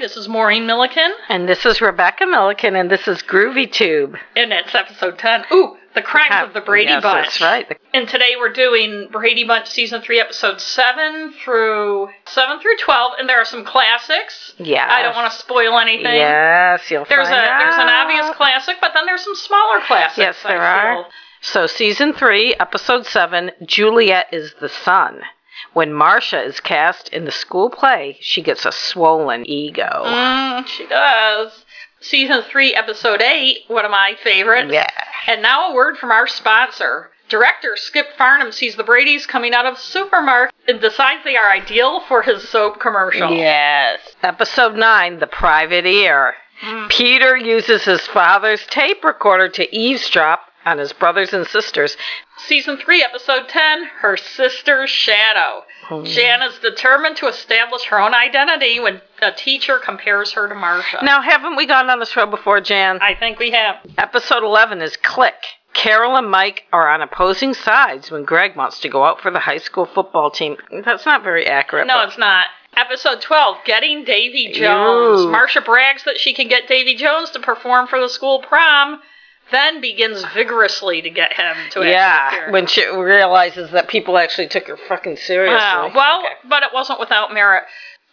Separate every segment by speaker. Speaker 1: This is Maureen Milliken,
Speaker 2: And this is Rebecca Milliken, and this is Groovy Tube.
Speaker 1: and it's episode 10. Ooh, The Crimes of the Brady
Speaker 2: yes,
Speaker 1: Bunch.
Speaker 2: That's right.
Speaker 1: And today we're doing Brady Bunch Season 3, Episode 7 through 7 through 12, and there are some classics.
Speaker 2: Yes.
Speaker 1: I don't want to spoil anything.
Speaker 2: Yes, you'll
Speaker 1: There's a
Speaker 2: find out.
Speaker 1: there's an obvious classic, but then there's some smaller classics.
Speaker 2: Yes,
Speaker 1: I
Speaker 2: there are.
Speaker 1: feel.
Speaker 2: So, season three, episode seven, Juliet is the sun. When Marcia is cast in the school play, she gets a swollen ego.
Speaker 1: Mm, she does. Season 3, Episode 8, one of my favorites.
Speaker 2: Yeah.
Speaker 1: And now a word from our sponsor. Director Skip Farnham sees the Brady's coming out of a supermarket and decides they are ideal for his soap commercial.
Speaker 2: Yes. Episode 9 The Private Ear.
Speaker 1: Mm.
Speaker 2: Peter uses his father's tape recorder to eavesdrop on his brothers and sisters.
Speaker 1: Season 3, Episode 10 Her Sister's Shadow.
Speaker 2: Oh.
Speaker 1: Jan is determined to establish her own identity when a teacher compares her to Marsha.
Speaker 2: Now, haven't we gone on this road before, Jan?
Speaker 1: I think we have.
Speaker 2: Episode 11 is Click. Carol and Mike are on opposing sides when Greg wants to go out for the high school football team. That's not very accurate.
Speaker 1: No,
Speaker 2: but-
Speaker 1: it's not. Episode 12, Getting Davy Jones.
Speaker 2: Ew.
Speaker 1: Marsha brags that she can get Davy Jones to perform for the school prom, then begins vigorously to get him to actually
Speaker 2: yeah,
Speaker 1: appear.
Speaker 2: when she realizes that people actually took her fucking seriously.
Speaker 1: Wow. Well,
Speaker 2: Okay.
Speaker 1: but it wasn't without merit.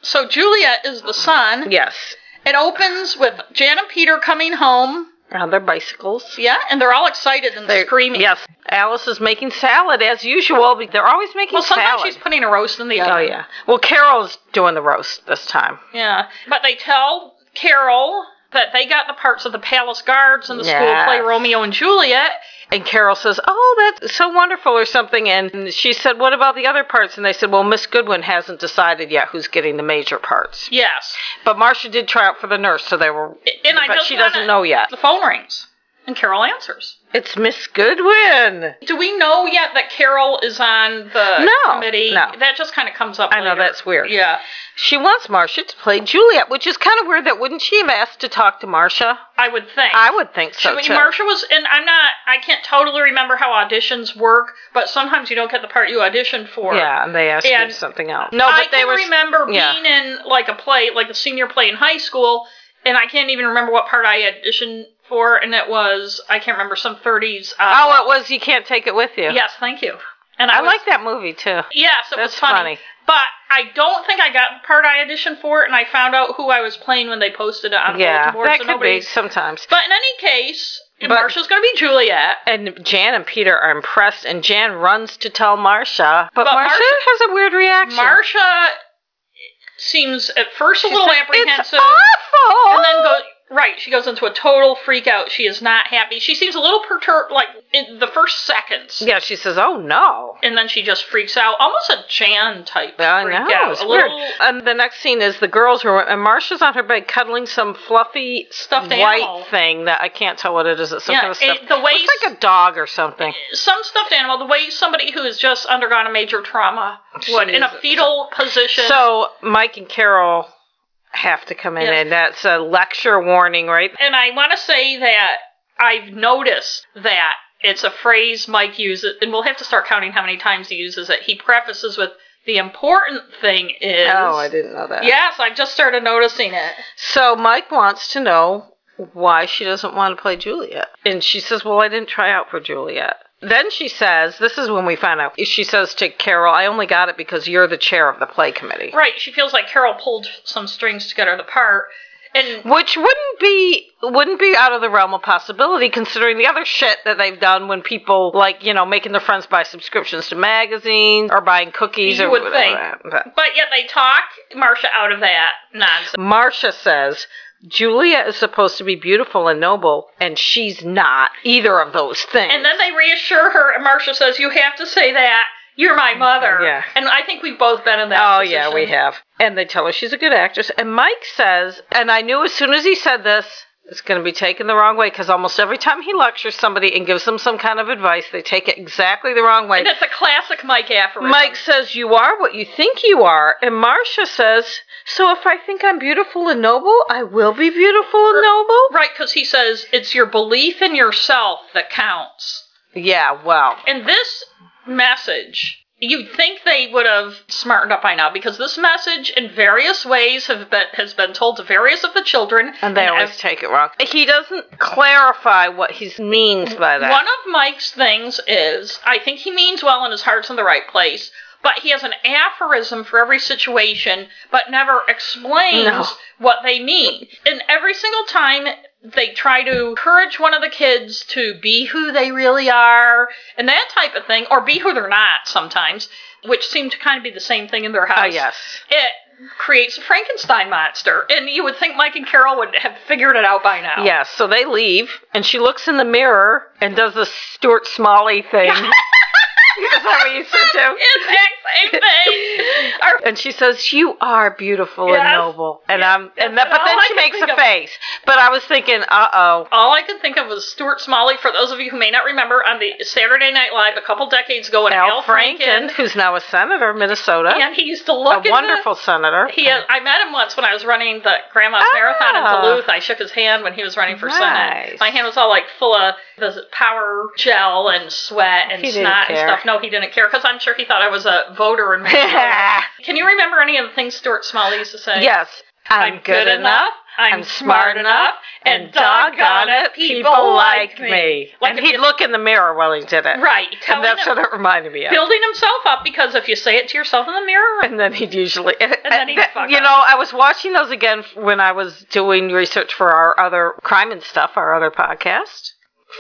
Speaker 1: So Juliet is the son.
Speaker 2: yes,
Speaker 1: It opens with Jan and Peter coming home.
Speaker 2: on their bicycles.
Speaker 1: Yeah, and they're all excited and
Speaker 2: They're-
Speaker 1: screaming.
Speaker 2: Yes, Alice is making salad as usual. be- They're always making
Speaker 1: Well, sometimes
Speaker 2: salad.
Speaker 1: she's putting a roast in the oven.
Speaker 2: oh yeah. Well, Carol's doing the roast this time.
Speaker 1: Yeah. But they tell Carol that they got the parts of the palace guards in the school
Speaker 2: Yes.
Speaker 1: play Romeo and Juliet.
Speaker 2: And Carol says, "Oh, that's so wonderful," or something. And she said, "What about the other parts?" And they said, "Well, Miss Goodwin hasn't decided yet who's getting the major parts."
Speaker 1: Yes.
Speaker 2: But Marcia did try out for the nurse, so they were.
Speaker 1: And I
Speaker 2: but
Speaker 1: just
Speaker 2: she
Speaker 1: wanna-
Speaker 2: doesn't know yet.
Speaker 1: The phone rings and Carol answers.
Speaker 2: It's Miss Goodwin.
Speaker 1: Do we know yet that Carol is on the
Speaker 2: No,
Speaker 1: committee?
Speaker 2: no.
Speaker 1: That just kind of comes up.
Speaker 2: I know,
Speaker 1: later.
Speaker 2: that's weird.
Speaker 1: Yeah,
Speaker 2: She wants Marcia to play Juliet, which is kind of weird. That wouldn't she have asked to talk to Marcia?
Speaker 1: I would think.
Speaker 2: I would think so
Speaker 1: When
Speaker 2: too.
Speaker 1: Marcia was, and I'm not, I can't totally remember how auditions work, but sometimes you don't get the part you auditioned for.
Speaker 2: yeah, and they asked you
Speaker 1: And
Speaker 2: something else. No, but
Speaker 1: I
Speaker 2: they
Speaker 1: can
Speaker 2: were
Speaker 1: remember
Speaker 2: yeah.
Speaker 1: being in like a play, like a senior play in high school, and I can't even remember what part I auditioned for, and it was I can't remember some 30s. Uh,
Speaker 2: Oh, it was you can't take it with you.
Speaker 1: yes, thank you. And I,
Speaker 2: I
Speaker 1: was-
Speaker 2: like that movie too.
Speaker 1: Yes, it was
Speaker 2: That's
Speaker 1: funny.
Speaker 2: funny.
Speaker 1: But I don't think I got the part I auditioned for, and I found out who I was playing when they posted it on the bulletin
Speaker 2: Yeah,
Speaker 1: board.
Speaker 2: that
Speaker 1: so
Speaker 2: could
Speaker 1: nobody-
Speaker 2: be sometimes.
Speaker 1: But in any case,
Speaker 2: But-
Speaker 1: Marcia's going to be Juliet.
Speaker 2: And Jan and Peter are impressed, and Jan runs to tell Marcia, but,
Speaker 1: But
Speaker 2: Marcia
Speaker 1: Marcia-
Speaker 2: has a weird reaction.
Speaker 1: Marcia seems at first a
Speaker 2: She
Speaker 1: little
Speaker 2: said,
Speaker 1: apprehensive,
Speaker 2: It's awful.
Speaker 1: and then goes right. She goes into a total freak out. She is not happy. She seems a little perturbed, like in the first seconds.
Speaker 2: yeah, she says, "Oh no."
Speaker 1: And then she just freaks out, almost a Jan type
Speaker 2: I
Speaker 1: freak
Speaker 2: know.
Speaker 1: out.
Speaker 2: It's
Speaker 1: a
Speaker 2: weird. Uh,
Speaker 1: little
Speaker 2: And the next scene is the girls are, and Marsha's on her bed cuddling some fluffy
Speaker 1: Stuffed
Speaker 2: white
Speaker 1: animal.
Speaker 2: thing that I can't tell what it is. It's some
Speaker 1: Yeah,
Speaker 2: kind of stuff.
Speaker 1: it- the way-
Speaker 2: Looks like a dog or something.
Speaker 1: some stuffed animal the way somebody who has just undergone a major trauma would in a
Speaker 2: Jesus.
Speaker 1: fetal position.
Speaker 2: So Mike and Carol have to come in,
Speaker 1: Yes.
Speaker 2: and that's a lecture warning, right?
Speaker 1: and I want to say that I've noticed that it's a phrase Mike uses, and we'll have to start counting how many times he uses it. He prefaces with the important thing is.
Speaker 2: Oh, I didn't know that.
Speaker 1: Yes, I've just started noticing it.
Speaker 2: So Mike wants to know why she doesn't want to play Juliet. And she says, Well, I didn't try out for Juliet. Then she says, This is when we find out. She says to Carol, I only got it because you're the chair of the play committee.
Speaker 1: Right, she feels like Carol pulled some strings to get her the part, and
Speaker 2: Which wouldn't be wouldn't be out of the realm of possibility considering the other shit that they've done when people like, you know, making their friends buy subscriptions to magazines or buying cookies
Speaker 1: You
Speaker 2: or
Speaker 1: would
Speaker 2: whatever. But-
Speaker 1: but yet they talk Marcia out of that nonsense.
Speaker 2: Marcia says, Julia is supposed to be beautiful and noble, and she's not either of those things.
Speaker 1: And then they reassure her, and Marcia says, "You have to say that. You're my mother."
Speaker 2: Yeah.
Speaker 1: And I think we've both been in that.
Speaker 2: Oh, yeah,
Speaker 1: position.
Speaker 2: we have. And they tell her she's a good actress. And Mike says, and I knew as soon as he said this, it's going to be taken the wrong way because almost every time he lectures somebody and gives them some kind of advice, they take it exactly the wrong way.
Speaker 1: And it's a classic Mike aphorism.
Speaker 2: Mike says, You are what you think you are. And Marcia says, So if I think I'm beautiful and noble, I will be beautiful and noble?
Speaker 1: right? Because he says it's your belief in yourself that counts.
Speaker 2: Yeah, well.
Speaker 1: And this message You'd think they would have smartened up by now because this message, in various ways, have been, has been told to various of the children.
Speaker 2: And they always
Speaker 1: ev-
Speaker 2: take it wrong. He doesn't clarify what he means by that.
Speaker 1: One of Mike's things is I think he means well and his heart's in the right place, but he has an aphorism for every situation, but never explains
Speaker 2: No.
Speaker 1: what they mean. And every single time they try to encourage one of the kids to be who they really are and that type of thing, or be who they're not sometimes, which seem to kind of be the same thing in their house.
Speaker 2: Ah, yes.
Speaker 1: It creates a Frankenstein monster. And you would think Mike and Carol would have figured it out by now.
Speaker 2: Yes, so they leave, and she looks in the mirror and does the Stuart Smalley thing. Is that what you said too?
Speaker 1: It's the exact same thing. Our
Speaker 2: And she says, "You are beautiful
Speaker 1: Yes.
Speaker 2: and noble." And I'm, and that,
Speaker 1: That's
Speaker 2: but
Speaker 1: all
Speaker 2: then
Speaker 1: I
Speaker 2: she
Speaker 1: could
Speaker 2: makes
Speaker 1: think
Speaker 2: a
Speaker 1: of.
Speaker 2: face. But I was thinking, "Uh oh."
Speaker 1: all I could think of was Stuart Smalley. For those of you who may not remember, on the Saturday Night Live a couple decades ago, and Al,
Speaker 2: Al Franken, who's now a senator, Minnesota,
Speaker 1: and he used to
Speaker 2: a
Speaker 1: look in
Speaker 2: wonderful senator.
Speaker 1: The, he, had- I met him once when I was running the Grandma's
Speaker 2: Ah.
Speaker 1: Marathon in Duluth. I shook his hand when he was running for Senate.
Speaker 2: Nice.
Speaker 1: My hand was all like full of the power gel and sweat and
Speaker 2: He didn't
Speaker 1: snot and
Speaker 2: care.
Speaker 1: stuff. No, he didn't care because I'm sure he thought I was a voter in Minnesota.
Speaker 2: yes,
Speaker 1: Can you remember any of the things Stuart Smalley used to say?
Speaker 2: I'm, good, enough.
Speaker 1: I'm smart enough, and doggone it, people like me. Like
Speaker 2: and
Speaker 1: if
Speaker 2: he'd
Speaker 1: you-
Speaker 2: look in the mirror while he did it.
Speaker 1: Right.
Speaker 2: And
Speaker 1: telling
Speaker 2: that's
Speaker 1: them-
Speaker 2: what it reminded me of.
Speaker 1: building himself up because if you say it to yourself in the mirror,
Speaker 2: and then he'd usually and,
Speaker 1: then he'd
Speaker 2: that-
Speaker 1: fuck
Speaker 2: you
Speaker 1: up.
Speaker 2: know i was watching those again f- when i was doing research for our other crime and stuff our other podcast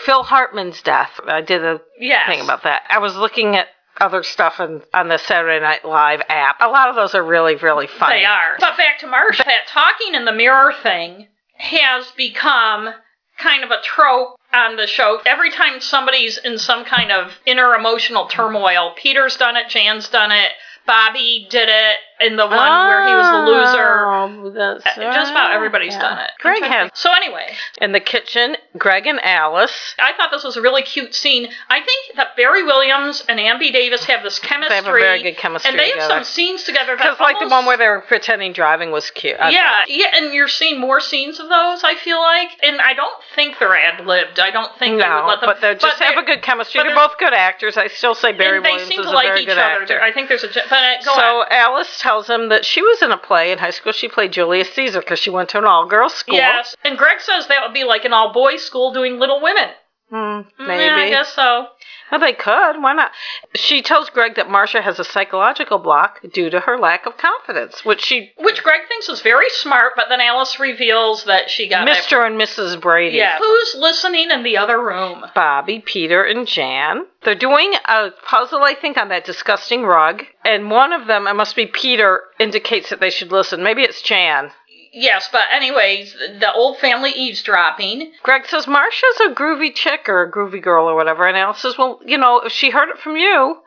Speaker 2: phil hartman's death i did a
Speaker 1: yes.
Speaker 2: thing about that i was looking at other stuff on, on the saturday night live app a lot of those are really really funny
Speaker 1: they are. But back to Marsh, that talking in the mirror thing has become kind of a trope on the show. Every time somebody's in some kind of inner emotional turmoil, Peter's done it, Jan's done it, Bobby did it in the one where he
Speaker 2: Oh.
Speaker 1: was the loser. Uh,
Speaker 2: loser that's
Speaker 1: Just about
Speaker 2: right.
Speaker 1: everybody's
Speaker 2: Yeah.
Speaker 1: done it.
Speaker 2: greg has
Speaker 1: So anyway,
Speaker 2: in the kitchen greg and alice
Speaker 1: I thought this was a really cute scene. I think that Barry Williams and Ambie Davis have this chemistry.
Speaker 2: they have a very good chemistry
Speaker 1: and they have
Speaker 2: together
Speaker 1: some scenes together that
Speaker 2: because like the
Speaker 1: almost-
Speaker 2: one where they were pretending driving was cute Uh, I
Speaker 1: Yeah, yeah, and you're seeing more scenes of those. I feel like, and I don't think they're ad libbed. I don't think they would
Speaker 2: No,
Speaker 1: let them.
Speaker 2: but they just have
Speaker 1: they're-
Speaker 2: a good chemistry.
Speaker 1: but
Speaker 2: They're
Speaker 1: they're-
Speaker 2: both good actors. I still say Barry
Speaker 1: and they
Speaker 2: Williams
Speaker 1: seem
Speaker 2: is
Speaker 1: to
Speaker 2: a
Speaker 1: like
Speaker 2: very
Speaker 1: each
Speaker 2: good
Speaker 1: other.
Speaker 2: actor.
Speaker 1: I think there's a. gen- But uh, go
Speaker 2: so
Speaker 1: on.
Speaker 2: Alice tells him that she was in a play in high school. She played Julius Caesar because she went to an all-girls school.
Speaker 1: Yes, and Greg says that would be like an all boys school doing Little Women.
Speaker 2: Hmm,
Speaker 1: Mm,
Speaker 2: maybe.
Speaker 1: yeah, I guess so.
Speaker 2: Well, they could. Why not? She tells Greg that Marcia has a psychological block due to her lack of confidence, which she,
Speaker 1: Which Greg thinks is very smart, but then Alice reveals that she got that-
Speaker 2: Mr. and Mrs. Brady.
Speaker 1: Yeah. Who's listening in the other room?
Speaker 2: Bobby, Peter, and Jan. They're doing a puzzle, I think, on that disgusting rug. And one of them, it must be Peter, indicates that they should listen. Maybe it's Jan.
Speaker 1: Yes, but anyways, the old family eavesdropping.
Speaker 2: Greg says, Marsha's a groovy chick or a groovy girl or whatever. And Al says, Well, you know, if she heard it from you,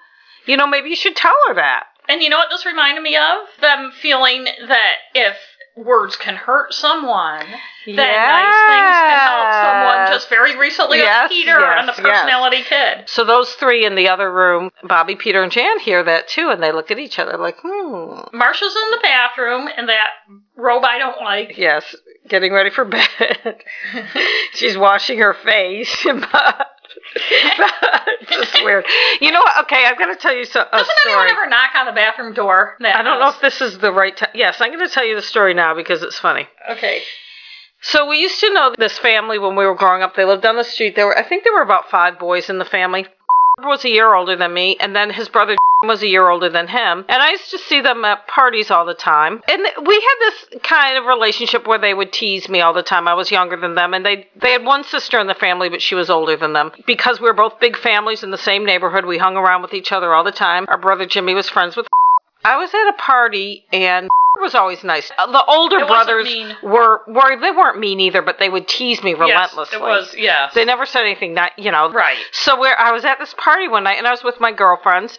Speaker 2: you know, maybe you should tell her that.
Speaker 1: And you know what this reminded me of? Them feeling that if words can hurt someone, then nice things can help someone.
Speaker 2: Yes.
Speaker 1: Just very recently with
Speaker 2: Yes,
Speaker 1: Peter
Speaker 2: yes,
Speaker 1: and the
Speaker 2: yes.
Speaker 1: personality kid.
Speaker 2: So those three in the other room, Bobby, Peter, and Jan hear that too, and they look at each other like, hmm.
Speaker 1: Marsha's in the bathroom and that robe I don't like.
Speaker 2: Yes, getting ready for bed. She's washing her face. but, it's just weird. You know what? Okay, I've got to tell you so, a
Speaker 1: Doesn't
Speaker 2: story.
Speaker 1: anyone ever knock on the bathroom door? in that
Speaker 2: Oh, I don't know
Speaker 1: house?
Speaker 2: if this is the right time. Yes, I'm going to tell you the story now because it's funny.
Speaker 1: Okay.
Speaker 2: So we used to know this family when we were growing up. They lived down the street. There were, I think, there were about five boys in the family. was a year older than me, and then his brother was a year older than him. And I used to see them at parties all the time. And th- we had this kind of relationship where they would tease me all the time. I was younger than them, and they they had one sister in the family, but she was older than them. Because we were both big families in the same neighborhood, we hung around with each other all the time. Our brother Jimmy was friends with. I was at a party and was always nice. Uh, The older
Speaker 1: It wasn't
Speaker 2: brothers
Speaker 1: mean.
Speaker 2: were were they weren't mean either, but they would tease me relentlessly.
Speaker 1: Yes, it was, yeah.
Speaker 2: They never said anything that you know.
Speaker 1: Right.
Speaker 2: So where I was at this party one night, and I was with my girlfriends,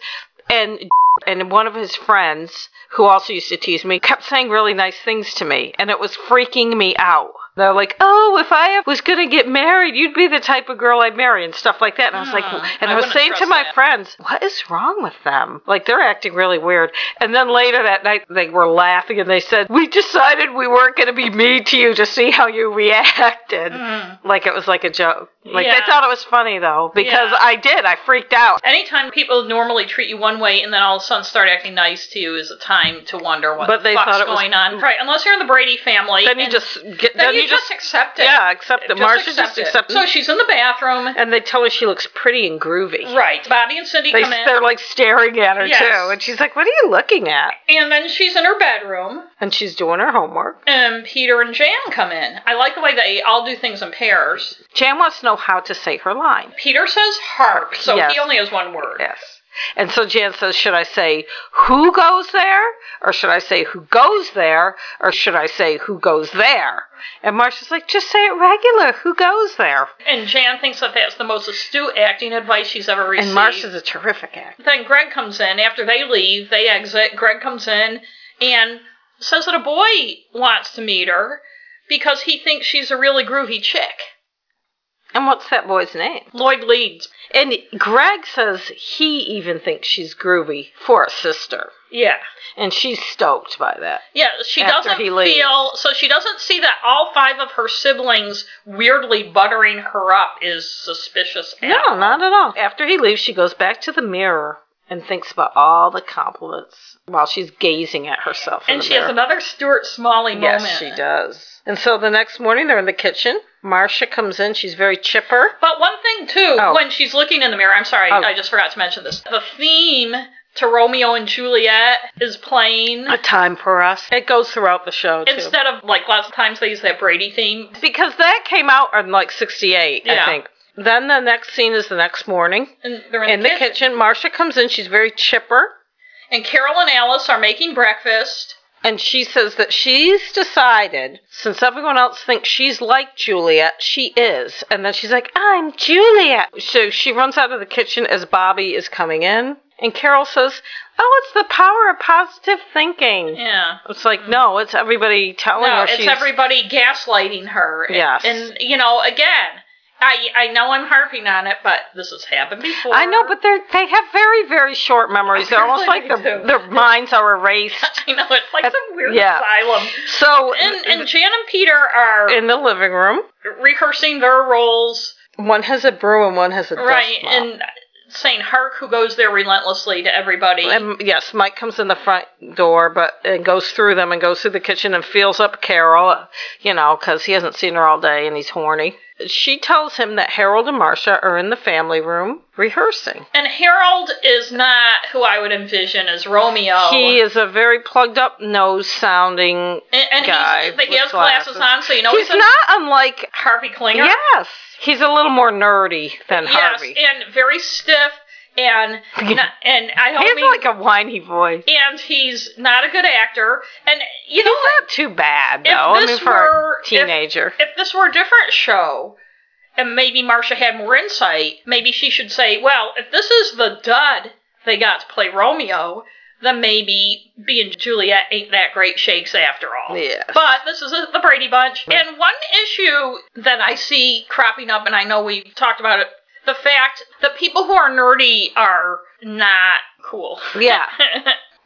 Speaker 2: and and one of his friends who also used to tease me kept saying really nice things to me, and it was freaking me out. They're like, oh, if I was going to get married, you'd be the type of girl I'd marry and stuff like that. And I was like,
Speaker 1: Hmm,
Speaker 2: and I,
Speaker 1: I
Speaker 2: was
Speaker 1: wouldn't
Speaker 2: saying to
Speaker 1: trust
Speaker 2: my
Speaker 1: that.
Speaker 2: friends, what is wrong with them? Like, they're acting really weird. And then later that night, they were laughing and they said, we decided we weren't going to be mean to you to see how you reacted. Like, it was like a joke. Like,
Speaker 1: Yeah.
Speaker 2: they thought it was funny, though, because
Speaker 1: Yeah.
Speaker 2: I did. I freaked out.
Speaker 1: Anytime people normally treat you one way and then all of a sudden start acting nice to you is a time to wonder what
Speaker 2: But
Speaker 1: the
Speaker 2: they
Speaker 1: fuck's
Speaker 2: thought it was-
Speaker 1: going on. Right, unless you're in the Brady family.
Speaker 2: Then you
Speaker 1: and
Speaker 2: just get,
Speaker 1: then, you, just, accept it.
Speaker 2: yeah, accept the
Speaker 1: Just
Speaker 2: Marsha
Speaker 1: accept
Speaker 2: just
Speaker 1: it.
Speaker 2: accepted.
Speaker 1: So she's in the bathroom.
Speaker 2: and they tell her she looks pretty and groovy.
Speaker 1: Right. Bobby and Cindy
Speaker 2: They,
Speaker 1: come in.
Speaker 2: they're like staring at her
Speaker 1: Yes.
Speaker 2: too, and she's like, "What are you looking at?"
Speaker 1: And then she's in her bedroom.
Speaker 2: And she's doing her homework.
Speaker 1: And Peter and Jan come in. I like the way they all do things in pairs.
Speaker 2: Jan wants to know how to say her line.
Speaker 1: Peter says harp, so
Speaker 2: Yes.
Speaker 1: he only has one word.
Speaker 2: Yes. And so Jan says, "Should I say who goes there, or should I say who goes there, or should I say who goes there?" And Marcia's like, "Just say it regular. Who goes there?"
Speaker 1: And Jan thinks that that's the most astute acting advice she's ever received.
Speaker 2: And Marcia's a terrific actor.
Speaker 1: then Greg comes in. After they leave, they exit. Greg comes in and says that a boy wants to meet her because he thinks she's a really groovy chick.
Speaker 2: And what's that boy's name?
Speaker 1: Lloyd leads.
Speaker 2: And Greg says he even thinks she's groovy for a sister.
Speaker 1: Yeah.
Speaker 2: And she's stoked by that.
Speaker 1: Yeah, she
Speaker 2: After
Speaker 1: doesn't
Speaker 2: he leaves.
Speaker 1: feel so she doesn't see that all five of her siblings weirdly buttering her up is suspicious. at
Speaker 2: No,
Speaker 1: all.
Speaker 2: not at all. After he leaves, she goes back to the mirror and thinks about all the compliments while she's gazing at herself. in
Speaker 1: And
Speaker 2: the
Speaker 1: she has
Speaker 2: mirror.
Speaker 1: another Stuart Smalley
Speaker 2: Yes,
Speaker 1: moment.
Speaker 2: she does. And so the next morning, they're in the kitchen. Marcia comes in. She's very chipper.
Speaker 1: But one thing too,
Speaker 2: Oh.
Speaker 1: when she's looking in the mirror, I'm sorry,
Speaker 2: Oh.
Speaker 1: I just forgot to mention this. The theme to Romeo and Juliet is playing
Speaker 2: A time for us. It goes throughout the show, too.
Speaker 1: instead of like lots of times they use that Brady theme.
Speaker 2: because that came out in like 68, I
Speaker 1: Yeah.
Speaker 2: think. Then the next scene is the next morning.
Speaker 1: And they're in,
Speaker 2: In the kitchen, Marcia comes in. She's very chipper.
Speaker 1: and Carol and Alice are making breakfast.
Speaker 2: And she says that she's decided, since everyone else thinks she's like Juliet, she is. And then she's like, I'm Juliet. So she runs out of the kitchen as Bobby is coming in. And Carol says, Oh, it's the power of positive thinking.
Speaker 1: Yeah.
Speaker 2: It's like, no, it's everybody telling
Speaker 1: No,
Speaker 2: her
Speaker 1: it's
Speaker 2: Oh, she's.
Speaker 1: everybody gaslighting her. And-
Speaker 2: Yes.
Speaker 1: And, you know, again, I I know I'm harping on it, but this has happened before.
Speaker 2: I know, but they they have very very short memories. They're almost like
Speaker 1: Apparently
Speaker 2: their
Speaker 1: they do.
Speaker 2: their minds are erased.
Speaker 1: I know it's like some weird
Speaker 2: yeah.
Speaker 1: asylum.
Speaker 2: So
Speaker 1: And and Jan and Peter are
Speaker 2: in the living room,
Speaker 1: rehearsing their roles,
Speaker 2: one has a brew and one has a dust
Speaker 1: right?
Speaker 2: mop.
Speaker 1: And saying Hark, who goes there relentlessly to everybody.
Speaker 2: And yes, Mike comes in the front door, but and goes through them and goes through the kitchen and feels up Carol, you know, because he hasn't seen her all day and he's horny. She tells him that Harold and Marcia are in the family room rehearsing.
Speaker 1: and Harold is not who I would envision as Romeo.
Speaker 2: He is a very plugged up nose sounding.
Speaker 1: and, and
Speaker 2: guy
Speaker 1: he's, he
Speaker 2: with
Speaker 1: has glasses.
Speaker 2: glasses.
Speaker 1: on, so you know
Speaker 2: He's
Speaker 1: he's, a
Speaker 2: not unlike.
Speaker 1: Harvey Klinger.
Speaker 2: Yes, he's a little more nerdy than
Speaker 1: Yes,
Speaker 2: Harvey.
Speaker 1: and very stiff, and not, and I
Speaker 2: He
Speaker 1: don't
Speaker 2: has
Speaker 1: mean,
Speaker 2: like a whiny voice.
Speaker 1: and he's not a good actor, and you know
Speaker 2: He's not too bad though.
Speaker 1: If
Speaker 2: I mean,
Speaker 1: this
Speaker 2: for
Speaker 1: were-
Speaker 2: a
Speaker 1: if-
Speaker 2: teenager.
Speaker 1: if this were a different show, and maybe Marcia had more insight, maybe she should say, well, if this is the dud they got to play Romeo, then maybe being Juliet ain't that great shakes after all.
Speaker 2: Yes.
Speaker 1: But this is a, the Brady Bunch. And one issue that I see cropping up, and I know we've talked about it, the fact that people who are nerdy are not cool.
Speaker 2: yeah.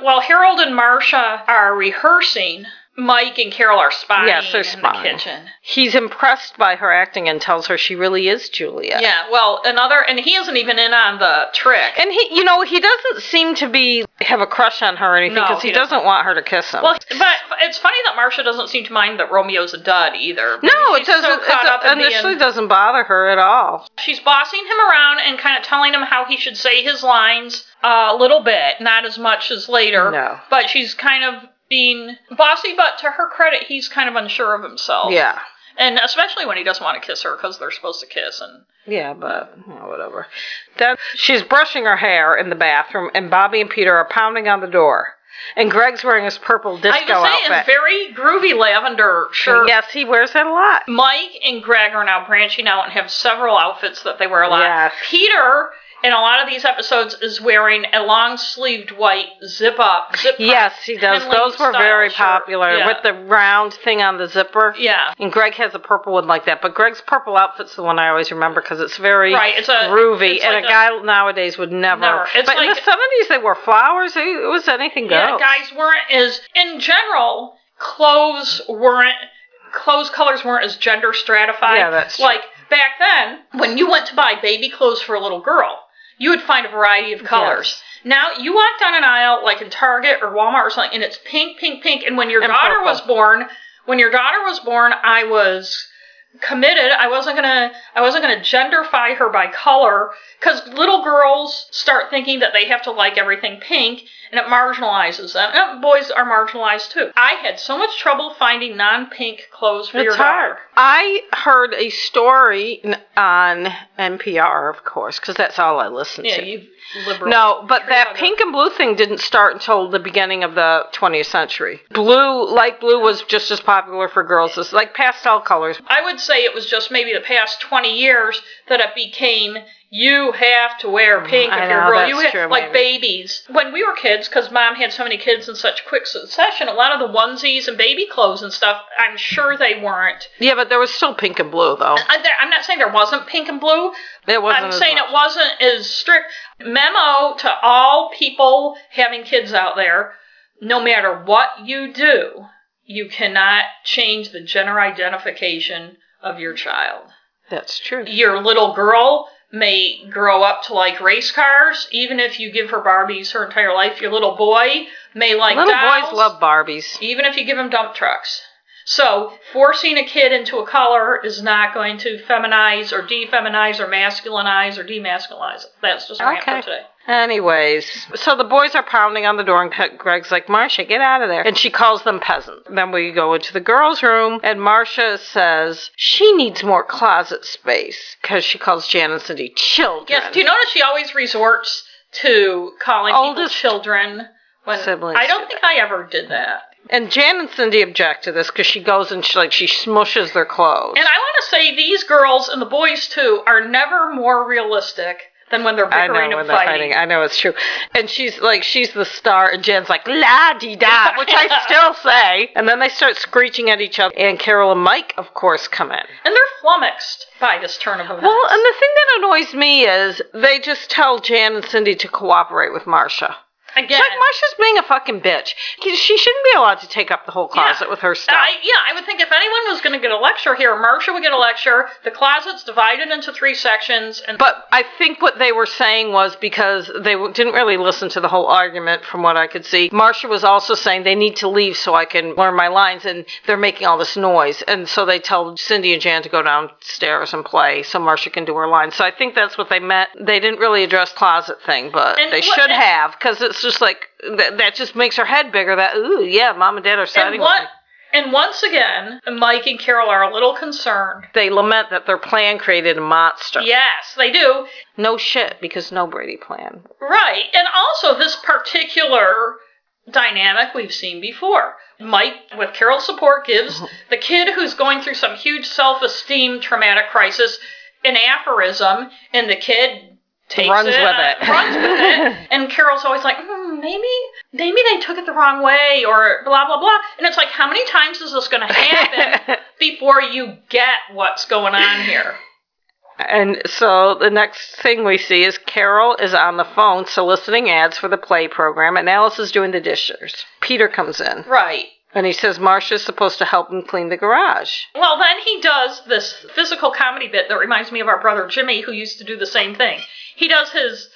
Speaker 1: While Harold and Marcia are rehearsing, Mike and Carol are spying
Speaker 2: Yes, they're
Speaker 1: in
Speaker 2: spying.
Speaker 1: the kitchen.
Speaker 2: He's impressed by her acting and tells her she really is Juliet.
Speaker 1: Yeah, well, another, and he isn't even in on the trick.
Speaker 2: And he, you know, he doesn't seem to be have a crush on her or anything
Speaker 1: No,
Speaker 2: because he,
Speaker 1: he
Speaker 2: doesn't. want her to kiss him.
Speaker 1: well, but it's funny that Marcia doesn't seem to mind that Romeo's a dud either.
Speaker 2: no,
Speaker 1: Maybe
Speaker 2: it
Speaker 1: she's so
Speaker 2: doesn't.
Speaker 1: caught up
Speaker 2: it
Speaker 1: in
Speaker 2: initially
Speaker 1: being-
Speaker 2: doesn't bother her at all.
Speaker 1: she's bossing him around and kind of telling him how he should say his lines uh, a little bit, not as much as later.
Speaker 2: No.
Speaker 1: But she's kind of being bossy, but to her credit, he's kind of unsure of himself.
Speaker 2: Yeah,
Speaker 1: And especially when he doesn't want to kiss her because they're supposed to kiss. And
Speaker 2: yeah, but you know, whatever. Then she's brushing her hair in the bathroom, and Bobby and Peter are pounding on the door. And Greg's wearing his purple
Speaker 1: I
Speaker 2: disco
Speaker 1: was saying,
Speaker 2: outfit.
Speaker 1: very groovy lavender shirt.
Speaker 2: Yes, he wears that a lot.
Speaker 1: Mike and Greg are now branching out and have several outfits that they wear a lot.
Speaker 2: Yes.
Speaker 1: Peter in a lot of these episodes is wearing a long sleeved white zip up. Zip
Speaker 2: Yes, he does.
Speaker 1: Henley
Speaker 2: Those were
Speaker 1: style
Speaker 2: very
Speaker 1: shirt.
Speaker 2: popular
Speaker 1: Yeah.
Speaker 2: with the round thing on the zipper.
Speaker 1: Yeah.
Speaker 2: And Greg has a purple one like that, but Greg's purple outfit's the one I always remember because it's very
Speaker 1: Right, it's a-
Speaker 2: groovy,
Speaker 1: it's
Speaker 2: and
Speaker 1: like
Speaker 2: a
Speaker 1: a-
Speaker 2: guy nowadays would never.
Speaker 1: Never. It's
Speaker 2: But in the
Speaker 1: like-
Speaker 2: seventies, they wore flowers. It it was anything goes.
Speaker 1: Yeah, guys weren't as in general clothes weren't clothes colors weren't as gender stratified.
Speaker 2: Yeah, that's true.
Speaker 1: like back then when you went to buy baby clothes for a little girl, you would find a variety of colors. Now you walk down an aisle like in Target or Walmart or something, and it's pink, pink, pink. And when your
Speaker 2: And
Speaker 1: daughter
Speaker 2: purple.
Speaker 1: was born, when your daughter was born, I was committed. I wasn't gonna I wasn't gonna genderfy her by color because little girls start thinking that they have to like everything pink and it marginalizes them. And boys are marginalized too. I had so much trouble finding non-pink clothes for
Speaker 2: It's
Speaker 1: your
Speaker 2: hard.
Speaker 1: daughter.
Speaker 2: I heard a story n- on NPR, of course, because that's all I listen
Speaker 1: Yeah,
Speaker 2: to.
Speaker 1: you liberal.
Speaker 2: No, but that
Speaker 1: Chicago.
Speaker 2: pink and blue thing didn't start until the beginning of the 20th century. Blue, light blue, was just as popular for girls as like pastel colors.
Speaker 1: I would say it was just maybe the past 20 years that it became you have to wear pink
Speaker 2: Mm, I
Speaker 1: if you're
Speaker 2: know,
Speaker 1: a girl.
Speaker 2: that's
Speaker 1: You have,
Speaker 2: true,
Speaker 1: like babies. When we were kids, because mom had so many kids in such quick succession, a lot of the onesies and baby clothes and stuff, I'm sure they weren't.
Speaker 2: Yeah, but there was still pink and blue though.
Speaker 1: I, there- I'm not saying there wasn't pink and blue.
Speaker 2: It wasn't.
Speaker 1: I'm
Speaker 2: as
Speaker 1: saying
Speaker 2: much.
Speaker 1: it wasn't as strict. Memo to all people having kids out there no matter what you do, you cannot change the gender identification of your child
Speaker 2: That's true.
Speaker 1: your little girl may grow up to like race cars, even if you give her Barbies her entire life. Your little boy may like
Speaker 2: Little
Speaker 1: dolls,
Speaker 2: boys love Barbies.
Speaker 1: even if you give him dump trucks. So forcing a kid into a color is not going to feminize or defeminize or masculinize or demasculinize. it. That's just my
Speaker 2: Okay.
Speaker 1: okay. today.
Speaker 2: Anyways, so the boys are pounding on the door, and Pe- Greg's like, Marcia, get out of there. And she calls them peasant. Then we go into the girls' room, and Marcia says she needs more closet space because she calls Jan and Cindy children.
Speaker 1: Yes. Do you notice she always resorts to calling
Speaker 2: Oldest
Speaker 1: people children? When,
Speaker 2: siblings
Speaker 1: I
Speaker 2: do
Speaker 1: don't think I ever did that.
Speaker 2: And Jan and Cindy object to this because she goes and she like she smushes their clothes.
Speaker 1: And I want to say these girls and the boys too are never more realistic than when they're
Speaker 2: I
Speaker 1: bickering
Speaker 2: know when
Speaker 1: and
Speaker 2: they're
Speaker 1: fighting.
Speaker 2: fighting. I know it's true. And she's like, she's the star, and Jan's like, la di da, which I still say. And then they start screeching at each other, and Carol and Mike, of course, come in.
Speaker 1: And they're flummoxed by this turn of events.
Speaker 2: Well, and the thing that annoys me is they just tell Jan and Cindy to cooperate with Marsha.
Speaker 1: again,
Speaker 2: Like Marsha's being a fucking bitch. She shouldn't be allowed to take up the whole closet with her stuff.
Speaker 1: I, yeah, I would think if anyone was going to get a lecture here, Marcia would get a lecture. The closet's divided into three sections, and
Speaker 2: But I think what they were saying was because they w- didn't really listen to the whole argument from what I could see. Marsha was also saying they need to leave so I can learn my lines and they're making all this noise. And so they tell Cindy and Jan to go downstairs and play so Marsha can do her lines. So I think that's what they meant. They didn't really address closet thing, but
Speaker 1: And
Speaker 2: they
Speaker 1: what-
Speaker 2: should have because it's just like that, that just makes her head bigger that ooh, yeah, mom and dad are siding
Speaker 1: and
Speaker 2: with
Speaker 1: what?
Speaker 2: me.
Speaker 1: And once again, Mike and Carol are a little concerned.
Speaker 2: They lament that their plan created a monster.
Speaker 1: Yes, they do.
Speaker 2: No shit, because no Brady plan.
Speaker 1: Right. And also, this particular dynamic we've seen before. Mike, with Carol's support, gives
Speaker 2: Uh-huh.
Speaker 1: the kid who's going through some huge self esteem traumatic crisis an aphorism, and the kid takes
Speaker 2: Runs
Speaker 1: it,
Speaker 2: with
Speaker 1: uh,
Speaker 2: it.
Speaker 1: runs with it. And Carol's always like, hmm, maybe, maybe they took it the wrong way, or blah, blah, blah. And it's like, how many times is this going to happen before you get what's going on here?
Speaker 2: And so the next thing we see is Carol is on the phone soliciting ads for the play program, and Alice is doing the dishes. Peter comes in,
Speaker 1: Right.
Speaker 2: and he says Marcia's supposed to help him clean the garage.
Speaker 1: Well, then he does this physical comedy bit that reminds me of our brother Jimmy, who used to do the same thing. He does his.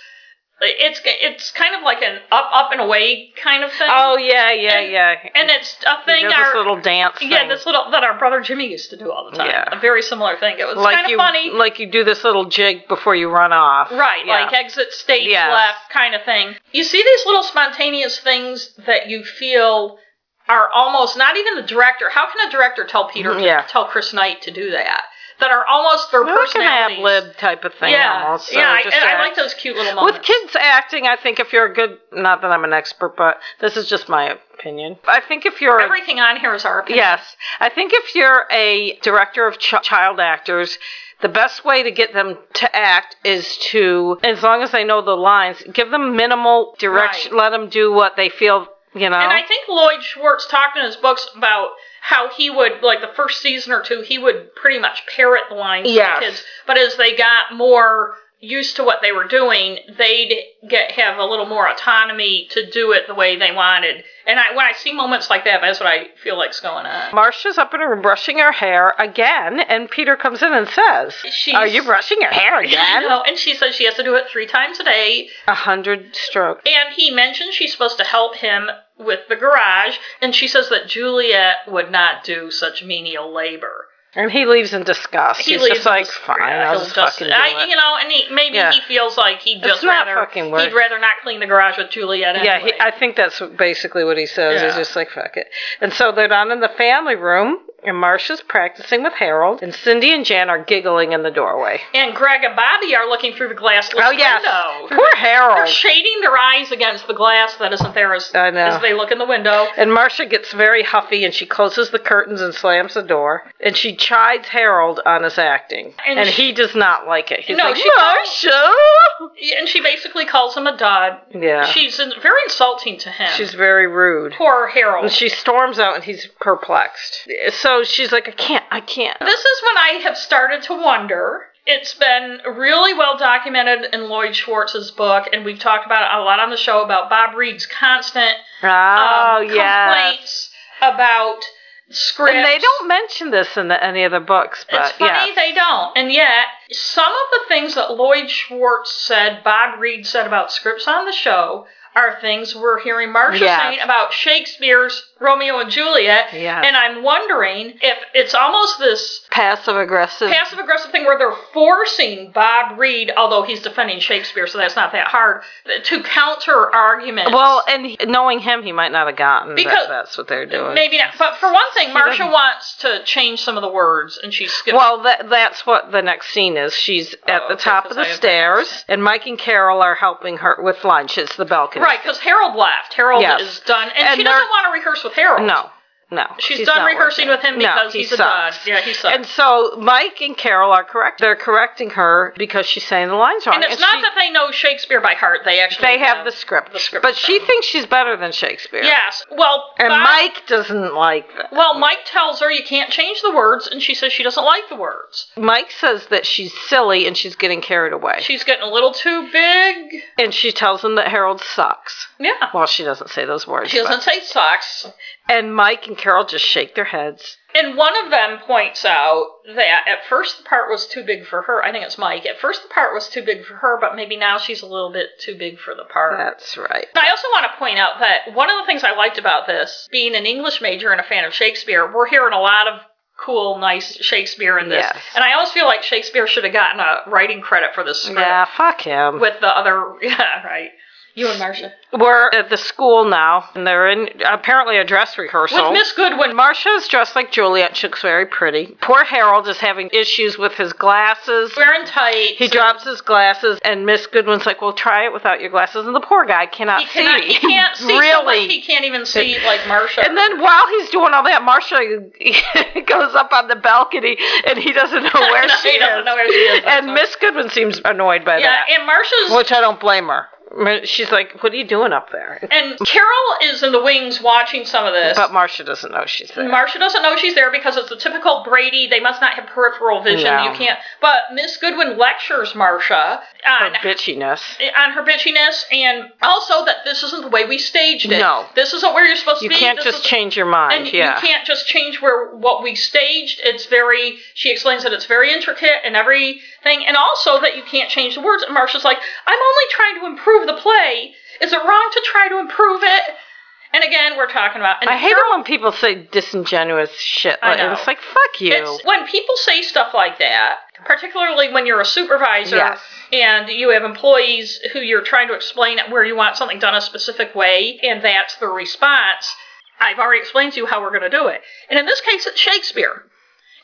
Speaker 1: It's it's kind of like an up, up and away kind of thing.
Speaker 2: Oh yeah, yeah,
Speaker 1: And-
Speaker 2: yeah.
Speaker 1: and it's a
Speaker 2: he
Speaker 1: thing.
Speaker 2: does
Speaker 1: Our,
Speaker 2: this little dance.
Speaker 1: yeah,
Speaker 2: thing.
Speaker 1: this little that our brother Jimmy used to do all the time.
Speaker 2: Yeah.
Speaker 1: A very similar thing. It was
Speaker 2: like
Speaker 1: kind of
Speaker 2: you,
Speaker 1: funny,
Speaker 2: like you do this little jig before you run off.
Speaker 1: right?
Speaker 2: Yeah.
Speaker 1: Like exit stage
Speaker 2: Yes.
Speaker 1: left kind of thing. You see these little spontaneous things that you feel are almost not even the director. How can a director tell Peter? To,
Speaker 2: Mm-hmm, Yeah.
Speaker 1: Tell Chris Knight to do that. that are almost their
Speaker 2: Like an
Speaker 1: personalities.
Speaker 2: ad lib type of thing
Speaker 1: yeah,
Speaker 2: almost. So
Speaker 1: yeah, I,
Speaker 2: just
Speaker 1: and I
Speaker 2: act-
Speaker 1: like those cute little moments.
Speaker 2: With kids acting, I think if you're a good, not that I'm an expert, but this is just my opinion. I think if you're. a-
Speaker 1: Everything on here is our opinion.
Speaker 2: Yes. I think if you're a director of ch- child actors, the best way to get them to act is to, as long as they know the lines, give them minimal direction,
Speaker 1: Right.
Speaker 2: let them do what they feel, you know.
Speaker 1: And I think Lloyd Schwartz talked in his books about how he would, like the first season or two, he would pretty much parrot the lines
Speaker 2: Yes.
Speaker 1: to the kids. But as they got more used to what they were doing, they'd get have a little more autonomy to do it the way they wanted. And I, when I see moments like that, that's what I feel like's going on.
Speaker 2: Marcia's up in her room brushing her hair again, and Peter comes in and says,
Speaker 1: She's-
Speaker 2: Are you brushing your hair
Speaker 1: You
Speaker 2: again?
Speaker 1: know, and she says she has to do it three times a day.
Speaker 2: A hundred strokes.
Speaker 1: And he mentioned she's supposed to help him with the garage, and she says that Juliet would not do such menial labor.
Speaker 2: And he leaves in disgust.
Speaker 1: he
Speaker 2: He's
Speaker 1: leaves
Speaker 2: just like,
Speaker 1: his-
Speaker 2: Fine,
Speaker 1: yeah,
Speaker 2: I'll
Speaker 1: he'll
Speaker 2: just fucking do
Speaker 1: I,
Speaker 2: it.
Speaker 1: You know, and he, maybe
Speaker 2: Yeah.
Speaker 1: he feels like he would just
Speaker 2: not
Speaker 1: rather
Speaker 2: fucking work.
Speaker 1: he'd rather not clean the garage with Juliet. Anyway.
Speaker 2: Yeah, he, I think that's basically what he says. He's
Speaker 1: Yeah.
Speaker 2: just like, fuck it. And so they're down in the family room, and Marcia's practicing with Harold, and Cindy and Jan are giggling in the doorway.
Speaker 1: and Greg and Bobby are looking through the glass
Speaker 2: Oh, yes.
Speaker 1: window.
Speaker 2: Poor
Speaker 1: They're
Speaker 2: Harold.
Speaker 1: shading their eyes against the glass that isn't there as,
Speaker 2: I know.
Speaker 1: as they look in the window.
Speaker 2: And Marcia gets very huffy and she closes the curtains and slams the door. And she chides Harold on his acting.
Speaker 1: And
Speaker 2: And,
Speaker 1: she-
Speaker 2: he does not like it. He's
Speaker 1: No,
Speaker 2: like,
Speaker 1: she-
Speaker 2: Marcia!
Speaker 1: And she basically calls him a dud.
Speaker 2: Yeah.
Speaker 1: She's in, very insulting to him.
Speaker 2: She's very rude.
Speaker 1: poor Harold.
Speaker 2: And she storms out and he's perplexed. So she's like, I can't, I can't.
Speaker 1: This is when I have started to wonder. It's been really well documented in Lloyd Schwartz's book, and we've talked about it a lot on the show about Bob Reed's constant
Speaker 2: oh,
Speaker 1: um,
Speaker 2: yes.
Speaker 1: complaints about scripts.
Speaker 2: And they don't mention this in the, any of the books, but
Speaker 1: It's funny
Speaker 2: yes.
Speaker 1: they don't. And yet, some of the things that Lloyd Schwartz said, Bob Reed said about scripts on the show, are things we're hearing Marsha
Speaker 2: Yes.
Speaker 1: saying about Shakespeare's Romeo and Juliet.
Speaker 2: Yes.
Speaker 1: And I'm wondering if it's almost this
Speaker 2: Passive aggressive.
Speaker 1: passive aggressive thing where they're forcing Bob Reed, although he's defending Shakespeare, so that's not that hard, to counter arguments.
Speaker 2: well, and he- knowing him, he might not have gotten
Speaker 1: Because-
Speaker 2: that that's what they're doing.
Speaker 1: maybe not. But for one thing, Marcia
Speaker 2: doesn't-
Speaker 1: wants to change some of the words, and she skips.
Speaker 2: Well, that, that's what the next scene is. She's at the
Speaker 1: Oh, okay,
Speaker 2: top of
Speaker 1: 'cause
Speaker 2: the
Speaker 1: I have-
Speaker 2: stairs, and Mike and Carol are helping her with lunch. It's the balcony.
Speaker 1: right, because Harold left. Harold
Speaker 2: Yes.
Speaker 1: is done, and,
Speaker 2: And
Speaker 1: she
Speaker 2: they're-
Speaker 1: doesn't want to rehearse with Harold.
Speaker 2: No, no.
Speaker 1: She's, done
Speaker 2: not
Speaker 1: rehearsing
Speaker 2: working.
Speaker 1: with him because
Speaker 2: no, he
Speaker 1: he's a dud.
Speaker 2: sucks.
Speaker 1: Yeah, he sucks.
Speaker 2: And so Mike and Carol are correct. They're correcting her because she's saying the lines wrong.
Speaker 1: And it's not
Speaker 2: she-
Speaker 1: that they know Shakespeare by heart. They actually
Speaker 2: they have the script,
Speaker 1: the script
Speaker 2: but she
Speaker 1: down.
Speaker 2: thinks she's better than Shakespeare.
Speaker 1: Yes. Well,
Speaker 2: And
Speaker 1: Bob-
Speaker 2: Mike doesn't like that.
Speaker 1: Well, Mike tells her you can't change the words, and she says she doesn't like the words.
Speaker 2: Mike says that she's silly and she's getting carried away.
Speaker 1: She's getting a little too big.
Speaker 2: and she tells him that Harold sucks.
Speaker 1: Yeah.
Speaker 2: Well, she doesn't say those words.
Speaker 1: She doesn't say socks.
Speaker 2: but- And Mike and Carol just shake their heads.
Speaker 1: And one of them points out that at first the part was too big for her. I think it's Mike. At first the part was too big for her, but maybe now she's a little bit too big for the part.
Speaker 2: That's right.
Speaker 1: I also want to point out that one of the things I liked about this, being an English major and a fan of Shakespeare, we're hearing a lot of cool, nice Shakespeare in this.
Speaker 2: Yes.
Speaker 1: And I always feel like Shakespeare should have gotten a writing credit for this script
Speaker 2: Yeah, fuck him.
Speaker 1: with the other. Yeah, right. You and Marcia.
Speaker 2: We're at the school now, and they're in apparently a dress rehearsal.
Speaker 1: With Miss Goodwin.
Speaker 2: Marcia's dressed like Juliet. She looks very pretty. Poor Harold is having issues with his glasses.
Speaker 1: Wearing tights.
Speaker 2: He drops his glasses, and Miss Goodwin's like, "Well, try it without your glasses." And the poor guy cannot
Speaker 1: He cannot,
Speaker 2: see.
Speaker 1: he can't see really. so
Speaker 2: really.
Speaker 1: much he can't even see like Marsha.
Speaker 2: and then while he's doing all that, Marcia goes up on the balcony, and he doesn't know where
Speaker 1: No,
Speaker 2: she
Speaker 1: he
Speaker 2: is.
Speaker 1: doesn't know where she is, that's
Speaker 2: and Miss Goodwin seems annoyed by
Speaker 1: yeah,
Speaker 2: that,
Speaker 1: and Marsha's
Speaker 2: which I don't blame her. She's like, "What are you doing up there?"
Speaker 1: and Carol is in the wings watching some of this.
Speaker 2: But Marcia doesn't know she's there.
Speaker 1: Marsha doesn't know she's there because it's the typical Brady. They must not have peripheral vision. You
Speaker 2: No.
Speaker 1: can't. But Miss Goodwin lectures Marsha
Speaker 2: her
Speaker 1: on
Speaker 2: bitchiness.
Speaker 1: on her bitchiness and also that this isn't the way we staged it.
Speaker 2: No.
Speaker 1: this isn't where you're supposed to
Speaker 2: You
Speaker 1: be.
Speaker 2: can't
Speaker 1: This
Speaker 2: just
Speaker 1: is-
Speaker 2: change your mind.
Speaker 1: And
Speaker 2: yeah.
Speaker 1: you can't just change where what we staged. It's very. She explains that it's very intricate and everything, and also that you can't change the words. And Marcia's like, "I'm only trying to improve the play. Is it wrong to try to improve it?" And again, we're talking about. And
Speaker 2: I hate
Speaker 1: Carol-
Speaker 2: it when people say disingenuous shit.
Speaker 1: I
Speaker 2: Like,
Speaker 1: know.
Speaker 2: It's like fuck you.
Speaker 1: It's, when people say stuff like that, particularly when you're a supervisor
Speaker 2: Yes.
Speaker 1: and you have employees who you're trying to explain where you want something done a specific way, and that's the response. I've already explained to you how we're going to do it. And in this case, it's Shakespeare.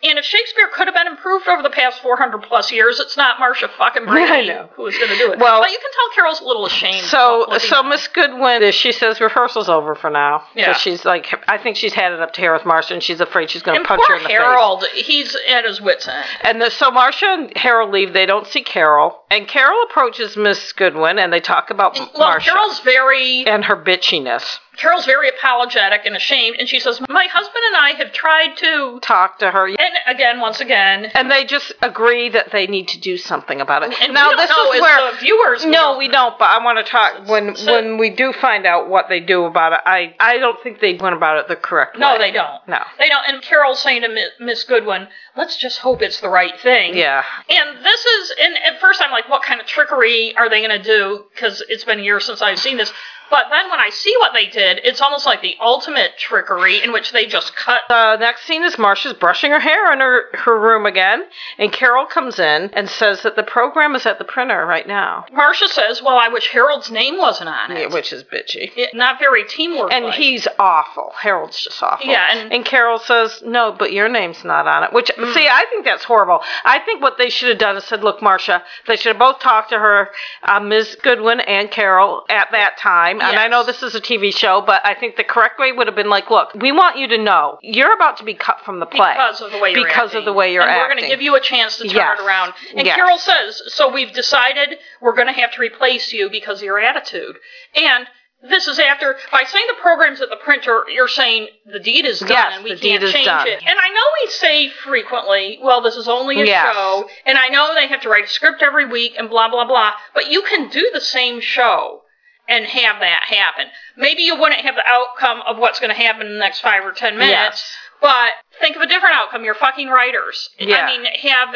Speaker 1: And if Shakespeare could have been improved over the past 400 plus years, it's not Marcia fucking Brady
Speaker 2: I know.
Speaker 1: who is going to do it.
Speaker 2: Well-
Speaker 1: but you can tell Carol's a little ashamed.
Speaker 2: So,
Speaker 1: of looking
Speaker 2: so
Speaker 1: at it.
Speaker 2: Miss Goodwin, she says rehearsal's over for now. 'Cause
Speaker 1: Yeah.
Speaker 2: she's like, I think she's had it up to Harris Marcia, and she's afraid she's going
Speaker 1: And
Speaker 2: to punch her
Speaker 1: poor
Speaker 2: in the face.
Speaker 1: Harold, he's at his wits' end.
Speaker 2: And the, so Marcia and Harold leave. They don't see Carol, and Carol approaches Miss Goodwin, and they talk about M-
Speaker 1: Well,
Speaker 2: Marcia
Speaker 1: Carol's very
Speaker 2: and her bitchiness.
Speaker 1: Carol's very apologetic and ashamed, and she says, "My husband and I have tried to."
Speaker 2: Talk to her,
Speaker 1: And again, once again,
Speaker 2: and they just agree that they need to do something about it.
Speaker 1: and
Speaker 2: now
Speaker 1: we don't
Speaker 2: this
Speaker 1: know
Speaker 2: is
Speaker 1: as
Speaker 2: where
Speaker 1: the viewers. we
Speaker 2: no,
Speaker 1: don't-
Speaker 2: we don't. But I want to talk when
Speaker 1: so-
Speaker 2: when we do find out what they do about it. I I don't think they went about it the correct way.
Speaker 1: no, they don't.
Speaker 2: No.
Speaker 1: They don't. And Carol's saying to Mi- Miss Goodwin, "Let's just hope it's the right thing."
Speaker 2: Yeah.
Speaker 1: And this is, and at first I'm like, what kind of trickery are they going to do? Because it's been years since I've seen this. But then when I see what they did, it's almost like the ultimate trickery in which they just cut.
Speaker 2: The next scene is Marcia's brushing her hair in her, her room again, and Carol comes in and says that the program is at the printer right now,
Speaker 1: Marcia says, well, I wish Harold's name wasn't on it.
Speaker 2: which is bitchy.
Speaker 1: It- Not very teamwork.
Speaker 2: And he's awful. Harold's just awful.
Speaker 1: Yeah, and- Mm.
Speaker 2: Carol says, "No, but your name's not on it." Which see, I think that's horrible. I think what they should have done is said, "Look, Marcia, they should have both talked to her, uh, Ms. Goodwin and Carol at that time." And I know
Speaker 1: Yes.
Speaker 2: this is a TV show, but I think the correct way would have been like, "Look, we want you to know you're about to be cut from the play
Speaker 1: because of the way you're
Speaker 2: because
Speaker 1: acting.
Speaker 2: of the way you're
Speaker 1: and we're
Speaker 2: acting."
Speaker 1: going to give you a chance to turn
Speaker 2: Yes.
Speaker 1: it around. And
Speaker 2: Yes.
Speaker 1: Carol says, so we've decided we're going to have to replace you because of your attitude. And this is after by saying the program's at the printer, you're saying the deed is done
Speaker 2: Yes,
Speaker 1: and we
Speaker 2: the
Speaker 1: can't
Speaker 2: deed is
Speaker 1: change
Speaker 2: done.
Speaker 1: it. And I know we say frequently, well, this is only a
Speaker 2: Yes.
Speaker 1: show, and I know they have to write a script every week and blah blah blah. But you can do the same show and have that happen. Maybe you wouldn't have the outcome of what's going to happen in the next five or ten minutes.
Speaker 2: Yes.
Speaker 1: But think of a different outcome. You're fucking writers.
Speaker 2: Yeah.
Speaker 1: I mean, have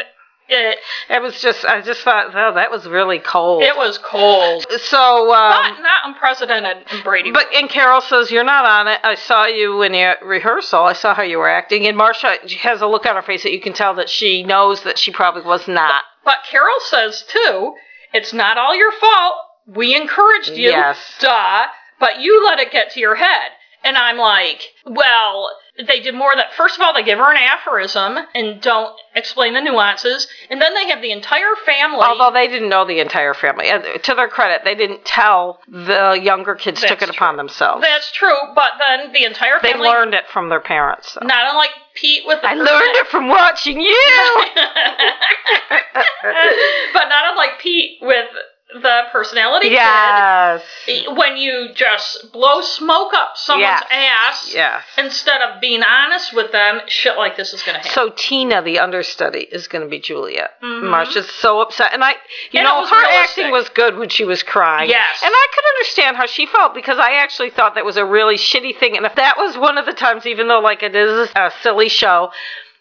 Speaker 1: it.
Speaker 2: It was just, I just thought, oh, that was really cold.
Speaker 1: It was cold,
Speaker 2: so, um,
Speaker 1: but not unprecedented in Brady.
Speaker 2: but, and Carol says, You're not on it. I saw you in the rehearsal. I saw how you were acting. And Marcia has a look on her face that you can tell that she knows that she probably was not.
Speaker 1: but Carol says too, it's not all your fault. We encouraged you,
Speaker 2: Yes.
Speaker 1: duh. But you let it get to your head. And I'm like, well, they did more that. First of all, they give her an aphorism and don't explain the nuances, and then they have the entire family.
Speaker 2: Although they didn't know the entire family. And to their credit, they didn't tell the younger kids, took it
Speaker 1: That's
Speaker 2: upon themselves.
Speaker 1: that's true, but then the entire
Speaker 2: they
Speaker 1: family.
Speaker 2: learned it from their parents. though.
Speaker 1: Not unlike Pete with the
Speaker 2: I learned it from watching you.
Speaker 1: but not unlike Pete with the personality.
Speaker 2: yes.
Speaker 1: kid, When you just blow smoke up someone's
Speaker 2: Yes.
Speaker 1: ass
Speaker 2: Yes.
Speaker 1: instead of being honest with them, shit like this is going to happen.
Speaker 2: So Tina, the understudy, is going to be Juliet. Marcia's so upset, and I, you
Speaker 1: Mm-hmm. And it
Speaker 2: know,
Speaker 1: was
Speaker 2: her
Speaker 1: realistic.
Speaker 2: acting was good when she was crying.
Speaker 1: Yes.
Speaker 2: and I could understand how she felt because I actually thought that was a really shitty thing, and if that was one of the times, even though like it is a silly show,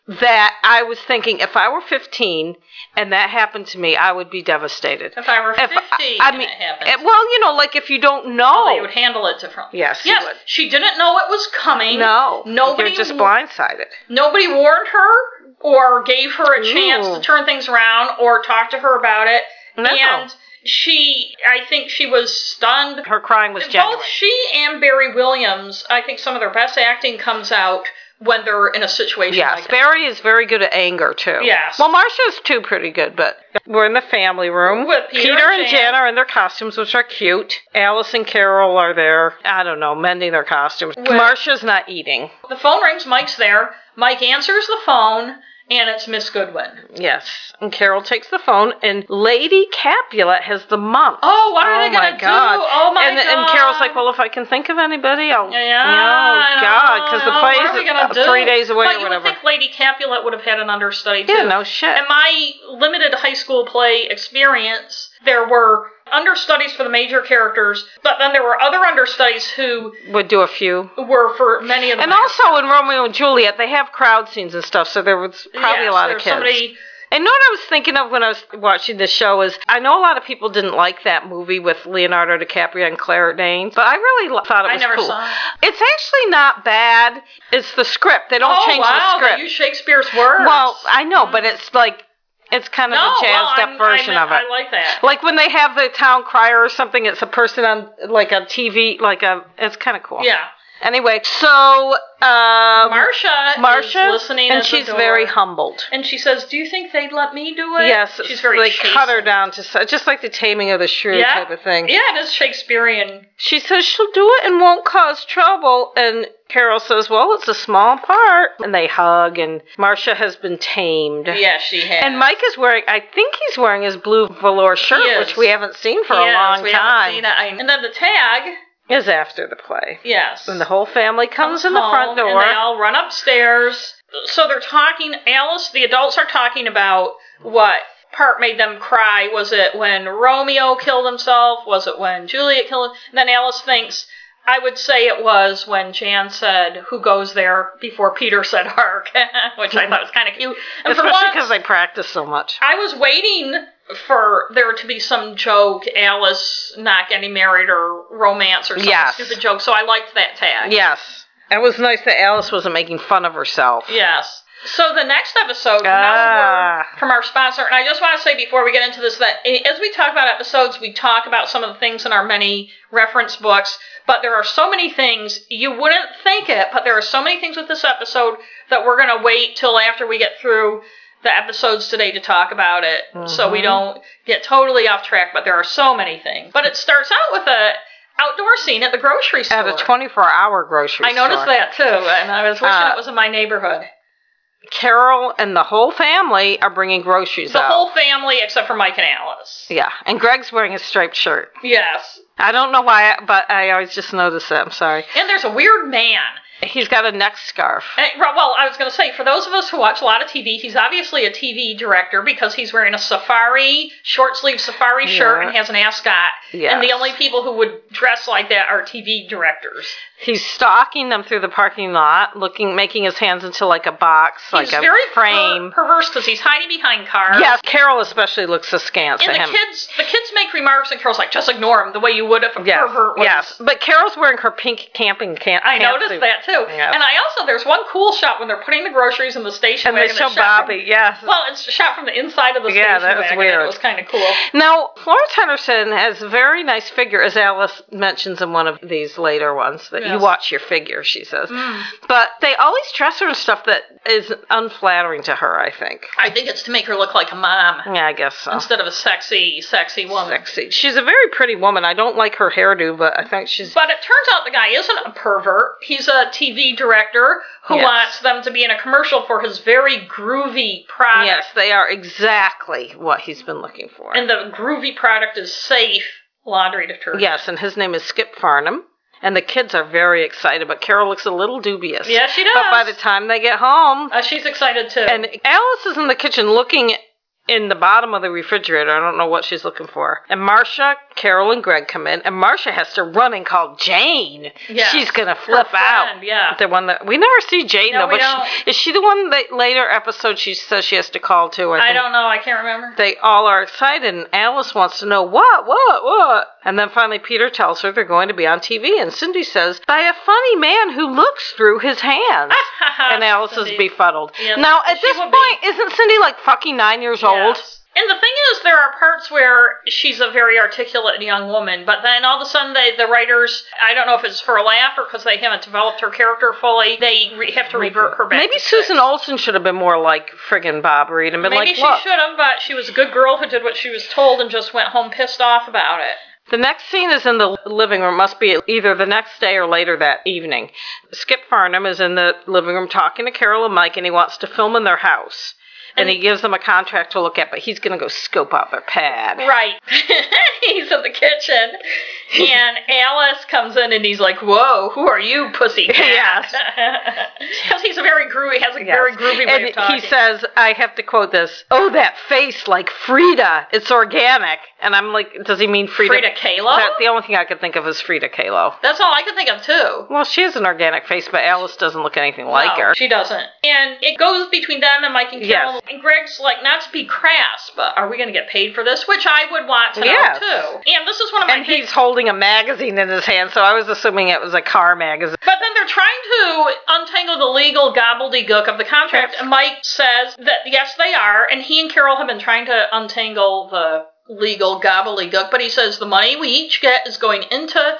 Speaker 2: that I was thinking if I were 15 and that happened to me, I would be devastated.
Speaker 1: if I were 50
Speaker 2: I
Speaker 1: and
Speaker 2: mean,
Speaker 1: it happened,
Speaker 2: eh, well, you know, like if you don't
Speaker 1: Oh, they
Speaker 2: know,
Speaker 1: would handle it differently.
Speaker 2: Yes, you
Speaker 1: Yes.
Speaker 2: would.
Speaker 1: She didn't know it was coming.
Speaker 2: no,
Speaker 1: Nobody
Speaker 2: you're just
Speaker 1: wa-
Speaker 2: blindsided.
Speaker 1: nobody warned her or gave her a chance
Speaker 2: Ooh.
Speaker 1: to turn things around or talk to her about it.
Speaker 2: No.
Speaker 1: And she, I think she was stunned.
Speaker 2: Her crying was genuine.
Speaker 1: Both she and Barry Williams, I think some of their best acting comes out when they're in a situation
Speaker 2: Yes,
Speaker 1: like that.
Speaker 2: Barry is very good at anger too.
Speaker 1: Yes.
Speaker 2: Well, Marcia's too pretty good, but we're in the family room
Speaker 1: With Peter
Speaker 2: and
Speaker 1: and
Speaker 2: Jan.
Speaker 1: Jan.
Speaker 2: are in their costumes, which are cute. Alice and Carol are there. I don't know, mending their costumes. Marcia's not eating.
Speaker 1: The phone rings, Mike's there. Mike answers the phone, and it's Miss Goodwin.
Speaker 2: Yes, and Carol takes the phone, and Lady Capulet has the mump.
Speaker 1: Oh, what are they
Speaker 2: my
Speaker 1: gonna do?
Speaker 2: god!
Speaker 1: Oh, my
Speaker 2: and, And
Speaker 1: God.
Speaker 2: Carol's like, "Well, if I can think of anybody, I'll."
Speaker 1: Yeah,
Speaker 2: oh
Speaker 1: I
Speaker 2: God,
Speaker 1: know,
Speaker 2: because
Speaker 1: I
Speaker 2: the
Speaker 1: know.
Speaker 2: play
Speaker 1: What are we gonna
Speaker 2: is uh, three
Speaker 1: do?
Speaker 2: days away
Speaker 1: but
Speaker 2: or
Speaker 1: you
Speaker 2: whatever.
Speaker 1: Would think Lady Capulet would have had an understudy too.
Speaker 2: yeah, no shit.
Speaker 1: In my limited high school play experience, there were understudies for the major characters, but then there were other understudies who
Speaker 2: Would do a few.
Speaker 1: were for many of the
Speaker 2: And
Speaker 1: minor-
Speaker 2: also in Romeo and Juliet, they have crowd scenes and stuff, so there was probably
Speaker 1: Yes,
Speaker 2: a lot of
Speaker 1: there's
Speaker 2: kids.
Speaker 1: Somebody,
Speaker 2: and know what I was thinking of when I was watching this show is I know a lot of people didn't like that movie with Leonardo DiCaprio and Claire Danes, but I really lo- thought it
Speaker 1: I
Speaker 2: was
Speaker 1: never
Speaker 2: cool.
Speaker 1: saw it.
Speaker 2: It's actually not bad. It's the script. They don't
Speaker 1: oh
Speaker 2: change
Speaker 1: wow,
Speaker 2: the
Speaker 1: they
Speaker 2: script.
Speaker 1: use Shakespeare's words.
Speaker 2: Well, I know, but it's like it's kind of
Speaker 1: no,
Speaker 2: a
Speaker 1: well,
Speaker 2: jazzed
Speaker 1: I'm-
Speaker 2: up version
Speaker 1: I'm-
Speaker 2: of it.
Speaker 1: I like that.
Speaker 2: like when they have the town crier or something, it's a person on like a TV, like a. It's kind of cool.
Speaker 1: yeah.
Speaker 2: Anyway, so um,
Speaker 1: Marcia,
Speaker 2: Marcia,
Speaker 1: is listening,
Speaker 2: and
Speaker 1: at the
Speaker 2: she's
Speaker 1: door.
Speaker 2: very humbled.
Speaker 1: And she says, "Do you think they'd let me do it?"
Speaker 2: Yes,
Speaker 1: she's
Speaker 2: it's-
Speaker 1: very.
Speaker 2: they cut her
Speaker 1: chastened.
Speaker 2: down to si- just like the taming of the shrew
Speaker 1: Yeah.
Speaker 2: type of thing.
Speaker 1: Yeah, it is Shakespearean.
Speaker 2: She says she'll do it and won't cause trouble. And Carol says, Well, it's a small part. And they hug, and Marcia has been tamed.
Speaker 1: Yeah, she has.
Speaker 2: And Mike is wearing, I think he's wearing his blue velour shirt,
Speaker 1: He
Speaker 2: which
Speaker 1: is.
Speaker 2: we haven't seen for a
Speaker 1: Yes,
Speaker 2: long
Speaker 1: we haven't seen
Speaker 2: time.
Speaker 1: it. I- And then the tag.
Speaker 2: Is after the play.
Speaker 1: Yes.
Speaker 2: And the whole family comes in the front
Speaker 1: home, And they
Speaker 2: door.
Speaker 1: all run upstairs. So they're talking. Alice, the adults are talking about what part made them cry. Was it when Romeo killed himself? Was it when Juliet killed him? And then Alice thinks, I would say it was when Jan said, Who goes there before Peter said, Hark, which I thought was kind of cute. And for
Speaker 2: Especially
Speaker 1: once-
Speaker 2: because they practice so much.
Speaker 1: I was waiting for there to be some joke, Alice not getting married or romance or some
Speaker 2: Yes.
Speaker 1: stupid joke, so I liked that tag.
Speaker 2: Yes. It was nice that Alice wasn't making fun of herself.
Speaker 1: Yes. So the next episode, now a
Speaker 2: Ah.
Speaker 1: word from our sponsor, and I just want to say before we get into this that eh, as we talk about episodes, we talk about some of the things in our many reference books, but there are so many things you wouldn't think it, but there are so many things with this episode that we're going to wait till after we get through the episodes today to talk about it, so
Speaker 2: Mm-hmm.
Speaker 1: we don't get totally off track. But there are so many things. But it starts out with a outdoor scene at the grocery store.
Speaker 2: At a 24 hour grocery
Speaker 1: I noticed
Speaker 2: store.
Speaker 1: that too, and I was wishing
Speaker 2: Uh,
Speaker 1: it was in my neighborhood.
Speaker 2: Carol and the whole family are bringing groceries
Speaker 1: The
Speaker 2: out.
Speaker 1: whole family except for Mike and Alice.
Speaker 2: Yeah, and Greg's wearing a striped shirt.
Speaker 1: Yes.
Speaker 2: I don't know why, but I always just notice that. I'm sorry.
Speaker 1: And there's a weird man.
Speaker 2: He's got a neck scarf.
Speaker 1: Eh, Well, I was going to say, for those of us who watch a lot of TV, he's obviously a TV director because he's wearing a safari, short sleeve safari shirt
Speaker 2: Yeah.
Speaker 1: and has an ascot. And the
Speaker 2: Yes.
Speaker 1: only people who would dress like that are TV directors.
Speaker 2: He's stalking them through the parking lot, looking, making his hands into like a box, like
Speaker 1: he's
Speaker 2: a
Speaker 1: very per-
Speaker 2: frame.
Speaker 1: perverse because he's hiding behind cars.
Speaker 2: yes, Carol especially looks askance
Speaker 1: And
Speaker 2: at
Speaker 1: the
Speaker 2: him.
Speaker 1: kids, the kids make remarks, and Carol's like, "Just ignore him the way you would if a
Speaker 2: yes,
Speaker 1: pervert was
Speaker 2: yes, but Carol's wearing her pink camping can.
Speaker 1: I noticed
Speaker 2: pantsuit.
Speaker 1: that too.
Speaker 2: Yes.
Speaker 1: And I also there's one cool shot when they're putting the groceries in the station
Speaker 2: And they
Speaker 1: wagon.
Speaker 2: show
Speaker 1: that's shot from-
Speaker 2: Bobby. Yes.
Speaker 1: well, it's shot from the inside of the
Speaker 2: Yeah,
Speaker 1: station
Speaker 2: that was
Speaker 1: wagon. And
Speaker 2: weird.
Speaker 1: it was kind of cool.
Speaker 2: Now, Florence Henderson has a very nice figure, as Alice mentions in one of these later ones, that
Speaker 1: Yes.
Speaker 2: you
Speaker 1: Mm.
Speaker 2: watch your figure, she says. But they always dress her in stuff that is unflattering to her, I think.
Speaker 1: I think it's to make her look like a mom
Speaker 2: Yeah, I guess so.
Speaker 1: instead of a sexy, sexy woman.
Speaker 2: Sexy. She's a very pretty woman. I don't like her hairdo, but I think she's.
Speaker 1: But it turns out the guy isn't a pervert. He's a TV director who
Speaker 2: Yes.
Speaker 1: wants them to be in a commercial for his very groovy product.
Speaker 2: Yes, they are exactly what he's been looking for.
Speaker 1: And the groovy product is safe laundry detergent.
Speaker 2: yes, and his name is Skip Farnham. And the kids are very excited, but Carol looks a little dubious.
Speaker 1: Yeah, she does.
Speaker 2: But by the time they get home,
Speaker 1: uh, she's excited too.
Speaker 2: And Alice is in the kitchen looking in the bottom of the refrigerator. I don't know what she's looking for. And Marcia, Carol, and Greg come in, and Marcia has to run and call Jane.
Speaker 1: Yes.
Speaker 2: She's gonna
Speaker 1: Her
Speaker 2: flip
Speaker 1: friend,
Speaker 2: out.
Speaker 1: yeah.
Speaker 2: The one that we never see Jane
Speaker 1: No,
Speaker 2: though.
Speaker 1: we
Speaker 2: But
Speaker 1: don't.
Speaker 2: she, is she the one that later episode she says she has to call to? I,
Speaker 1: I
Speaker 2: think?
Speaker 1: don't know. I can't remember.
Speaker 2: They all are excited, and Alice wants to know what, what, what. And then finally, Peter tells her they're going to be on TV, and Cindy says, by a funny man who looks through his hands. and Alice is
Speaker 1: Cindy.
Speaker 2: befuddled.
Speaker 1: Yes,
Speaker 2: now, at
Speaker 1: she
Speaker 2: this
Speaker 1: would
Speaker 2: point,
Speaker 1: be.
Speaker 2: isn't Cindy like fucking nine years old?
Speaker 1: Yes. And the thing is, there are parts where she's a very articulate young woman, but then all of a sudden, they, the writers, I don't know if it's for a laugh or because they haven't developed her character fully, they re- have to revert her back.
Speaker 2: Maybe
Speaker 1: to
Speaker 2: Susan Olsen should have been more like friggin' Bob Reed and been
Speaker 1: Maybe
Speaker 2: like,
Speaker 1: she
Speaker 2: look.
Speaker 1: should have, but she was a good girl who did what she was told and just went home pissed off about it.
Speaker 2: The next scene is in the living room. Must be either the next day or later that evening. Skip Farnham is in the living room talking to Carol and Mike, and he wants to film in their house. And, he gives them a contract to look at, but he's going to go scope out their pad.
Speaker 1: Right. he's in the kitchen, and Alice comes in and he's like, Whoa, who are you, pussy?
Speaker 2: Yes.
Speaker 1: Because he's a very groovy, has a very
Speaker 2: Yes.
Speaker 1: groovy way
Speaker 2: and
Speaker 1: of talking.
Speaker 2: He says, I have to quote this, oh, that face like Frida, it's organic. And I'm like, does he mean Frida?
Speaker 1: Frida Kahlo?
Speaker 2: That, the only thing I could think of is Frida Kahlo.
Speaker 1: That's all I could think of, too.
Speaker 2: Well, she has an organic face, but Alice doesn't look anything like
Speaker 1: No,
Speaker 2: her.
Speaker 1: She doesn't. And it goes between them and Mike and Carol.
Speaker 2: Yes.
Speaker 1: And Greg's like, not to be crass, but are we going to get paid for this? Which I would want to know
Speaker 2: Yes.
Speaker 1: too. And this is one of my
Speaker 2: and
Speaker 1: big-
Speaker 2: he's holding a magazine in his hand, so I was assuming it was a car magazine.
Speaker 1: But then they're trying to untangle the legal gobbledygook of the contract.
Speaker 2: Yes.
Speaker 1: And Mike says that yes, they are. And he and Carol have been trying to untangle the legal gobbledygook. But he says the money we each get is going into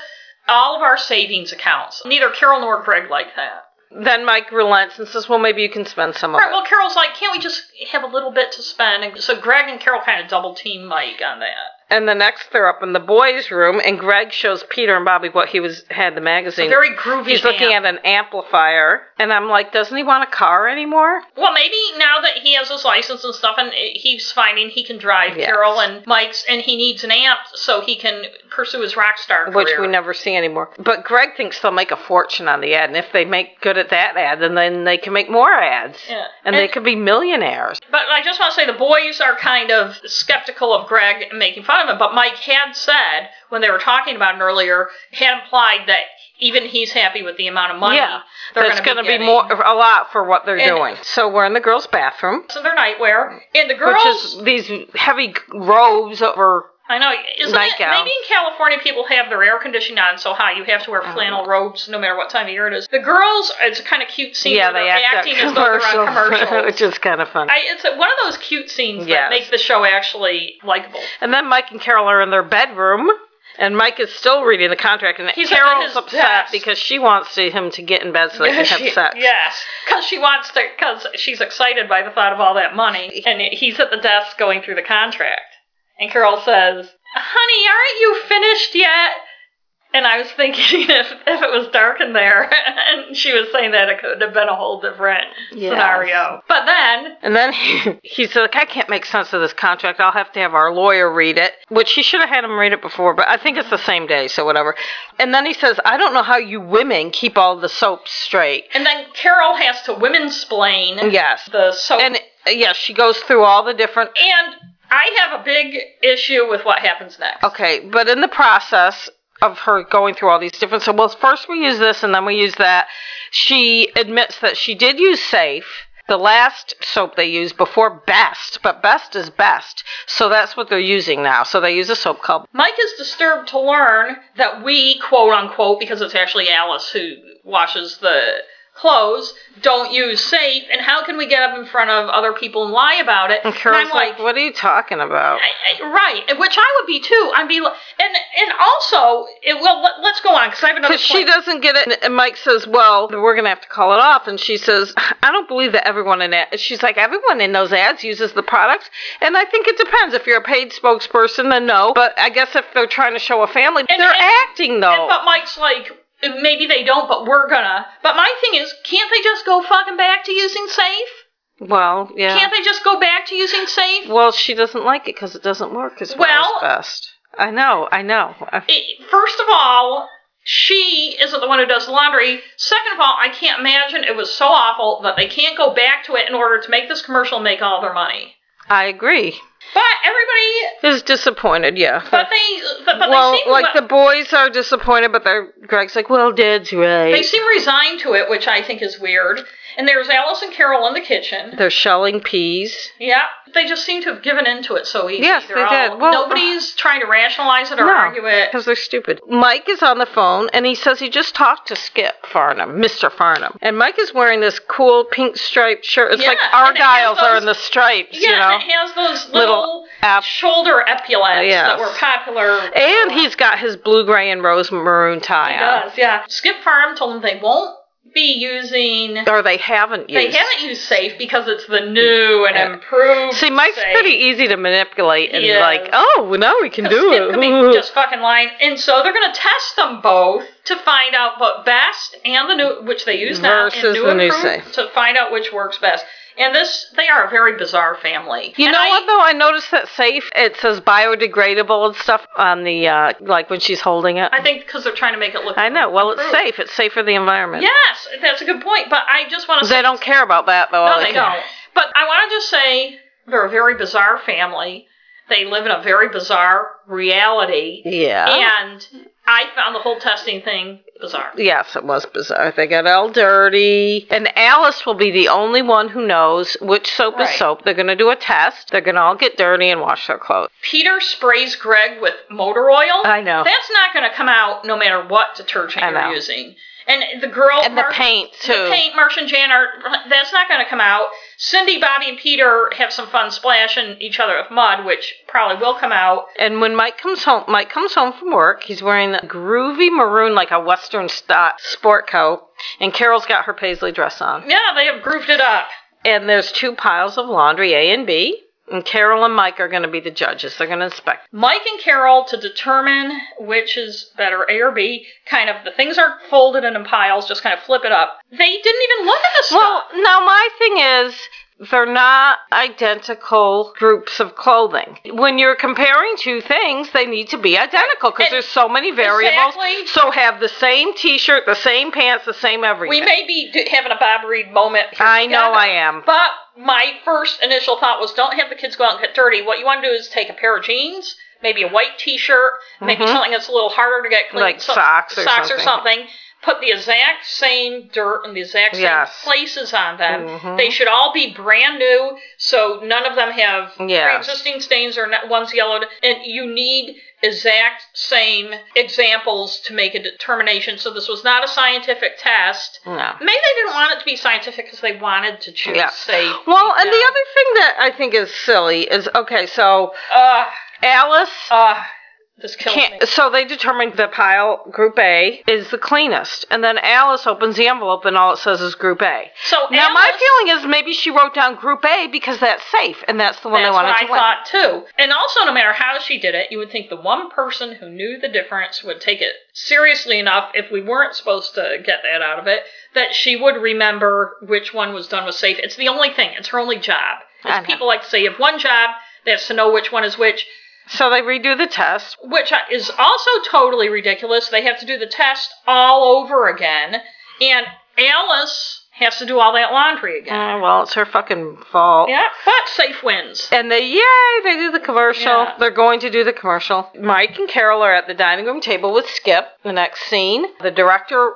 Speaker 1: all of our savings accounts. Neither Carol nor Greg like that.
Speaker 2: Then Mike relents and says, "Well, maybe you can spend some of
Speaker 1: Right,
Speaker 2: it."
Speaker 1: well, Carol's like, can't we just have a little bit to spend? And so Greg and Carol kind of double team Mike on that.
Speaker 2: And the next, they're up in the boys' room, and Greg shows Peter and Bobby what he was had the magazine.
Speaker 1: Very groovy.
Speaker 2: He's looking at an amplifier, and I'm like, doesn't he want a car anymore?
Speaker 1: Well, maybe now that he has his license and stuff, and he's finding he can drive
Speaker 2: Yes.
Speaker 1: Carol and Mike's, and he needs an amp so he can pursue his rock star career.
Speaker 2: Which we never see anymore. But Greg thinks they'll make a fortune on the ad, and if they make good at that ad, then, then they can make more ads,
Speaker 1: Yeah.
Speaker 2: and they
Speaker 1: And-
Speaker 2: could be millionaires.
Speaker 1: But I just want to say the boys are kind of skeptical of Greg and making fun of him. But Mike had said when they were talking about it earlier, had implied that even he's happy with the amount of money.
Speaker 2: Yeah,
Speaker 1: they're
Speaker 2: That's
Speaker 1: gonna
Speaker 2: going to be
Speaker 1: getting.
Speaker 2: more a lot for what they're
Speaker 1: And-
Speaker 2: doing. So we're in the girls' bathroom,
Speaker 1: So their nightwear and the girls.
Speaker 2: which is these heavy robes over.
Speaker 1: I know. Isn't it,
Speaker 2: Nightgowns.
Speaker 1: maybe in California people have their air conditioning on so high you have to
Speaker 2: Oh.
Speaker 1: wear flannel robes no matter what time of year it is. The girls, it's a kind of cute scene.
Speaker 2: Yeah,
Speaker 1: where
Speaker 2: they
Speaker 1: they're
Speaker 2: act
Speaker 1: acting
Speaker 2: out
Speaker 1: as though they're on
Speaker 2: commercials,
Speaker 1: commercials.
Speaker 2: which is kind of fun.
Speaker 1: I, it's a, one of those cute scenes
Speaker 2: Yes.
Speaker 1: that make the show actually likable.
Speaker 2: And then Mike and Carol are in their bedroom, and Mike is still reading the contract, and
Speaker 1: He's up at
Speaker 2: Carol's
Speaker 1: his
Speaker 2: upset
Speaker 1: desk.
Speaker 2: because she wants to, him to get in bed so they can have
Speaker 1: She-
Speaker 2: sex.
Speaker 1: Yes, because she wants to. Because she's excited by the thought of all that money, and he's at the desk going through the contract. And Carol says, "Honey, aren't you finished yet?" And I was thinking if if it was dark in there, and she was saying that it could have been a whole different
Speaker 2: Yes.
Speaker 1: scenario. But then,
Speaker 2: And then he, he's like, I can't make sense of this contract. I'll have to have our lawyer read it, which he should have had him read it before, but I think it's the same day, so whatever. And then he says, I don't know how you women keep all the soaps straight.
Speaker 1: and then Carol has to women-splain
Speaker 2: Yes.
Speaker 1: the soap
Speaker 2: And uh, yes, she goes through all the different
Speaker 1: and I have a big issue with what happens next.
Speaker 2: Okay, but in the process of her going through all these different so well first we use this and then we use that. She admits that she did use safe, the last soap they used before best, but best is best. So that's what they're using now. So they use a soap called
Speaker 1: Mike is disturbed to learn that we, quote unquote, because it's actually Alice who washes the clothes, don't use safe, and how can we get up in front of other people and lie about it?
Speaker 2: and Carol's
Speaker 1: I'm
Speaker 2: like, What are you talking about?
Speaker 1: I- I- right, and which I would be too. I'd be, li- and and also, it, well, let, let's go on because I have another.
Speaker 2: Because she
Speaker 1: point.
Speaker 2: doesn't get it, and- and Mike says, "Well, we're gonna have to call it off." And she says, "I don't believe that everyone in it." She's like, "Everyone in those ads uses the products, and I think it depends. If you're a paid spokesperson, then no. But I guess if they're trying to show a family,
Speaker 1: And-
Speaker 2: they're
Speaker 1: and-
Speaker 2: acting though.
Speaker 1: And, but Mike's like, maybe they don't, but we're gonna. But my thing is, can't they just go fucking back to using safe?
Speaker 2: well, yeah.
Speaker 1: Can't they just go back to using safe?
Speaker 2: well, she doesn't like it because it doesn't work as well,
Speaker 1: Well-
Speaker 2: as best. I know, I know. I-
Speaker 1: it- first of all, she isn't the one who does the laundry. Second of all, I can't imagine it was so awful that they can't go back to it in order to make this commercial and make all their money.
Speaker 2: I agree.
Speaker 1: But everybody,
Speaker 2: Is disappointed, yeah.
Speaker 1: but they, but, but
Speaker 2: well,
Speaker 1: they seem
Speaker 2: like the boys are disappointed, but they're Greg's like, "Well, Dad's right."
Speaker 1: they seem resigned to it, which I think is weird. And there's Alice and Carol in the kitchen.
Speaker 2: they're shelling peas.
Speaker 1: Yeah, they just seem to have given into it so easy.
Speaker 2: Yes,
Speaker 1: They're
Speaker 2: they
Speaker 1: all-
Speaker 2: did. Well-
Speaker 1: nobody's trying to rationalize it or argue it.
Speaker 2: because they're stupid. Mike is on the phone and he says he just talked to Skip Farnham, Mr. Farnham. And Mike is wearing this cool pink striped shirt. It's
Speaker 1: Yeah,
Speaker 2: like
Speaker 1: and it has
Speaker 2: Argyles are
Speaker 1: those-
Speaker 2: in the stripes,
Speaker 1: Yeah,
Speaker 2: you know.
Speaker 1: and it has those
Speaker 2: Little
Speaker 1: little,
Speaker 2: app-
Speaker 1: shoulder epaulets
Speaker 2: Yes.
Speaker 1: that were popular.
Speaker 2: And he's got his blue, gray, and rose maroon tie
Speaker 1: He
Speaker 2: on.
Speaker 1: does, yeah. Skip Farm told them they won't be using.
Speaker 2: Or they haven't
Speaker 1: They
Speaker 2: used.
Speaker 1: haven't used safe because it's the new and
Speaker 2: Yeah.
Speaker 1: improved.
Speaker 2: See, Mike's
Speaker 1: safe.
Speaker 2: pretty easy to manipulate and
Speaker 1: Yes.
Speaker 2: like, oh, well, now we can
Speaker 1: 'Cause
Speaker 2: do
Speaker 1: Skip could be
Speaker 2: it.
Speaker 1: just fucking lying, and so they're gonna test them both to find out what best and the new, which they use now,
Speaker 2: Versus
Speaker 1: and new
Speaker 2: the new
Speaker 1: improved,
Speaker 2: safe.
Speaker 1: to find out which works best. And this, they are a very bizarre family.
Speaker 2: You
Speaker 1: And
Speaker 2: know
Speaker 1: I-
Speaker 2: what though? I noticed that safe. It says biodegradable and stuff on the uh, like when she's holding it.
Speaker 1: I think because they're trying to make it look.
Speaker 2: I know. Well, it's
Speaker 1: improved.
Speaker 2: safe. It's safe for the environment.
Speaker 1: Yes, that's a good point. But I just want to say
Speaker 2: They don't care about that though.
Speaker 1: No,
Speaker 2: All
Speaker 1: they
Speaker 2: care-
Speaker 1: don't. But I want to just say they're a very bizarre family. They live in a very bizarre reality.
Speaker 2: Yeah.
Speaker 1: And I found the whole testing thing bizarre.
Speaker 2: Yes, it was bizarre. They got all dirty. And Alice will be the only one who knows which soap
Speaker 1: Right.
Speaker 2: is soap. They're going to do a test. They're going to all get dirty and wash their clothes.
Speaker 1: Peter sprays Greg with motor oil.
Speaker 2: I know.
Speaker 1: That's not going to come out no matter what detergent
Speaker 2: I know.
Speaker 1: you're using. And the girl
Speaker 2: And the
Speaker 1: Mar-
Speaker 2: paint, too.
Speaker 1: The paint, Marsh and Jan are that's not going to come out. Cindy, Bobby, and Peter have some fun splashing each other with mud, which probably will come out.
Speaker 2: And when Mike comes home, Mike comes home from work. He's wearing a groovy maroon, like a Western style sport coat. And Carol's got her paisley dress on.
Speaker 1: Yeah, they have grooved it up.
Speaker 2: And there's two piles of laundry, A and B. And Carol and Mike are going to be the judges. They're going to inspect.
Speaker 1: Mike and Carol to determine which is better, A or B. Kind of the things are folded and in piles, just kind of flip it up. They didn't even look at the stuff.
Speaker 2: Well, now my thing is. They're not identical groups of clothing. When you're comparing two things, they need to be identical because
Speaker 1: And-
Speaker 2: there's so many variables.
Speaker 1: Exactly.
Speaker 2: So have the same T-shirt, the same pants, the same everything.
Speaker 1: we may be d- having a Bob Reed moment. Here
Speaker 2: I know
Speaker 1: together.
Speaker 2: I am.
Speaker 1: But my first initial thought was don't have the kids go out and get dirty. What you want to do is take a pair of jeans, maybe a white t shirt, maybe something that's a little harder to get clean.
Speaker 2: Mm-hmm. Like
Speaker 1: some-
Speaker 2: socks or
Speaker 1: socks
Speaker 2: something.
Speaker 1: something. Put the exact same dirt and the exact same
Speaker 2: Yes. Mm-hmm.
Speaker 1: places on them. They should all be brand new, so none of them have
Speaker 2: Yes.
Speaker 1: pre-existing stains or not, one's yellowed. And you need exact same examples to make a determination. So this was not a scientific test.
Speaker 2: No.
Speaker 1: Maybe they didn't want it to be scientific because they wanted to choose
Speaker 2: Yeah.
Speaker 1: safe.
Speaker 2: Well, and the
Speaker 1: Yeah.
Speaker 2: other thing that I think is silly is okay, so
Speaker 1: Uh,
Speaker 2: Alice
Speaker 1: uh, this kills me.
Speaker 2: can't, so they determined the pile group A is the cleanest, and then Alice opens the envelope and all it says is group A.
Speaker 1: So
Speaker 2: Now
Speaker 1: Alice-
Speaker 2: my feeling is maybe she wrote down group A because that's safe and that's the one
Speaker 1: That's
Speaker 2: they wanted
Speaker 1: what I
Speaker 2: to win.
Speaker 1: thought too. And also, no matter how she did it, you would think the one person who knew the difference would take it seriously enough. If we weren't supposed to get that out of it, that she would remember which one was done was safe. It's the only thing. It's her only job.
Speaker 2: I
Speaker 1: As
Speaker 2: know.
Speaker 1: people like to say, you have one job. That's to know which one is which.
Speaker 2: So they redo the test.
Speaker 1: which is also totally ridiculous. They have to do the test all over again, and Alice has to do all that laundry again.
Speaker 2: Uh, well, it's her fucking fault.
Speaker 1: Yeah, but safe wins.
Speaker 2: And they, yay, they do the commercial.
Speaker 1: Yeah.
Speaker 2: They're going to do the commercial. Mike and Carol are at the dining room table with Skip, the next scene. The director,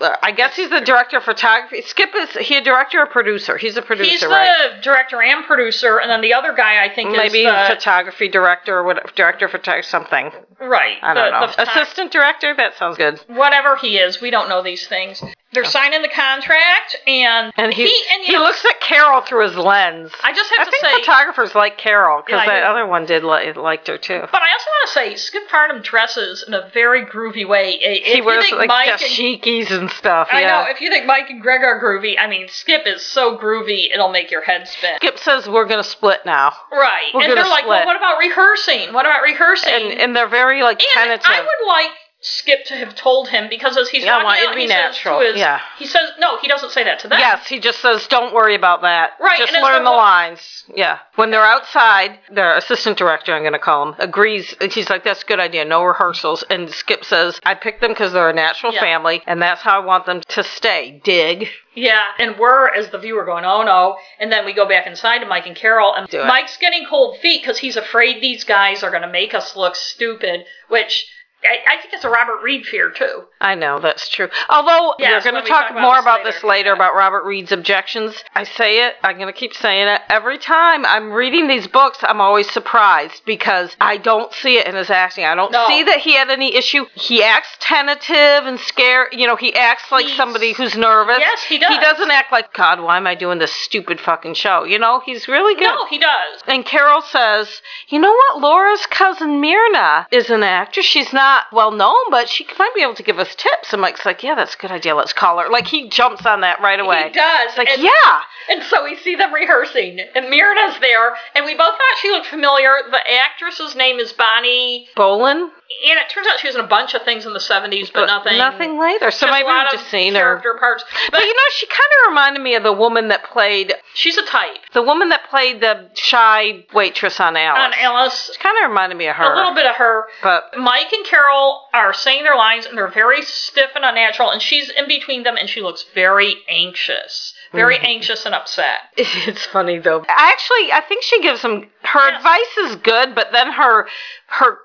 Speaker 2: uh, I guess he's the director of photography. Skip is he a director or producer? He's a producer,
Speaker 1: He's the
Speaker 2: right?
Speaker 1: director and producer, and then the other guy I think
Speaker 2: Maybe
Speaker 1: is the,
Speaker 2: photography director or whatever, director of photography, something.
Speaker 1: right.
Speaker 2: I
Speaker 1: the,
Speaker 2: don't know.
Speaker 1: the photog-
Speaker 2: Assistant director? That sounds good.
Speaker 1: whatever he is. We don't know these things. They're signing the contract, and
Speaker 2: And he, he,
Speaker 1: and you know,
Speaker 2: looks at Carol through his lens.
Speaker 1: I just have
Speaker 2: I
Speaker 1: to
Speaker 2: think
Speaker 1: say,
Speaker 2: photographers like Carol
Speaker 1: Yeah,
Speaker 2: because
Speaker 1: I
Speaker 2: that
Speaker 1: do.
Speaker 2: other one did li- liked her too.
Speaker 1: but I also want to say Skip Farnham dresses in a very groovy way. If
Speaker 2: He
Speaker 1: you
Speaker 2: wears
Speaker 1: think
Speaker 2: like
Speaker 1: Mike and-
Speaker 2: dashikis and stuff.
Speaker 1: I
Speaker 2: yeah.
Speaker 1: know. If you think Mike and Greg are groovy, I mean, Skip is so groovy, it'll make your head spin.
Speaker 2: Skip says we're gonna split now,
Speaker 1: right.
Speaker 2: We're
Speaker 1: and
Speaker 2: gonna
Speaker 1: they're like,
Speaker 2: split.
Speaker 1: well, what about rehearsing? What about rehearsing?
Speaker 2: and and they're very like
Speaker 1: And
Speaker 2: tentative.
Speaker 1: I would like Skip to have told him because as he's
Speaker 2: Yeah,
Speaker 1: walking
Speaker 2: well,
Speaker 1: out,
Speaker 2: it'd be
Speaker 1: he
Speaker 2: natural,
Speaker 1: says to his,
Speaker 2: yeah.
Speaker 1: he says, no, he doesn't say that to them.
Speaker 2: yes, he just says, "Don't worry about that.
Speaker 1: Right,
Speaker 2: just
Speaker 1: and as
Speaker 2: learn
Speaker 1: they're
Speaker 2: the
Speaker 1: wa-
Speaker 2: lines." Yeah. When they're outside, their assistant director, I'm gonna call him, agrees. And she's like, "That's a good idea. No rehearsals." And Skip says, "I picked them because they're a natural
Speaker 1: Yeah.
Speaker 2: family, and that's how I want them to stay." Dig.
Speaker 1: Yeah. And we're, as the viewer, going, oh no. And then we go back inside to Mike and Carol, and
Speaker 2: Do it.
Speaker 1: Mike's getting cold feet because he's afraid these guys are going to make us look stupid, which I, I think it's a Robert Reed fear, too.
Speaker 2: I know that's true. Although
Speaker 1: Yes,
Speaker 2: we're going
Speaker 1: when
Speaker 2: to
Speaker 1: we
Speaker 2: talk,
Speaker 1: talk about
Speaker 2: more
Speaker 1: this
Speaker 2: about
Speaker 1: later.
Speaker 2: this later
Speaker 1: Yeah.
Speaker 2: about Robert Reed's objections. I say it. I'm going to keep saying it every time I'm reading these books. I'm always surprised because I don't see it in his acting. I don't
Speaker 1: No.
Speaker 2: see that he had any issue. He acts tentative and scared. You know, he acts like
Speaker 1: He's-
Speaker 2: somebody who's nervous.
Speaker 1: Yes, he
Speaker 2: He
Speaker 1: does.
Speaker 2: doesn't act like God. Why am I doing this stupid fucking show? You know, he's really good.
Speaker 1: No, he does.
Speaker 2: And Carol says, You know what? Laura's cousin Myrna is an actress. She's not well known, but she might be able to give us tips. And Mike's like, Yeah, that's a good idea. Let's call her. Like, he jumps on that right away.
Speaker 1: He does.
Speaker 2: It's like,
Speaker 1: and-
Speaker 2: Yeah.
Speaker 1: And so we see them rehearsing, and Myrna's there, and we both thought she looked familiar. The actress's name is Bonnie,
Speaker 2: Bolin,
Speaker 1: and it turns out she was in a bunch of things in the 70s, but, nothing.
Speaker 2: Nothing later. So
Speaker 1: Just
Speaker 2: maybe
Speaker 1: a lot
Speaker 2: we've
Speaker 1: of
Speaker 2: just seen her.
Speaker 1: character parts.
Speaker 2: But
Speaker 1: But
Speaker 2: you know, she kind of reminded me of the woman that played
Speaker 1: she's a type
Speaker 2: the woman that played the shy waitress on Alice.
Speaker 1: on Alice.
Speaker 2: Kind of reminded me of Oh, her.
Speaker 1: A little bit of her.
Speaker 2: But
Speaker 1: Mike and Carol are saying their lines, and they're very stiff and unnatural, and she's in between them, and she looks very anxious. Very
Speaker 2: Mm-hmm.
Speaker 1: anxious and upset.
Speaker 2: It's funny though. Actually, I think she gives them her
Speaker 1: Yes.
Speaker 2: advice is good, but then her her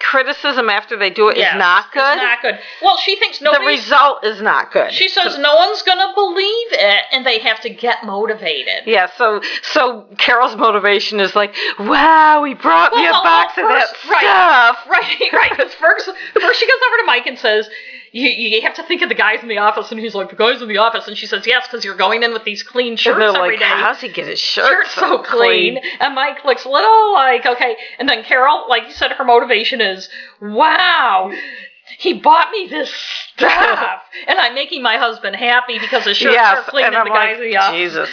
Speaker 2: criticism after they do it is
Speaker 1: Yes,
Speaker 2: not
Speaker 1: it's
Speaker 2: good.
Speaker 1: not good. Well, she thinks
Speaker 2: the
Speaker 1: nobody's
Speaker 2: result is not good.
Speaker 1: She says no one's gonna believe it, and they have to get motivated.
Speaker 2: yeah, so so Carol's motivation is like, "Wow, he brought me
Speaker 1: Well,
Speaker 2: a
Speaker 1: well,
Speaker 2: box
Speaker 1: well,
Speaker 2: of that
Speaker 1: first-
Speaker 2: stuff."
Speaker 1: Right, right. Because first, first she goes over to Mike and says, you, you have to think of the guys in the office, and he's like, the guys in the office, and she says, yes, because you're going in with these clean shirts
Speaker 2: and they're
Speaker 1: every
Speaker 2: like,
Speaker 1: day.
Speaker 2: how's he get his shirt
Speaker 1: You're so clean. And Mike looks little like, okay. And then Carol, like you said, her motivation is, wow, he bought me this stuff. and I'm making my husband happy because his shirts
Speaker 2: Yes,
Speaker 1: are clean
Speaker 2: and
Speaker 1: and,
Speaker 2: I'm
Speaker 1: the guys
Speaker 2: like,
Speaker 1: in the office.
Speaker 2: Jesus.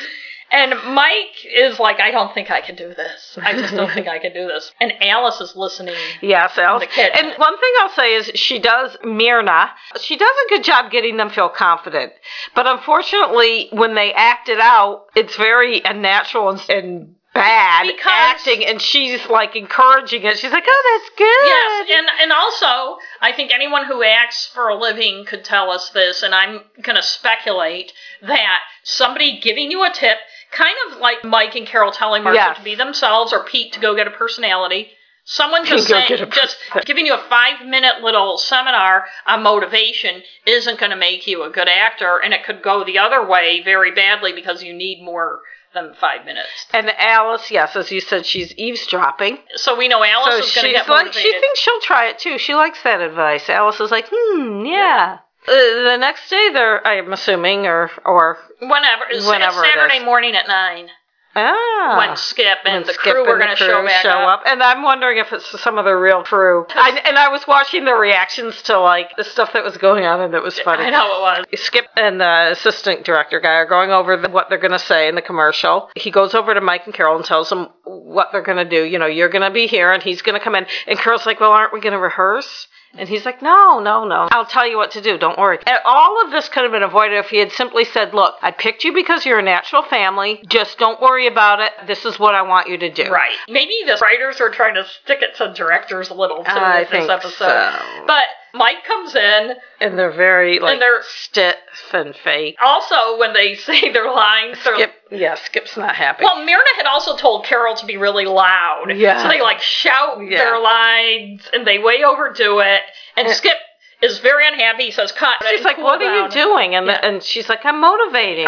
Speaker 1: And Mike is like, I don't think I can do this. I just don't think I can do this. And Alice is listening.
Speaker 2: Yes, Alice.
Speaker 1: the kid.
Speaker 2: And one thing I'll say is she does Myrna. She does a good job getting them feel confident, but unfortunately, when they act it out, it's very unnatural and. and Bad
Speaker 1: Because-
Speaker 2: acting, and she's like encouraging it. She's like, "Oh, that's
Speaker 1: Yes,
Speaker 2: good."
Speaker 1: and and also I think anyone who acts for a living could tell us this, and I'm gonna speculate that somebody giving you a tip, kind of like Mike and Carol telling Martha
Speaker 2: Yes.
Speaker 1: to be themselves or Pete to go get a personality. Someone just
Speaker 2: Go
Speaker 1: saying,
Speaker 2: get a
Speaker 1: just giving you a five minute little seminar on motivation isn't going to make you a good actor, and it could go the other way very badly because you need more than five minutes.
Speaker 2: And Alice, yes, as you said, she's eavesdropping.
Speaker 1: So we know Alice
Speaker 2: so
Speaker 1: is going to
Speaker 2: she's
Speaker 1: get
Speaker 2: like,
Speaker 1: motivated.
Speaker 2: she thinks she'll try it too. She likes that advice. Alice is like, "Hmm, yeah." Uh, the next day, they're, I'm assuming, or or
Speaker 1: Whenever, it's, it's
Speaker 2: Whenever it
Speaker 1: Saturday
Speaker 2: is.
Speaker 1: morning at nine
Speaker 2: ah,
Speaker 1: when Skip and
Speaker 2: when
Speaker 1: the
Speaker 2: Skip
Speaker 1: crew
Speaker 2: and
Speaker 1: were
Speaker 2: the
Speaker 1: going to show
Speaker 2: crew
Speaker 1: back
Speaker 2: show
Speaker 1: up.
Speaker 2: up. And I'm wondering if it's some of the real crew. I, and I was watching the reactions to like the stuff that was going on, and it was funny.
Speaker 1: I know it was.
Speaker 2: Skip and the assistant director guy are going over the, what they're going to say in the commercial. He goes over to Mike and Carol and tells them what they're going to do. You know, you're going to be here and he's going to come in. And Carol's like, well, aren't we going to rehearse? And he's like, no, no, no. I'll tell you what to do. Don't worry. And all of this could have been avoided if he had simply said, look, I picked you because you're a natural family. Just don't worry about it. This is what I want you to do.
Speaker 1: Right. Maybe the writers are trying to stick it to directors a little too
Speaker 2: I
Speaker 1: with this
Speaker 2: think
Speaker 1: episode.
Speaker 2: so.
Speaker 1: But Mike comes in.
Speaker 2: And they're very like
Speaker 1: they're-
Speaker 2: stiff and fake.
Speaker 1: Also, when they say their lines, they're
Speaker 2: Skip, yeah, Skip's not happy.
Speaker 1: well, Myrna had also told Carol to be really loud.
Speaker 2: Yeah.
Speaker 1: So they like shout
Speaker 2: Yeah.
Speaker 1: their lines and they way overdo it. And
Speaker 2: Yeah.
Speaker 1: Skip is very unhappy. He says, "Cut."
Speaker 2: She's
Speaker 1: and
Speaker 2: like,
Speaker 1: cool
Speaker 2: "What are you
Speaker 1: down."
Speaker 2: doing?" And
Speaker 1: Yeah.
Speaker 2: the, and she's like, "I'm motivating."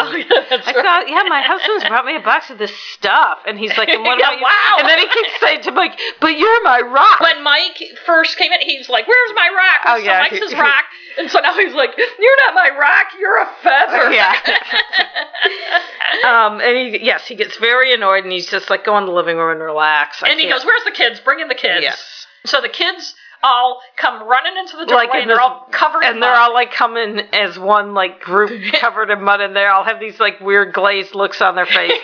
Speaker 1: Oh, yeah, that's
Speaker 2: I
Speaker 1: right.
Speaker 2: thought, yeah, my husband's brought me a box of this stuff, and he's like, and what
Speaker 1: Yeah,
Speaker 2: about you?
Speaker 1: wow.
Speaker 2: And then he keeps saying to Mike, "But you're my rock."
Speaker 1: when Mike first came in, he's like, "Where's my rock?"
Speaker 2: Oh,
Speaker 1: so
Speaker 2: yeah.
Speaker 1: Mike's his rock, and so now he's like, "You're not my rock. You're a feather."
Speaker 2: yeah. um, and he, yes, he gets very annoyed, and he's just like, "Go in the living room and relax." I
Speaker 1: and he
Speaker 2: can't-
Speaker 1: goes, "Where's the kids? Bring in the kids."
Speaker 2: Yes.
Speaker 1: So the kids all come running into the doorway,
Speaker 2: Like in
Speaker 1: and they're
Speaker 2: this-
Speaker 1: all covered. in
Speaker 2: And they're
Speaker 1: mud.
Speaker 2: all like coming as one like group covered in mud, and they all have these like weird glazed looks on their face.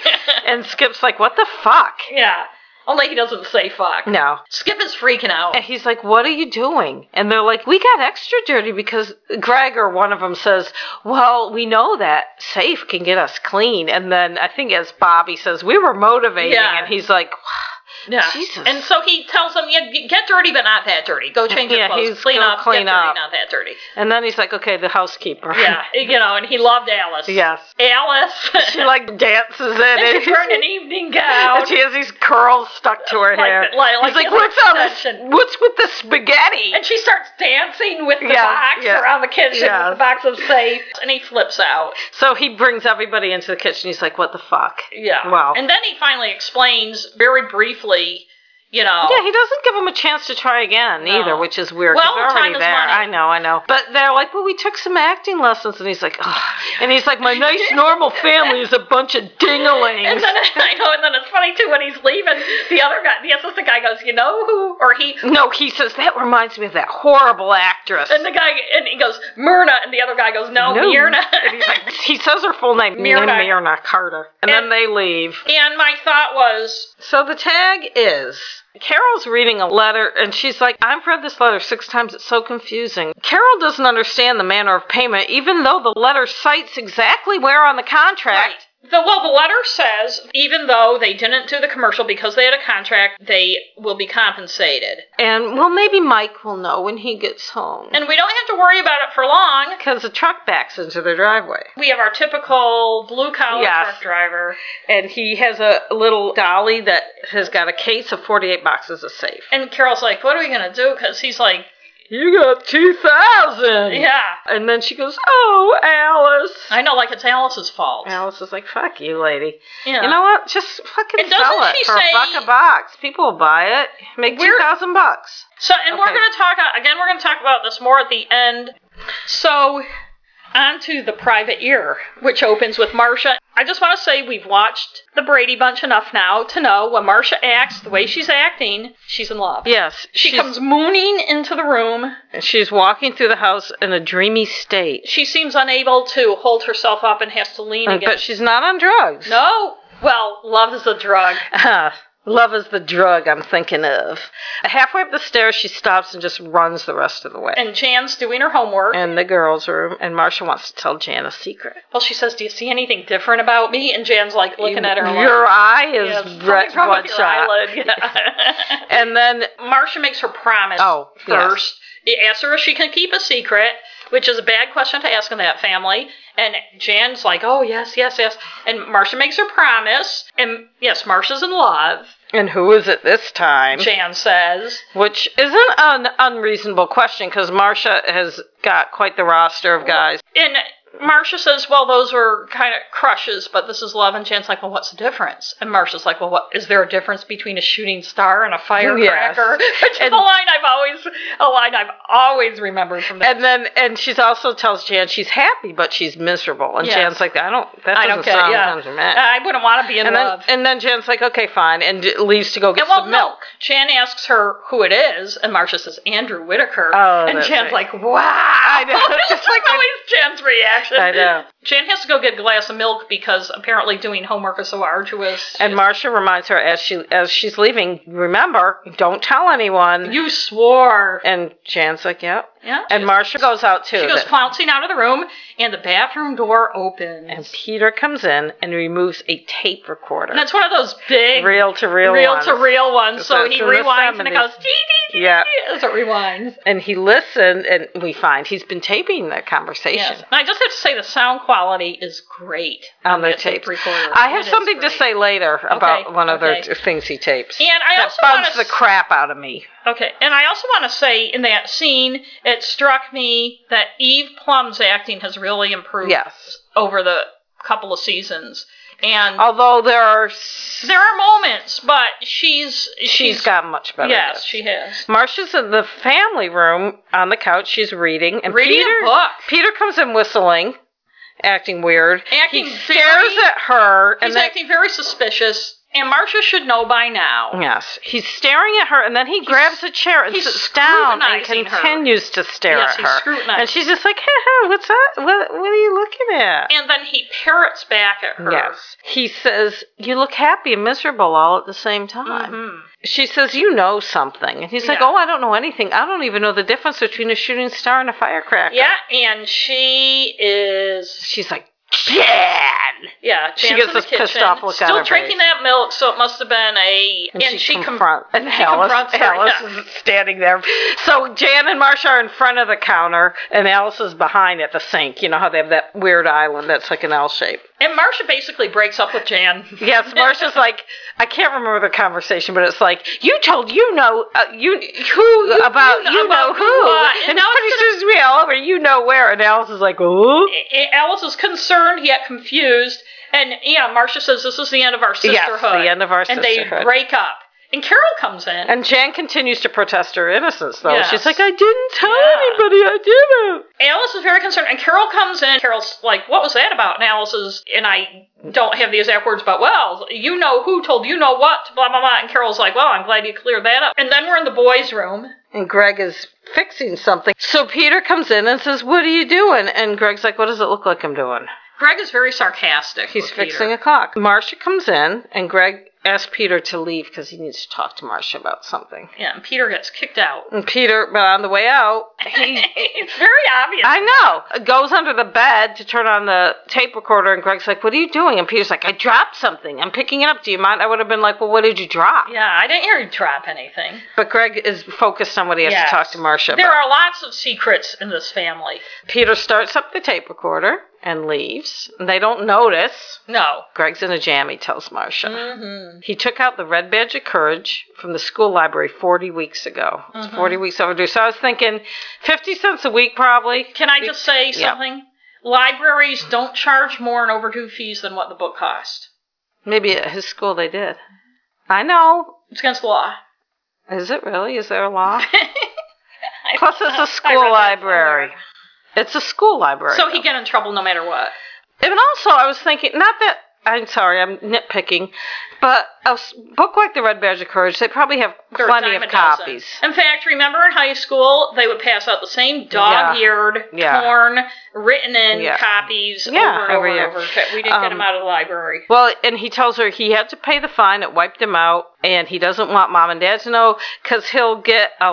Speaker 2: and Skip's like, "What the fuck?"
Speaker 1: yeah. Only he doesn't say fuck.
Speaker 2: No,
Speaker 1: Skip is freaking out.
Speaker 2: And he's like, What are you doing? And they're like, We got extra dirty because Greg or one of them says, Well, we know that safe can get us clean. And then I think as Bobby says, We were motivating.
Speaker 1: Yeah.
Speaker 2: And he's like,
Speaker 1: Yeah.
Speaker 2: Jesus.
Speaker 1: And so he tells them, "Yeah, g- get dirty, but not that dirty. Go change your
Speaker 2: Yeah,
Speaker 1: clothes.
Speaker 2: he's
Speaker 1: clean
Speaker 2: go
Speaker 1: up.
Speaker 2: clean
Speaker 1: get
Speaker 2: up.
Speaker 1: dirty, not that dirty."
Speaker 2: And then he's like, Okay, the housekeeper.
Speaker 1: Yeah. you know, and he loved Alice.
Speaker 2: yes.
Speaker 1: Alice.
Speaker 2: She like dances in
Speaker 1: and
Speaker 2: and,
Speaker 1: she turned an evening gown.
Speaker 2: and she has these curls stuck to her
Speaker 1: Like-
Speaker 2: hair.
Speaker 1: like- like
Speaker 2: he's like,
Speaker 1: an
Speaker 2: What's on this?
Speaker 1: extension."
Speaker 2: What's with the spaghetti?
Speaker 1: And she starts dancing with the
Speaker 2: Yeah,
Speaker 1: box
Speaker 2: yeah.
Speaker 1: around the kitchen
Speaker 2: Yes.
Speaker 1: with the box of safe, and he flips out.
Speaker 2: so he brings everybody into the kitchen. He's like, What the fuck?
Speaker 1: Yeah.
Speaker 2: Wow.
Speaker 1: And then he finally explains very briefly, you know.
Speaker 2: Yeah, he doesn't give him a chance to try again
Speaker 1: Oh. No.
Speaker 2: either, which is weird. 'cause
Speaker 1: Well,
Speaker 2: they're
Speaker 1: time
Speaker 2: already
Speaker 1: is
Speaker 2: there.
Speaker 1: money.
Speaker 2: I know, I know. But they're like, well, we took some acting lessons, and he's like, Ugh. and he's like, my nice normal family is a bunch of
Speaker 1: and
Speaker 2: dingalings.
Speaker 1: then I know, and then it's funny too when he's leaving. The other guy, the assistant guy, goes, "You know who?" Or he,
Speaker 2: No, he says that reminds me of that horrible actress.
Speaker 1: and the guy, and he goes, "Myrna," and the other guy goes, "No,
Speaker 2: No.
Speaker 1: Myrna."
Speaker 2: And he's like, he says her full name,
Speaker 1: Myrna.
Speaker 2: Myrna Carter, and, then
Speaker 1: And-
Speaker 2: they leave.
Speaker 1: and my thought was,
Speaker 2: So the tag is Carol's reading a letter and she's like, I've read this letter six times, it's so confusing. Carol doesn't understand the manner of payment, even though the letter cites exactly where on the contract.
Speaker 1: Right. The, well, the letter says even though they didn't do the commercial because they had a contract, they will be compensated.
Speaker 2: And well, maybe Mike will know when he gets home.
Speaker 1: And we don't have to worry about it for long.
Speaker 2: Because the truck backs into their driveway.
Speaker 1: We have our typical blue collar
Speaker 2: Yes.
Speaker 1: truck driver,
Speaker 2: And he has a little dolly that has got a case of 48 boxes of safe.
Speaker 1: and Carol's like, "What are we gonna do?" Because he's like,
Speaker 2: You got 2,000!
Speaker 1: "Yeah,
Speaker 2: And then she goes, Oh, Alice!
Speaker 1: I know, like it's Alice's fault."
Speaker 2: Alice is like, Fuck you, lady.
Speaker 1: Yeah.
Speaker 2: You know what? Just fucking
Speaker 1: And
Speaker 2: sell
Speaker 1: doesn't
Speaker 2: it
Speaker 1: she
Speaker 2: for
Speaker 1: say-
Speaker 2: a buck a box. People will buy it. Make
Speaker 1: We're-
Speaker 2: two thousand bucks.
Speaker 1: So, and we're uh,
Speaker 2: Okay.
Speaker 1: gonna talk again. We're gonna talk about this more at the end. So, on to The Private Ear, which opens with Marcia. I just want to say we've watched The Brady Bunch enough now to know when Marcia acts the way she's acting, she's in love.
Speaker 2: Yes,
Speaker 1: She
Speaker 2: she's-
Speaker 1: comes mooning into the room.
Speaker 2: She's walking through the house in a dreamy state,
Speaker 1: She seems unable to hold herself up and has to lean
Speaker 2: but
Speaker 1: against.
Speaker 2: she's not on drugs.
Speaker 1: no. Well, love is a drug.
Speaker 2: Love is the drug I'm thinking of. Halfway up the stairs, she stops and just runs the rest of the way.
Speaker 1: And Jan's doing her homework.
Speaker 2: in the girls' room, and Marcia wants to tell Jan a secret.
Speaker 1: well, she says, "Do you see anything different about me?" And Jan's like looking at her. like,
Speaker 2: Your eye
Speaker 1: "Yeah,
Speaker 2: is
Speaker 1: something's
Speaker 2: red
Speaker 1: wrong with your
Speaker 2: bloodshot.
Speaker 1: eyelid."
Speaker 2: And then,
Speaker 1: Marcia makes her promise
Speaker 2: Oh, yes.
Speaker 1: first. It Asks her if she can keep a secret, which is a bad question to ask in that family. And Jan's like, oh, yes, yes, yes. And Marcia makes her promise. And yes, Marcia's in love,
Speaker 2: and who is it this time?
Speaker 1: Jan says.
Speaker 2: Which isn't an unreasonable question because Marcia has got quite the roster of guys.
Speaker 1: And Marcia says, well, those were kind of crushes, but this is love. And Jan's like, well, what's the difference? And Marcia's like, well, what is there a difference between a shooting star and a firecracker? Which is
Speaker 2: And-
Speaker 1: a line I've always, a line I've always remembered from that.
Speaker 2: And then, and she's also tells Jan she's happy, but she's miserable. And
Speaker 1: Yes.
Speaker 2: Jan's like, I don't, that doesn't
Speaker 1: I don't care.
Speaker 2: sound
Speaker 1: Yeah,
Speaker 2: sentiment.
Speaker 1: I wouldn't want to be in
Speaker 2: and
Speaker 1: love.
Speaker 2: then, and then Jan's like, okay, fine, and d- leaves to go get
Speaker 1: And, well,
Speaker 2: some
Speaker 1: no.
Speaker 2: milk.
Speaker 1: Jan asks her who it is, and Marcia says Andrew Whitaker.
Speaker 2: Oh,
Speaker 1: and
Speaker 2: that's
Speaker 1: Jan's like,
Speaker 2: right.
Speaker 1: "Wow!" I
Speaker 2: know.
Speaker 1: it's
Speaker 2: Just like when-
Speaker 1: always Jan's reaction.
Speaker 2: I know.
Speaker 1: Jan has to go get a glass of milk because apparently doing homework is so arduous.
Speaker 2: And Marcia reminds her as she as she's leaving, remember, don't tell anyone.
Speaker 1: you swore.
Speaker 2: And Jan's like, yep.
Speaker 1: yeah.
Speaker 2: And Marcia goes out too.
Speaker 1: she goes
Speaker 2: That-
Speaker 1: flouncing out of the room, and the bathroom door opens.
Speaker 2: and Peter comes in and removes a tape recorder.
Speaker 1: And it's one of those big
Speaker 2: real to real.
Speaker 1: reel to reel ones. So
Speaker 2: That's
Speaker 1: he
Speaker 2: in the
Speaker 1: rewinds and it
Speaker 2: 70s.
Speaker 1: goes, dee, dee, dee,
Speaker 2: Yeah.
Speaker 1: dee, as it rewinds.
Speaker 2: And he listened, and we find he's been taping the conversation
Speaker 1: Yes. And I just have to say the sound quality is great
Speaker 2: on their
Speaker 1: that tape
Speaker 2: tapes.
Speaker 1: recorder.
Speaker 2: I have
Speaker 1: It is
Speaker 2: something to
Speaker 1: great.
Speaker 2: say later about
Speaker 1: Okay,
Speaker 2: one of
Speaker 1: okay.
Speaker 2: the t- things he tapes.
Speaker 1: And I
Speaker 2: that
Speaker 1: also wanna
Speaker 2: bugs the
Speaker 1: s-
Speaker 2: crap out of me.
Speaker 1: Okay, and I also want to say in that scene, it struck me that Eve Plum's acting has really improved
Speaker 2: Yes.
Speaker 1: over the couple of seasons, and
Speaker 2: Although there are, s-
Speaker 1: there are moments, but she's she's,
Speaker 2: she's got much better. at
Speaker 1: yes,
Speaker 2: this.
Speaker 1: she has
Speaker 2: Marcia's in the family room on the couch. She's reading, and
Speaker 1: reading
Speaker 2: Peter
Speaker 1: a book.
Speaker 2: Peter comes in whistling, acting weird.
Speaker 1: Acting
Speaker 2: he
Speaker 1: very-
Speaker 2: stares at her, and
Speaker 1: He's
Speaker 2: then,
Speaker 1: acting very suspicious, and Marcia should know by now.
Speaker 2: yes, he's staring at her, and then he grabs a chair and
Speaker 1: he's
Speaker 2: sits down and
Speaker 1: scrutinizing her.
Speaker 2: continues to stare
Speaker 1: Yes,
Speaker 2: at
Speaker 1: he's
Speaker 2: her.
Speaker 1: scrutinizing.
Speaker 2: And she's just like, "Haha, "What's that? What, what are you looking at?"
Speaker 1: And then he parrots back at her.
Speaker 2: Yes, he says, "You look happy and miserable all at the same time."
Speaker 1: Mhm.
Speaker 2: She says, "You know something," and he's like,
Speaker 1: Yeah.
Speaker 2: "Oh, I don't know anything. I don't even know the difference between a shooting star and a firecracker."
Speaker 1: Yeah, and she is
Speaker 2: She's like, Jan!
Speaker 1: Yeah,
Speaker 2: She
Speaker 1: Jan's
Speaker 2: gets
Speaker 1: in the
Speaker 2: this pissed
Speaker 1: kitchen,
Speaker 2: off look on
Speaker 1: still
Speaker 2: her
Speaker 1: drinking
Speaker 2: face.
Speaker 1: that milk, so it must have been a.
Speaker 2: And, she,
Speaker 1: com-
Speaker 2: confronts, and
Speaker 1: she
Speaker 2: Alice,
Speaker 1: confronts her,
Speaker 2: Alice
Speaker 1: yeah.
Speaker 2: is standing there. So Jan and Marcia are in front of the counter, and Alice is behind at the sink. You know how they have that weird island that's like an L shape.
Speaker 1: and Marcia basically breaks up with Jan.
Speaker 2: Yes, Marcia's like, I can't remember the conversation, but it's like, you told you know, uh, you who about,
Speaker 1: kn-
Speaker 2: you know
Speaker 1: about
Speaker 2: who.
Speaker 1: who, uh, and
Speaker 2: and
Speaker 1: now it's
Speaker 2: pretty soon it's me all over, you know where. And Alice is like, oh.
Speaker 1: A- A- Alice is concerned yet confused, and yeah, Marcia says this is the end of our sisterhood.
Speaker 2: Yes, the end of our
Speaker 1: and
Speaker 2: sisterhood.
Speaker 1: they break up, and Carol comes in.
Speaker 2: And Jan continues to protest her innocence, though.
Speaker 1: Yes.
Speaker 2: She's like, I didn't tell
Speaker 1: Yeah.
Speaker 2: anybody, I didn't.
Speaker 1: Alice is very concerned, and Carol comes in. Carol's like, "What was that about?" And Alice is, and I don't have the exact words, but well, you know who told you know what, blah blah blah. And Carol's like, "Well, I'm glad you cleared that up." And then we're in the boys' room.
Speaker 2: and Greg is fixing something. So Peter comes in and says, "What are you doing?" And Greg's like, "What does it look like I'm doing?"
Speaker 1: Greg is very sarcastic.
Speaker 2: He's
Speaker 1: with
Speaker 2: fixing
Speaker 1: Peter.
Speaker 2: a clock. Marcia comes in and Greg asks Peter to leave because he needs to talk to Marcia about something.
Speaker 1: Yeah, and Peter gets kicked out.
Speaker 2: And Peter, but on the way out, he
Speaker 1: it's very obvious.
Speaker 2: I know. Goes under the bed to turn on the tape recorder, and Greg's like, "What are you doing?" And Peter's like, "I dropped something. I'm picking it up. Do you mind?" I would have been like, "Well, what did you drop?"
Speaker 1: yeah, I didn't hear you drop anything.
Speaker 2: But Greg is focused on what he has
Speaker 1: Yes.
Speaker 2: to talk to Marcia.
Speaker 1: There
Speaker 2: about.
Speaker 1: are lots of secrets in this family.
Speaker 2: Peter starts up the tape recorder and leaves. And they don't notice.
Speaker 1: No.
Speaker 2: Greg's in a jam, he tells Marcia.
Speaker 1: Mm-hmm.
Speaker 2: He took out the Red Badge of Courage from the school library 40 weeks ago. It's 40
Speaker 1: Mm-hmm.
Speaker 2: weeks overdue. So I was thinking 50 cents a week, probably.
Speaker 1: Can I just say
Speaker 2: Yeah.
Speaker 1: something? Libraries don't charge more in overdue fees than what the book cost.
Speaker 2: Maybe at his school they did. I know.
Speaker 1: It's against the law.
Speaker 2: Is it really? Is there a law?
Speaker 1: I-
Speaker 2: Plus, it's
Speaker 1: I
Speaker 2: a
Speaker 1: read
Speaker 2: school
Speaker 1: that
Speaker 2: library.
Speaker 1: somewhere.
Speaker 2: It's a school library.
Speaker 1: So he'd get in trouble no matter what.
Speaker 2: And also, I was thinking, not that I'm sorry, I'm nitpicking, but a s- book like The Red Badge of Courage, they probably have
Speaker 1: There were
Speaker 2: plenty
Speaker 1: dime
Speaker 2: of
Speaker 1: a dozen.
Speaker 2: copies.
Speaker 1: In fact, remember in high school they would pass out the same dog-eared,
Speaker 2: Yeah.
Speaker 1: torn, written in
Speaker 2: Yeah.
Speaker 1: copies
Speaker 2: Yeah,
Speaker 1: over and over
Speaker 2: every year.
Speaker 1: and over. In fact, We didn't 'em get them
Speaker 2: Um,
Speaker 1: out of the library.
Speaker 2: Well, and he tells her he had to pay the fine. It wiped him out, and he doesn't want mom and dad to know because he'll get a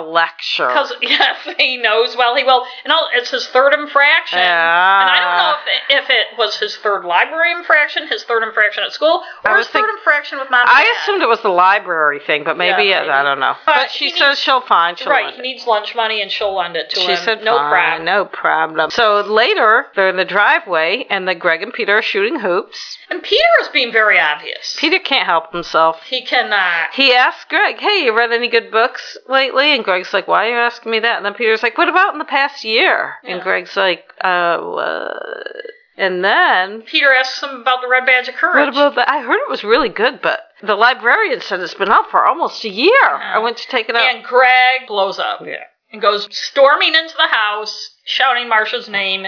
Speaker 2: lecture.
Speaker 1: Because yes, he knows well. He will, and all, it's his third infraction.
Speaker 2: Yeah.
Speaker 1: And I don't
Speaker 2: Uh,
Speaker 1: know if it, if it was his third library infraction, his third infraction at school,
Speaker 2: I
Speaker 1: or
Speaker 2: was
Speaker 1: his third
Speaker 2: think-
Speaker 1: infraction with mom. and
Speaker 2: I
Speaker 1: dad.
Speaker 2: assumed it was the library thing, but maybe,
Speaker 1: Yeah,
Speaker 2: it,
Speaker 1: maybe.
Speaker 2: I don't know.
Speaker 1: But
Speaker 2: But,
Speaker 1: he
Speaker 2: she
Speaker 1: needs-
Speaker 2: says she'll find. She'll
Speaker 1: right.
Speaker 2: lend
Speaker 1: He
Speaker 2: it.
Speaker 1: needs lunch money, and she'll lend it to
Speaker 2: She
Speaker 1: him.
Speaker 2: said,
Speaker 1: no
Speaker 2: "Fine,
Speaker 1: problem.
Speaker 2: no problem." So later, they're in the driveway, and the Greg and Peter are shooting hoops.
Speaker 1: And Peter is being very obvious.
Speaker 2: Peter can't help himself.
Speaker 1: he uh, cannot.
Speaker 2: He asks Greg, "Hey, you read any good books lately?" And Greg's like, "Why are you asking me that?" And then Peter's like, "What about in the past year?"
Speaker 1: Yeah.
Speaker 2: And Greg's like, "Uh." What? And then
Speaker 1: Peter asks him about the red badge of courage.
Speaker 2: What about that? I heard it was really good, but the librarian said it's been out for almost a year. I went to take it out.
Speaker 1: and Greg blows up
Speaker 2: yeah.
Speaker 1: and goes storming into the house, shouting Marsha's name.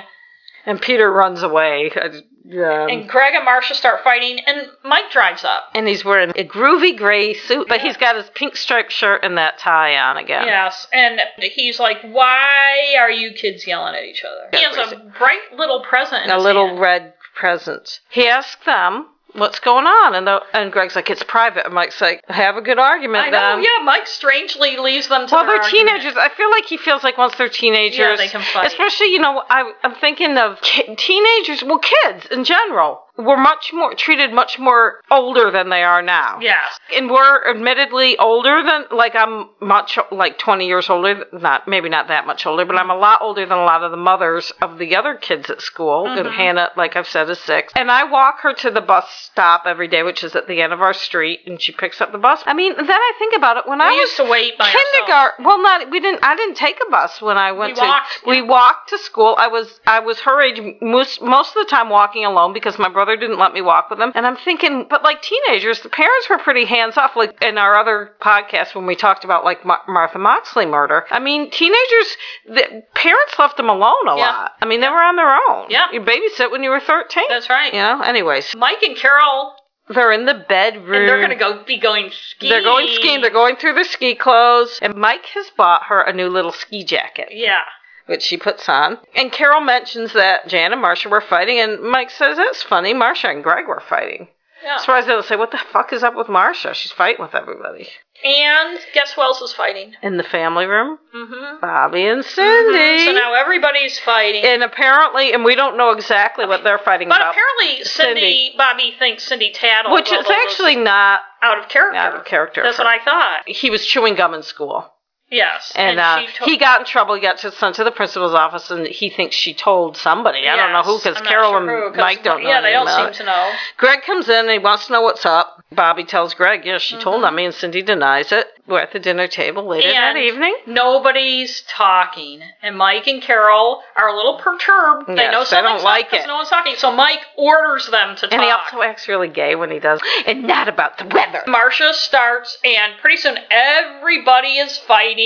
Speaker 2: And Peter runs away. I- Yeah.
Speaker 1: And
Speaker 2: And,
Speaker 1: Greg and Marsha start fighting, and Mike drives up.
Speaker 2: he's wearing a groovy gray suit, but
Speaker 1: Yeah.
Speaker 2: he's got his pink striped shirt and that tie on again.
Speaker 1: Yes, and he's like, "Why are you kids yelling at each other?" He
Speaker 2: Yeah,
Speaker 1: has a bright little present. In
Speaker 2: And a
Speaker 1: his
Speaker 2: little
Speaker 1: hand.
Speaker 2: red present. He asks them what's going on, and the, and Greg's like, "It's private." And Mike's like, "Have a good argument
Speaker 1: I know.
Speaker 2: then."
Speaker 1: Yeah, Mike strangely leaves them to.
Speaker 2: um, Well,
Speaker 1: their
Speaker 2: they're
Speaker 1: argument.
Speaker 2: teenagers. I feel like he feels like once they're teenagers,
Speaker 1: Yeah, they can fight.
Speaker 2: Especially, you know, I, I'm thinking of ki- teenagers. Well, kids in general were much more treated much more older than they are now.
Speaker 1: Yes.
Speaker 2: And we're admittedly older than, like, I'm much, like, 20 years older, th- not, maybe not that much older, but I'm a lot older than a lot of the mothers of the other kids at school.
Speaker 1: Mm-hmm.
Speaker 2: And Hannah, like I've said, is six. And I walk her to the bus stop every day, which is at the end of our street, and she picks up the bus. I mean, then I think about it, when I
Speaker 1: We
Speaker 2: was
Speaker 1: used to wait by ourselves.
Speaker 2: kindergarten. Well, not we didn't. I didn't take a bus when I went
Speaker 1: We
Speaker 2: to.
Speaker 1: walked,
Speaker 2: We walked to school. I was I was her age most most of the time walking alone because my brother didn't let me walk with him. And I'm thinking, but like teenagers, the parents were pretty hands off. Like in our other podcast when we talked about like Mar- Martha Moxley murder. I mean, teenagers, the parents left them alone a
Speaker 1: Yeah.
Speaker 2: lot. I mean, they were on their own.
Speaker 1: Yeah.
Speaker 2: you babysit when you were 13.
Speaker 1: That's right.
Speaker 2: You know. Anyways,
Speaker 1: Mike and Carol,
Speaker 2: they're in the bedroom.
Speaker 1: and they're gonna go be going skiing.
Speaker 2: They're going skiing. They're going through their ski clothes. And Mike has bought her a new little ski jacket,
Speaker 1: yeah.
Speaker 2: which she puts on. And Carol mentions that Jan and Marcia were fighting. And Mike says, That's funny. Marcia and Greg were fighting.
Speaker 1: Yeah.
Speaker 2: Surprised they don't say, What the fuck is up with Marcia? She's fighting with everybody.
Speaker 1: And guess who else is fighting?
Speaker 2: In the family room,
Speaker 1: Mm-hmm.
Speaker 2: Bobby and Cindy.
Speaker 1: So now everybody's fighting.
Speaker 2: and apparently, and we don't know exactly what they're fighting
Speaker 1: but
Speaker 2: about.
Speaker 1: apparently, Cindy,
Speaker 2: Cindy.
Speaker 1: Bobby thinks Cindy Tattle,
Speaker 2: Which is actually not
Speaker 1: out of character.
Speaker 2: out of character.
Speaker 1: That's
Speaker 2: for-
Speaker 1: what I thought.
Speaker 2: he was chewing gum in school.
Speaker 1: Yes,
Speaker 2: and, uh,
Speaker 1: she to-
Speaker 2: he got in trouble. He got sent to the principal's office, and he thinks she told somebody. I don't know who,
Speaker 1: Yes,
Speaker 2: because
Speaker 1: I'm not
Speaker 2: Carol
Speaker 1: sure
Speaker 2: and
Speaker 1: who, 'cause-
Speaker 2: Mike don't know.
Speaker 1: Yeah, they
Speaker 2: anything
Speaker 1: don't
Speaker 2: about
Speaker 1: seem
Speaker 2: it.
Speaker 1: to know.
Speaker 2: Greg comes in and he wants to know what's up. Bobby tells Greg, "Yeah, she told on me," and Cindy denies it. We're at the dinner table later that
Speaker 1: Mm-hmm. And
Speaker 2: evening.
Speaker 1: Nobody's talking, and Mike and Carol are a little perturbed. they
Speaker 2: Yes,
Speaker 1: know
Speaker 2: they don't
Speaker 1: something's up
Speaker 2: like
Speaker 1: 'cause
Speaker 2: it.
Speaker 1: No one's talking, so Mike orders them to
Speaker 2: And he
Speaker 1: talk.
Speaker 2: also acts really gay when he does, and not about the weather.
Speaker 1: Marcia starts, and pretty soon everybody is fighting.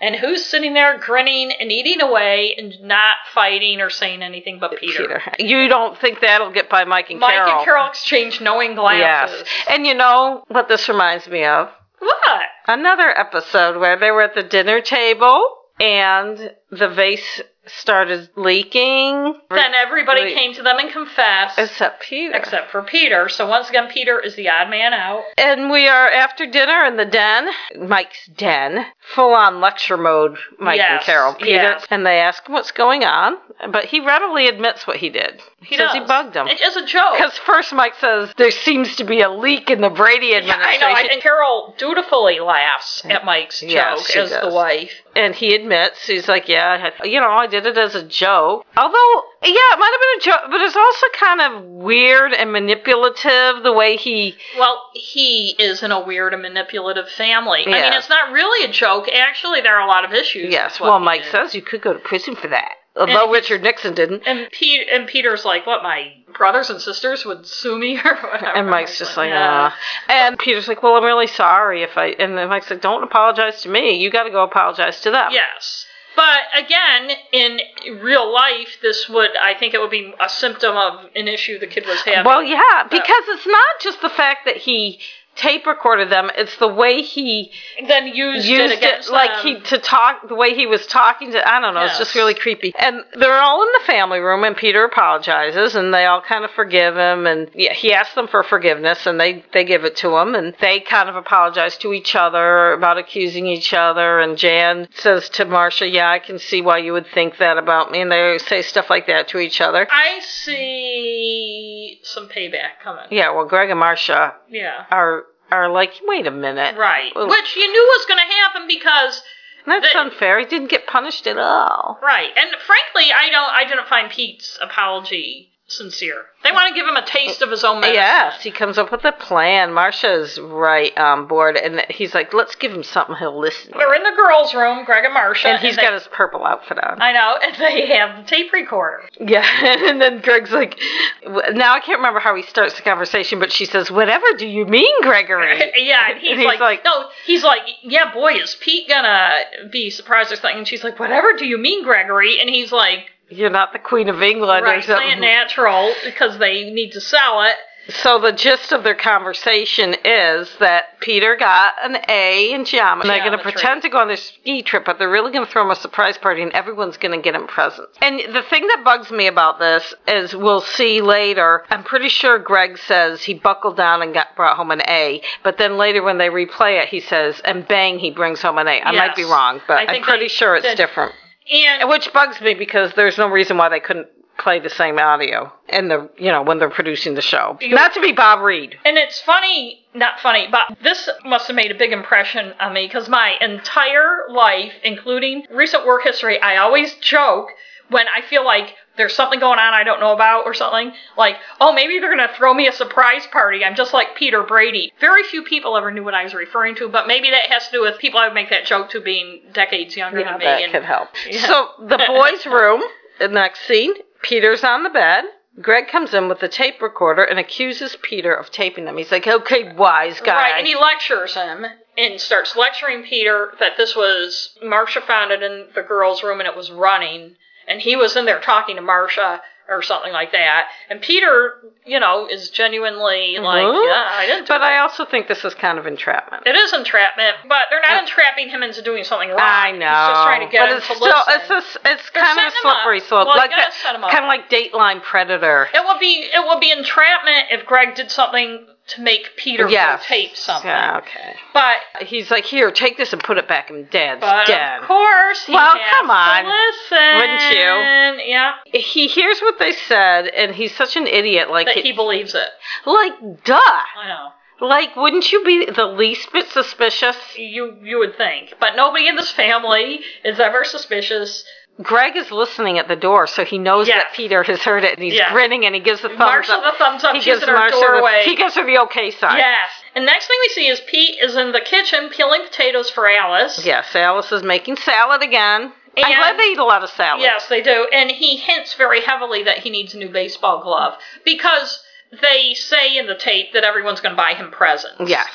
Speaker 1: And who's sitting there grinning and eating away and not fighting or saying anything but Peter?
Speaker 2: Peter, you don't think that'll get by Mike and
Speaker 1: Mike
Speaker 2: Carol?
Speaker 1: and Carol exchange knowing
Speaker 2: Yes,
Speaker 1: glances.
Speaker 2: and you know what this reminds me of?
Speaker 1: What?
Speaker 2: another episode where they were at the dinner table and the vase started leaking.
Speaker 1: Then everybody
Speaker 2: Wait.
Speaker 1: came to them and confessed,
Speaker 2: except Peter.
Speaker 1: except for Peter. So once again, Peter is the odd man out.
Speaker 2: And we are after dinner in the den, Mike's den, full on lecture mode, Mike and
Speaker 1: Yes,
Speaker 2: Carol. Peter
Speaker 1: yes.
Speaker 2: and they ask him what's going on, but he readily admits what he did. He, says he
Speaker 1: does.
Speaker 2: bugged him.
Speaker 1: It is a joke.
Speaker 2: Um, Because first Mike says there seems to be a leak in the Brady
Speaker 1: Yeah, I
Speaker 2: administration.
Speaker 1: know. And Carol dutifully laughs at Mike's
Speaker 2: Yes,
Speaker 1: joke
Speaker 2: she
Speaker 1: as the
Speaker 2: does.
Speaker 1: wife.
Speaker 2: And he admits, he's like, yeah, I- you know, I did it as a joke. Although, yeah, it might have been a joke, but it's also kind of weird and manipulative the way he.
Speaker 1: Well, he is in a weird and manipulative family. I mean,
Speaker 2: Yeah.
Speaker 1: it's not really a joke. Actually, there are a lot of issues. with
Speaker 2: Yes,
Speaker 1: what
Speaker 2: well,
Speaker 1: he
Speaker 2: Mike
Speaker 1: did.
Speaker 2: says you could go to prison for that. Although
Speaker 1: he's-
Speaker 2: Richard Nixon didn't.
Speaker 1: And Pete and Peter's like, "What? My brothers and sisters would sue me or whatever."
Speaker 2: And Mike's just like,
Speaker 1: "Yeah."
Speaker 2: uh. And Peter's like, well, "Uh, I'm really sorry if I. And then Mike's like, don't apologize to me. You got to go apologize to them.
Speaker 1: Yes. But again, in real life, this would, I think it would be a symptom of an issue the kid was having.
Speaker 2: Well, yeah, because it's not just the fact that he tape recorded them; it's the way he
Speaker 1: then used,
Speaker 2: used
Speaker 1: it against
Speaker 2: like
Speaker 1: them.
Speaker 2: he to talk the way he was talking to i don't know it's just
Speaker 1: Yes.
Speaker 2: really creepy and they're all in the family room and peter apologizes and they all kind of forgive him and yeah, he asks them for forgiveness and they they give it to him and they kind of apologize to each other about accusing each other and jan says to marcia yeah i can see why you would think that about me and they say stuff like that to each other
Speaker 1: I see some payback coming.
Speaker 2: yeah well greg and marcia
Speaker 1: Yeah.
Speaker 2: are are like wait a minute
Speaker 1: Right.
Speaker 2: Well-
Speaker 1: Which you knew was going to happen because
Speaker 2: that's
Speaker 1: They-
Speaker 2: unfair he didn't get punished at all
Speaker 1: right. And frankly, I don't I didn't find Pete's apology sincere. They want to give him a taste of his own medicine.
Speaker 2: Yes, he comes up with a plan. Marsha's right on board, and he's like, "Let's give him something he'll listen." to."
Speaker 1: They're in the girls' room, Greg and Marcia,
Speaker 2: And he's
Speaker 1: they-
Speaker 2: got his purple outfit on.
Speaker 1: I know, and they have the tape recorder.
Speaker 2: Yeah, and then Greg's like, w- "Now I can't remember how he starts the conversation, but she says, whatever do you mean, Gregory?'"
Speaker 1: yeah, and he's,
Speaker 2: And he's
Speaker 1: like,
Speaker 2: like-
Speaker 1: no, he's like, yeah, boy, is Pete gonna be surprised or something? And she's like, whatever do you mean, Gregory? And he's like,
Speaker 2: You're not the Queen of England or
Speaker 1: right, play it
Speaker 2: something.
Speaker 1: natural because they need to sell it.
Speaker 2: So the gist of their conversation is that Peter got an A in geometry. They're going to
Speaker 1: Geometry.
Speaker 2: pretend to go on their ski trip, but they're really going to throw him a surprise party, and everyone's going to get him presents. And the thing that bugs me about this is we'll see later. I'm pretty sure Greg says he buckled down and got brought home an A, but then later when they replay it, he says, and bang, he brings home an A. I might be
Speaker 1: Yes.
Speaker 2: wrong,
Speaker 1: I
Speaker 2: but I'm
Speaker 1: think
Speaker 2: pretty
Speaker 1: they-
Speaker 2: sure it's
Speaker 1: the-
Speaker 2: different.
Speaker 1: And
Speaker 2: Which bugs me because there's no reason why they couldn't play the same audio in the you know when they're producing the show. Not to be Bob Reed.
Speaker 1: And it's funny, not funny, but this must have made a big impression on me because my entire life, including recent work history, I always joke when I feel like there's something going on I don't know about or something. Like, oh, maybe they're going to throw me a surprise party. I'm just like Peter Brady. Very few people ever knew what I was referring to, but maybe that has to do with people I would make that joke to being decades younger than me.
Speaker 2: that
Speaker 1: and-
Speaker 2: could help. So the boys' room, the next scene, Peter's on the bed. Greg comes in with the tape recorder and accuses Peter of taping them. He's like, "Okay, wise guy."
Speaker 1: Right, and he lectures him and starts lecturing Peter that this was Marcia found it in the girls' room and it was running, and he was in there talking to Marcia or something like that. And Peter, you know, is genuinely like,
Speaker 2: Mhm.
Speaker 1: yeah, I didn't. do
Speaker 2: but I also think this is kind of entrapment.
Speaker 1: it is entrapment, but they're not entrapping him into doing something wrong.
Speaker 2: I know.
Speaker 1: He's just trying to get
Speaker 2: but
Speaker 1: him
Speaker 2: it's
Speaker 1: to
Speaker 2: still
Speaker 1: listen.
Speaker 2: it's just it's
Speaker 1: They're
Speaker 2: kind of
Speaker 1: setting
Speaker 2: a
Speaker 1: him up.
Speaker 2: slippery slope,
Speaker 1: Well, you
Speaker 2: like
Speaker 1: gotta
Speaker 2: that,
Speaker 1: set him up.
Speaker 2: kind of like Dateline Predator.
Speaker 1: it would be it would be entrapment if Greg did something to make Peter
Speaker 2: Yes.
Speaker 1: tape something.
Speaker 2: Yeah, okay.
Speaker 1: But
Speaker 2: He's like, here, take this and put it back in Dad's
Speaker 1: But
Speaker 2: den.
Speaker 1: of course, he
Speaker 2: Well,
Speaker 1: has
Speaker 2: come on.
Speaker 1: To listen,
Speaker 2: Wouldn't
Speaker 1: you? Yeah,
Speaker 2: He hears what they said, and he's such an idiot. Like,
Speaker 1: that
Speaker 2: it-
Speaker 1: he believes it.
Speaker 2: like, duh.
Speaker 1: I know.
Speaker 2: Like, wouldn't you be the least bit suspicious?
Speaker 1: You you would think, but nobody in this family is ever suspicious.
Speaker 2: Greg is listening at the door, so he knows
Speaker 1: Yes.
Speaker 2: that Peter has heard it, and he's
Speaker 1: Yes.
Speaker 2: grinning, and he gives the thumbs
Speaker 1: Marshall
Speaker 2: up.
Speaker 1: the thumbs up.
Speaker 2: he
Speaker 1: she's
Speaker 2: gives
Speaker 1: in her
Speaker 2: Marcia
Speaker 1: doorway.
Speaker 2: The, he gives her the okay sign.
Speaker 1: yes. And next thing we see is Pete is in the kitchen peeling potatoes for Alice.
Speaker 2: Yes, Alice is making salad again. I'm
Speaker 1: And-
Speaker 2: glad they eat a lot of salad.
Speaker 1: Yes, they do. And he hints very heavily that he needs a new baseball glove because they say in the tape that everyone's going to buy him presents.
Speaker 2: Yes.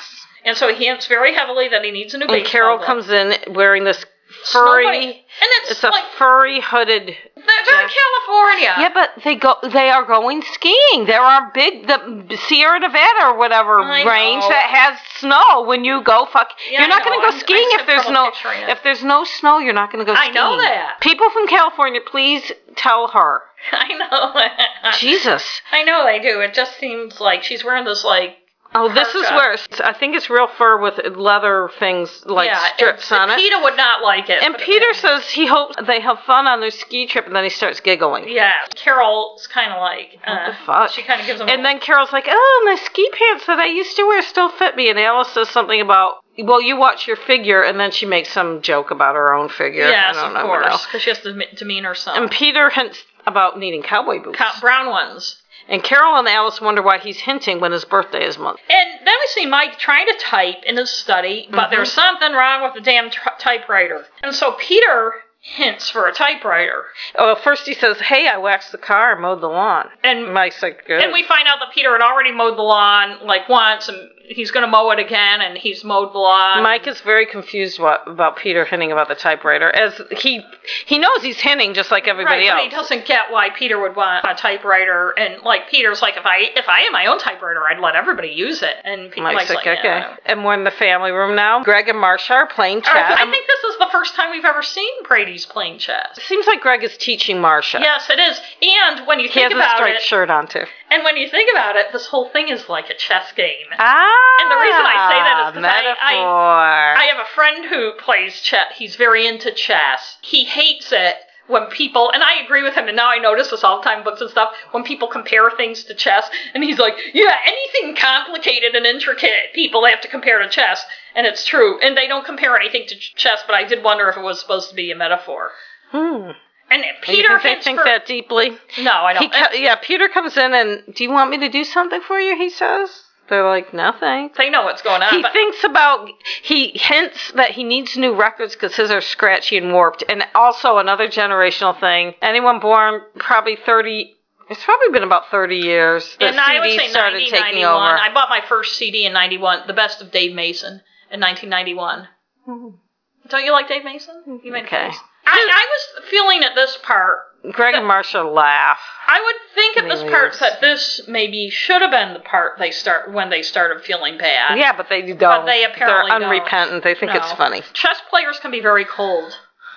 Speaker 1: And so he hints very heavily that he needs a new
Speaker 2: And
Speaker 1: baseball
Speaker 2: Carol
Speaker 1: glove.
Speaker 2: comes in wearing this
Speaker 1: Nobody-
Speaker 2: furry.
Speaker 1: and it's,
Speaker 2: It's
Speaker 1: like
Speaker 2: a furry hooded
Speaker 1: they're, they're in California.
Speaker 2: Yeah, but they go. They are going skiing. There are big the Sierra Nevada or whatever
Speaker 1: I
Speaker 2: range
Speaker 1: know.
Speaker 2: that has snow. When you go, fuck,
Speaker 1: Yeah,
Speaker 2: you're not
Speaker 1: I
Speaker 2: going
Speaker 1: know. I'm-
Speaker 2: to go
Speaker 1: I
Speaker 2: skiing
Speaker 1: just
Speaker 2: if
Speaker 1: had
Speaker 2: there's
Speaker 1: trouble
Speaker 2: no
Speaker 1: picturing it.
Speaker 2: if there's no snow. You're not going to go.
Speaker 1: I
Speaker 2: skiing.
Speaker 1: know that.
Speaker 2: People from California, please tell her.
Speaker 1: I know.
Speaker 2: Jesus.
Speaker 1: I know they do. It just seems like she's wearing this like
Speaker 2: Oh, this is
Speaker 1: Parka.
Speaker 2: worse. I think it's real fur with leather things like
Speaker 1: yeah.
Speaker 2: strips
Speaker 1: and-
Speaker 2: on
Speaker 1: and
Speaker 2: it.
Speaker 1: Peter would not like it.
Speaker 2: and
Speaker 1: but-
Speaker 2: Peter says he hopes they have fun on their ski trip, and then he starts giggling.
Speaker 1: Yeah, Carol's kind of like uh,
Speaker 2: the fuck?
Speaker 1: She kind of gives him.
Speaker 2: And then Carol's like, "Oh, my ski pants that I used to wear still fit me." And Alice says something about, "Well, you watch your figure," and then she makes some joke about her own figure.
Speaker 1: yes,
Speaker 2: I don't
Speaker 1: of
Speaker 2: know, what
Speaker 1: course,
Speaker 2: else.
Speaker 1: because she has to deme- demean herself.
Speaker 2: And Peter hints about needing cowboy boots.
Speaker 1: Co- brown ones.
Speaker 2: and Carol and Alice wonder why he's hinting when his birthday is month.
Speaker 1: And then we see Mike trying to
Speaker 2: Mm-hmm.
Speaker 1: type in his study, but there's something wrong with the damn tr- typewriter. And so Peter hints for a typewriter.
Speaker 2: Well, first he says, "Hey, I waxed the car, mowed the lawn."
Speaker 1: And
Speaker 2: Mike's like, "Good."
Speaker 1: and we find out that Peter had already mowed the lawn like once, and he's going to mow it again, and he's mowed the lawn.
Speaker 2: Mike is very confused what, about Peter hinting about the typewriter, as he he knows he's hinting just like everybody
Speaker 1: Right, but he
Speaker 2: else.
Speaker 1: doesn't get why Peter would want a typewriter, and like Peter's like, if I if I had my own typewriter, I'd let everybody use it. And Pe- Mike's
Speaker 2: Mike's like,
Speaker 1: like,
Speaker 2: "Okay."
Speaker 1: "Yeah."
Speaker 2: And we're in the family room now. Greg and Marsha are playing
Speaker 1: All right,
Speaker 2: chess.
Speaker 1: I think this is the first time we've ever seen Brady's playing chess.
Speaker 2: it seems like Greg is teaching Marsha.
Speaker 1: Yes, it is. And when you
Speaker 2: He has
Speaker 1: think
Speaker 2: a
Speaker 1: about
Speaker 2: striped
Speaker 1: it,
Speaker 2: shirt on too.
Speaker 1: and when you think about it, this whole thing is like a chess game.
Speaker 2: Ah.
Speaker 1: And the reason I say that is 'cause I- I- I
Speaker 2: metaphor.
Speaker 1: have a friend who plays chess. He's very into chess. He hates it when people, and I agree with him, and now I notice this all the time, in books and stuff, when people compare things to chess, and he's like, yeah, anything complicated and intricate, people have to compare to chess, and it's true. And they don't compare anything to ch- chess, but I did wonder if it was supposed to be a metaphor.
Speaker 2: hmm.
Speaker 1: And
Speaker 2: You
Speaker 1: Peter
Speaker 2: think they
Speaker 1: hints
Speaker 2: think
Speaker 1: for-
Speaker 2: that deeply.
Speaker 1: No, I don't.
Speaker 2: He co- yeah, Peter comes in and, do you want me to do something for you? He says. They're like, no thanks.
Speaker 1: they know what's going on.
Speaker 2: He
Speaker 1: but-
Speaker 2: thinks about, he hints that he needs new records because his are scratchy and warped. And also another generational thing. Anyone born probably 30, it's probably been about 30 years that
Speaker 1: and I would
Speaker 2: CDs
Speaker 1: say
Speaker 2: started
Speaker 1: 90,
Speaker 2: taking
Speaker 1: 91.
Speaker 2: over.
Speaker 1: I bought my first CD in 91, The Best of Dave Mason, in 1991. Don't you like Dave Mason? You made a
Speaker 2: Okay.
Speaker 1: face. I, I was feeling at this part.
Speaker 2: Greg and Marsha laugh.
Speaker 1: I would think at this
Speaker 2: Maybe
Speaker 1: part
Speaker 2: it's-
Speaker 1: that this maybe should have been the part they start when they started feeling bad.
Speaker 2: Yeah, but they don't.
Speaker 1: they apparently
Speaker 2: They're
Speaker 1: don't.
Speaker 2: unrepentant. They think it's
Speaker 1: No.
Speaker 2: funny.
Speaker 1: Chess players can be very cold.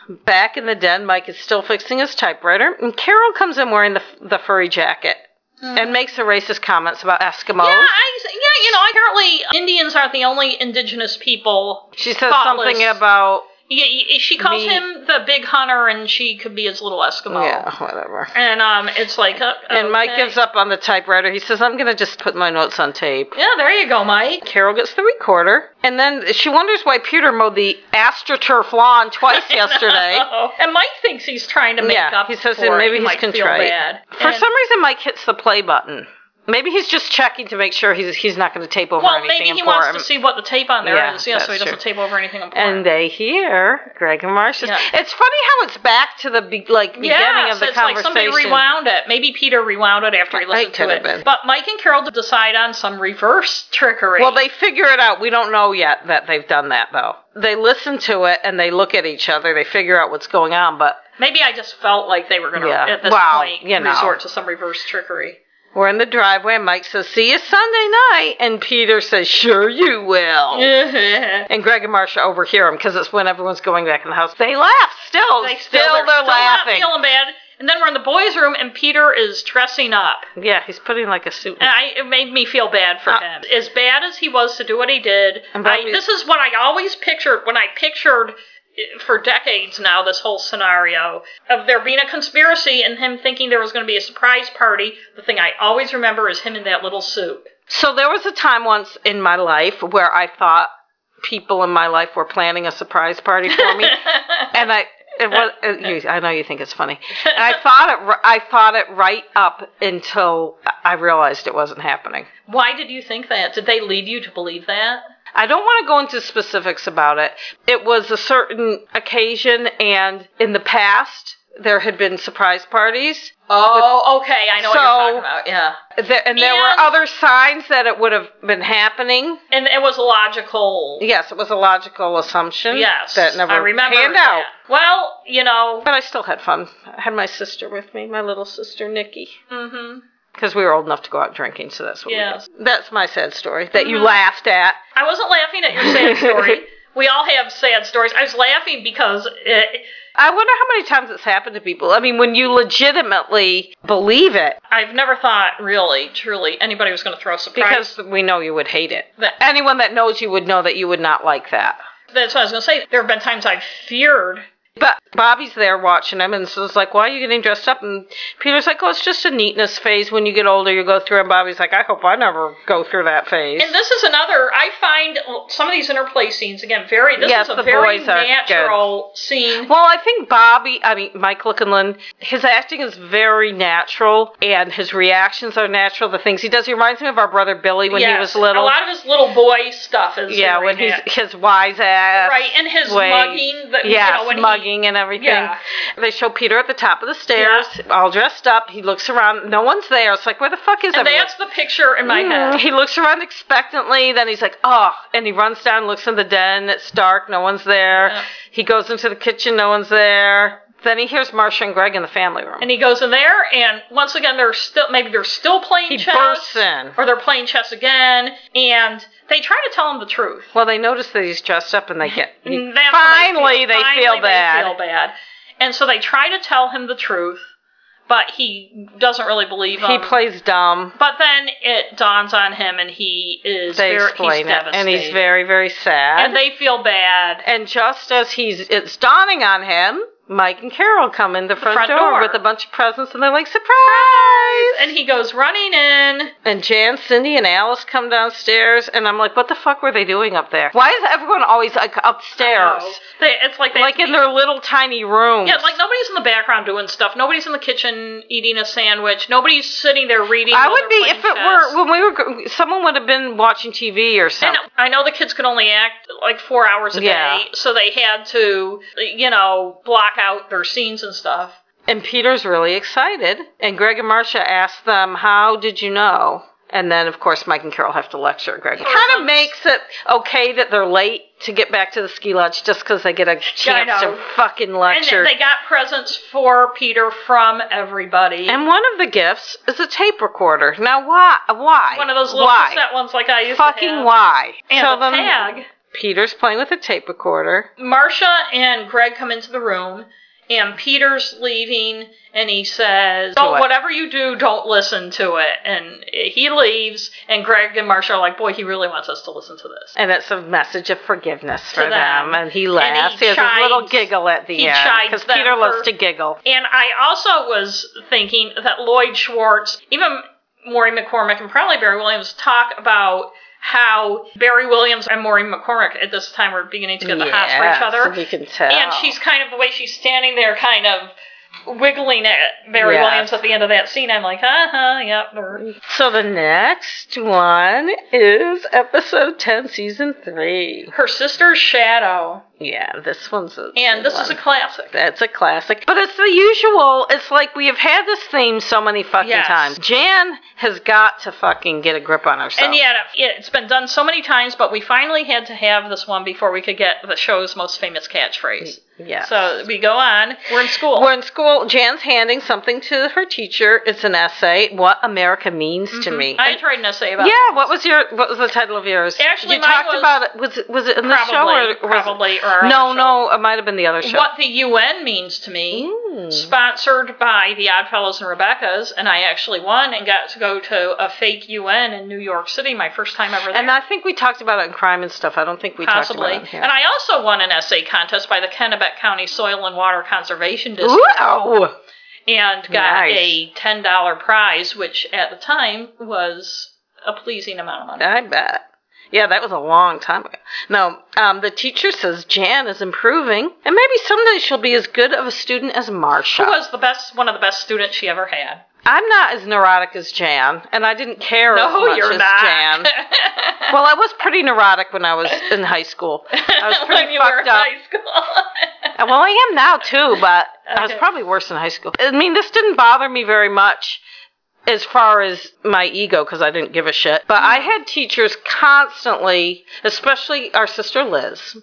Speaker 2: Back in the den, Mike is still fixing his typewriter, and Carol comes in wearing the, the furry jacket and makes the racist comments about Eskimos.
Speaker 1: Mm. Yeah, I, yeah, you know, apparently Indians aren't the only indigenous people.
Speaker 2: she says
Speaker 1: thoughtless.
Speaker 2: something about
Speaker 1: Yeah, y- she calls
Speaker 2: Me-
Speaker 1: him the big hunter, and she could be his little Eskimo.
Speaker 2: yeah, whatever.
Speaker 1: And um, it's like, uh,
Speaker 2: And Mike
Speaker 1: okay.
Speaker 2: gives up on the typewriter. He says, "I'm gonna just put my notes on tape."
Speaker 1: Yeah, there you go, Mike.
Speaker 2: Carol gets the recorder, and then she wonders why Peter mowed the astroturf lawn twice yesterday.
Speaker 1: Oh. and Mike thinks he's trying to make
Speaker 2: yeah,
Speaker 1: up.
Speaker 2: he says
Speaker 1: for
Speaker 2: that
Speaker 1: it.
Speaker 2: maybe
Speaker 1: He
Speaker 2: he's
Speaker 1: might feel
Speaker 2: contrite.
Speaker 1: bad.
Speaker 2: For
Speaker 1: And-
Speaker 2: some reason, Mike hits the play button. Maybe he's just checking to make sure he's he's not going to tape over
Speaker 1: well,
Speaker 2: anything
Speaker 1: maybe he
Speaker 2: important.
Speaker 1: wants to see what the tape on there is.
Speaker 2: Yeah,
Speaker 1: yeah, so
Speaker 2: that's
Speaker 1: he doesn't
Speaker 2: true.
Speaker 1: tape over anything important.
Speaker 2: and they hear Greg and Marcia's.
Speaker 1: Yeah.
Speaker 2: It's funny how it's back to the be- like beginning
Speaker 1: yeah,
Speaker 2: of
Speaker 1: so
Speaker 2: the
Speaker 1: it's like
Speaker 2: conversation.
Speaker 1: somebody rewound it. Maybe Peter rewound it after he
Speaker 2: It
Speaker 1: listened
Speaker 2: could
Speaker 1: to
Speaker 2: have
Speaker 1: it.
Speaker 2: been.
Speaker 1: But Mike and Carol decide on some reverse trickery.
Speaker 2: well, they figure it out. We don't know yet that they've done that though. They listen to it and they look at each other. They figure out what's going on, but
Speaker 1: maybe I just felt like they were going to
Speaker 2: Yeah.
Speaker 1: at this
Speaker 2: Well,
Speaker 1: point
Speaker 2: you know.
Speaker 1: resort to some reverse trickery.
Speaker 2: we're in the driveway. And Mike says, "See you Sunday night," and Peter says, "Sure you will."
Speaker 1: they
Speaker 2: And Greg and Marsha overhear them because it's when everyone's going back in the house. They laugh still. still,
Speaker 1: they're
Speaker 2: they're,
Speaker 1: Oh, still
Speaker 2: laughing.
Speaker 1: Not feeling bad. And then we're in the boys' room, and Peter is dressing up.
Speaker 2: yeah, he's putting like a suit.
Speaker 1: And
Speaker 2: on.
Speaker 1: I, it made me feel bad for
Speaker 2: Uh,
Speaker 1: him. As bad as he was to do what he did,
Speaker 2: And by
Speaker 1: I,
Speaker 2: the way-
Speaker 1: this is what I always pictured when I pictured eh, for decades now this whole scenario of there being a conspiracy and him thinking there was going to be a surprise party. The thing I always remember is him in that little suit.
Speaker 2: So there was a time once in my life where I thought people in my life were planning a surprise party for me, and I. It was, uh, you, I know you think it's funny. And I thought it. ri- I thought it right up until I realized it wasn't happening.
Speaker 1: Why did you think that? Did they lead you to believe that?
Speaker 2: I don't want to go into specifics about it. It was a certain occasion, and in the past there had been surprise parties,
Speaker 1: Oh, okay. I know what
Speaker 2: So-
Speaker 1: you're talking about. Yeah.
Speaker 2: There, and there
Speaker 1: And-
Speaker 2: were other signs that it would have been happening.
Speaker 1: And it was logical.
Speaker 2: Yes, it was a logical assumption.
Speaker 1: Yes,
Speaker 2: that never
Speaker 1: I remember
Speaker 2: panned
Speaker 1: that.
Speaker 2: out.
Speaker 1: Well, you know,
Speaker 2: But I still had fun. I had my sister with me, my little sister Nikki,
Speaker 1: hmm
Speaker 2: because we were old enough to go out drinking. So that's what
Speaker 1: Yes. Uh-huh.
Speaker 2: we did. That's my sad story that you laughed at.
Speaker 1: I wasn't laughing at your sad story. we all have sad stories. I was laughing because it,
Speaker 2: I wonder how many times it's happened to people. I mean, when you legitimately believe it,
Speaker 1: I've never thought, really, truly, anybody was going to throw a surprise.
Speaker 2: because we know you would hate it.
Speaker 1: That-
Speaker 2: Anyone that knows you would know that you would not like that.
Speaker 1: That's what I was going to say. There have been times I've feared.
Speaker 2: But Bobby's there watching him, and so it's like, "Why are you getting dressed up?" And Peter's like, "Oh, it's just a neatness phase. When you get older, you go through." And Bobby's like, "I hope I never go through that phase."
Speaker 1: And this is another. I find some of these interplay scenes again very. This
Speaker 2: Yes,
Speaker 1: is a
Speaker 2: the
Speaker 1: very
Speaker 2: boys are good.
Speaker 1: natural scene.
Speaker 2: well, I think Bobby, I mean Mike Lookinland, his acting is very natural, and his reactions are natural. The things he does, he reminds me of our brother Billy when he
Speaker 1: Yes,
Speaker 2: was
Speaker 1: a
Speaker 2: little.
Speaker 1: lot of his little boy stuff is
Speaker 2: yeah,
Speaker 1: very
Speaker 2: when he's
Speaker 1: nat-
Speaker 2: his wise ass.
Speaker 1: right and his
Speaker 2: ways.
Speaker 1: mugging. The,
Speaker 2: Yes,
Speaker 1: you know, when
Speaker 2: hugging and everything.
Speaker 1: Yeah.
Speaker 2: They show Peter at the top of the stairs, all dressed up. He looks around. No one's there. It's like, where the fuck is
Speaker 1: And
Speaker 2: everyone?
Speaker 1: that's the picture in my
Speaker 2: Mm.
Speaker 1: head.
Speaker 2: He looks around expectantly, then he's like, oh, and he runs down, looks in the den. It's dark, no one's there.
Speaker 1: Yeah.
Speaker 2: He goes into the kitchen, no one's there. Then he hears Marcia and Greg in the family room.
Speaker 1: And he goes in there, and once again, they're still maybe they're still playing
Speaker 2: he
Speaker 1: chess,
Speaker 2: bursts in.
Speaker 1: or they're playing chess again, and they try to tell him the truth.
Speaker 2: Well, they notice that he's dressed up and they get.
Speaker 1: And that's when
Speaker 2: finally, they
Speaker 1: finally
Speaker 2: feel bad.
Speaker 1: They feel bad, and so they try to tell him the truth, but he doesn't really believe them.
Speaker 2: he plays dumb.
Speaker 1: But then it dawns on him, and he is
Speaker 2: They
Speaker 1: very
Speaker 2: explain
Speaker 1: he's
Speaker 2: it.
Speaker 1: devastated.
Speaker 2: And he's very, very sad.
Speaker 1: and they feel bad.
Speaker 2: And just as he's it's dawning on him, Mike and Carol come in the front,
Speaker 1: front
Speaker 2: door,
Speaker 1: door.
Speaker 2: with a bunch of presents, and they're like, "Surprise!"
Speaker 1: And he goes running in.
Speaker 2: and Jan, Cindy, and Alice come downstairs, and I'm like, "What the fuck were they doing up there? Why is everyone always like upstairs,
Speaker 1: Oh, they, it's like they
Speaker 2: like in their little tiny rooms?"
Speaker 1: Yeah, like nobody's in the background doing stuff. Nobody's in the kitchen eating a sandwich. Nobody's sitting there reading.
Speaker 2: I
Speaker 1: while
Speaker 2: would
Speaker 1: they're
Speaker 2: be
Speaker 1: playing
Speaker 2: if it
Speaker 1: chess.
Speaker 2: were when we were. gr- Someone would have been watching TV or
Speaker 1: And
Speaker 2: something.
Speaker 1: I know the kids could only act like four hours a
Speaker 2: Yeah.
Speaker 1: day, so they had to, you know, block out their scenes and stuff.
Speaker 2: And Peter's really excited. And Greg and Marcia ask them, How did you know? And then, of course, Mike and Carol have to lecture Greg. It kind of makes it okay that they're late to get back to the ski lodge just because they get a chance
Speaker 1: know.
Speaker 2: to fucking
Speaker 1: And
Speaker 2: lecture.
Speaker 1: they got presents for Peter from everybody.
Speaker 2: And one of the gifts is a tape recorder. Now, why? Why?
Speaker 1: one of those little
Speaker 2: why?
Speaker 1: cassette ones, like I used to
Speaker 2: Fucking
Speaker 1: have.
Speaker 2: why?
Speaker 1: And
Speaker 2: so
Speaker 1: the
Speaker 2: then
Speaker 1: tag.
Speaker 2: Peter's playing with a tape recorder.
Speaker 1: Marcia and Greg come into the room, and Peter's leaving, and he says,
Speaker 2: To
Speaker 1: "Don't
Speaker 2: it."
Speaker 1: whatever you do, don't listen to it." And he leaves, and Greg and Marcia are like, "Boy, he really wants us to listen to this."
Speaker 2: And it's a message of forgiveness for
Speaker 1: To them.
Speaker 2: And he laughs.
Speaker 1: he
Speaker 2: he, has a little
Speaker 1: chides-
Speaker 2: giggle at the
Speaker 1: he
Speaker 2: end.
Speaker 1: chides
Speaker 2: Because
Speaker 1: them
Speaker 2: Peter loves
Speaker 1: for-
Speaker 2: to giggle.
Speaker 1: And I also was thinking that Lloyd Schwartz, even Maury McCormick, and probably Barry Williams talk about how Barry Williams and Maury McCormick at this time were beginning to get the hots for each
Speaker 2: Yes,
Speaker 1: other.
Speaker 2: We can tell.
Speaker 1: And she's kind of the way she's standing there, kind of wiggling at Barry
Speaker 2: Yes.
Speaker 1: Williams at the end of that scene. I'm like, huh, huh, yep. they're-
Speaker 2: so the next one is episode ten, season three.
Speaker 1: Her sister's shadow,
Speaker 2: Yeah, this one's a
Speaker 1: and this is a classic.
Speaker 2: that's a classic, but it's the usual. It's like we have had this theme so many fucking
Speaker 1: Yes.
Speaker 2: times. Jan has got to fucking get a grip on herself.
Speaker 1: And yet, it- it's been done so many times, but we finally had to have this one before we could get the show's most famous catchphrase.
Speaker 2: yes.
Speaker 1: So we go on. We're in school.
Speaker 2: We're in school. Jan's handing something to her teacher. It's an essay. What America means to me.
Speaker 1: Mm-hmm. I had to write an essay about
Speaker 2: yeah. What was your What was the title of yours?
Speaker 1: Actually,
Speaker 2: you
Speaker 1: mine
Speaker 2: talked
Speaker 1: was-
Speaker 2: about it. Was it Was it in the
Speaker 1: probably,
Speaker 2: show or was it-
Speaker 1: probably, or our
Speaker 2: No,
Speaker 1: show.
Speaker 2: no, it might have been the other show. Mm.
Speaker 1: What the UN means to me, sponsored by the Oddfellows and Rebecca's, and I actually won and got to go to a fake UN in New York City, my first time ever there.
Speaker 2: And I think we talked about it in crime and stuff. I don't think we
Speaker 1: Possibly.
Speaker 2: talked about it here.
Speaker 1: And I also won an essay contest by the Kennebec County Soil and Water Conservation District
Speaker 2: Wow!
Speaker 1: and got
Speaker 2: Nice.
Speaker 1: a $10 prize, which at the time was a pleasing amount of money.
Speaker 2: I bet. Yeah, that was a long time ago. No, um, the teacher says Jan is improving, and maybe someday she'll be as good of a student as Marsha.
Speaker 1: Who was the best, one of the best students she ever had?
Speaker 2: I'm not as neurotic as Jan, and I didn't care as
Speaker 1: No,
Speaker 2: much
Speaker 1: you're
Speaker 2: as
Speaker 1: not.
Speaker 2: Jan. Well, I was pretty neurotic when I was in high school. I was
Speaker 1: when
Speaker 2: pretty
Speaker 1: you were
Speaker 2: fucked
Speaker 1: in
Speaker 2: up.
Speaker 1: high school.
Speaker 2: Uh, Well, I am now too, but I was
Speaker 1: Okay.
Speaker 2: probably worse in high school. I mean, this didn't bother me very much as far as my ego because I didn't give a shit. But I had teachers constantly, especially our sister Liz.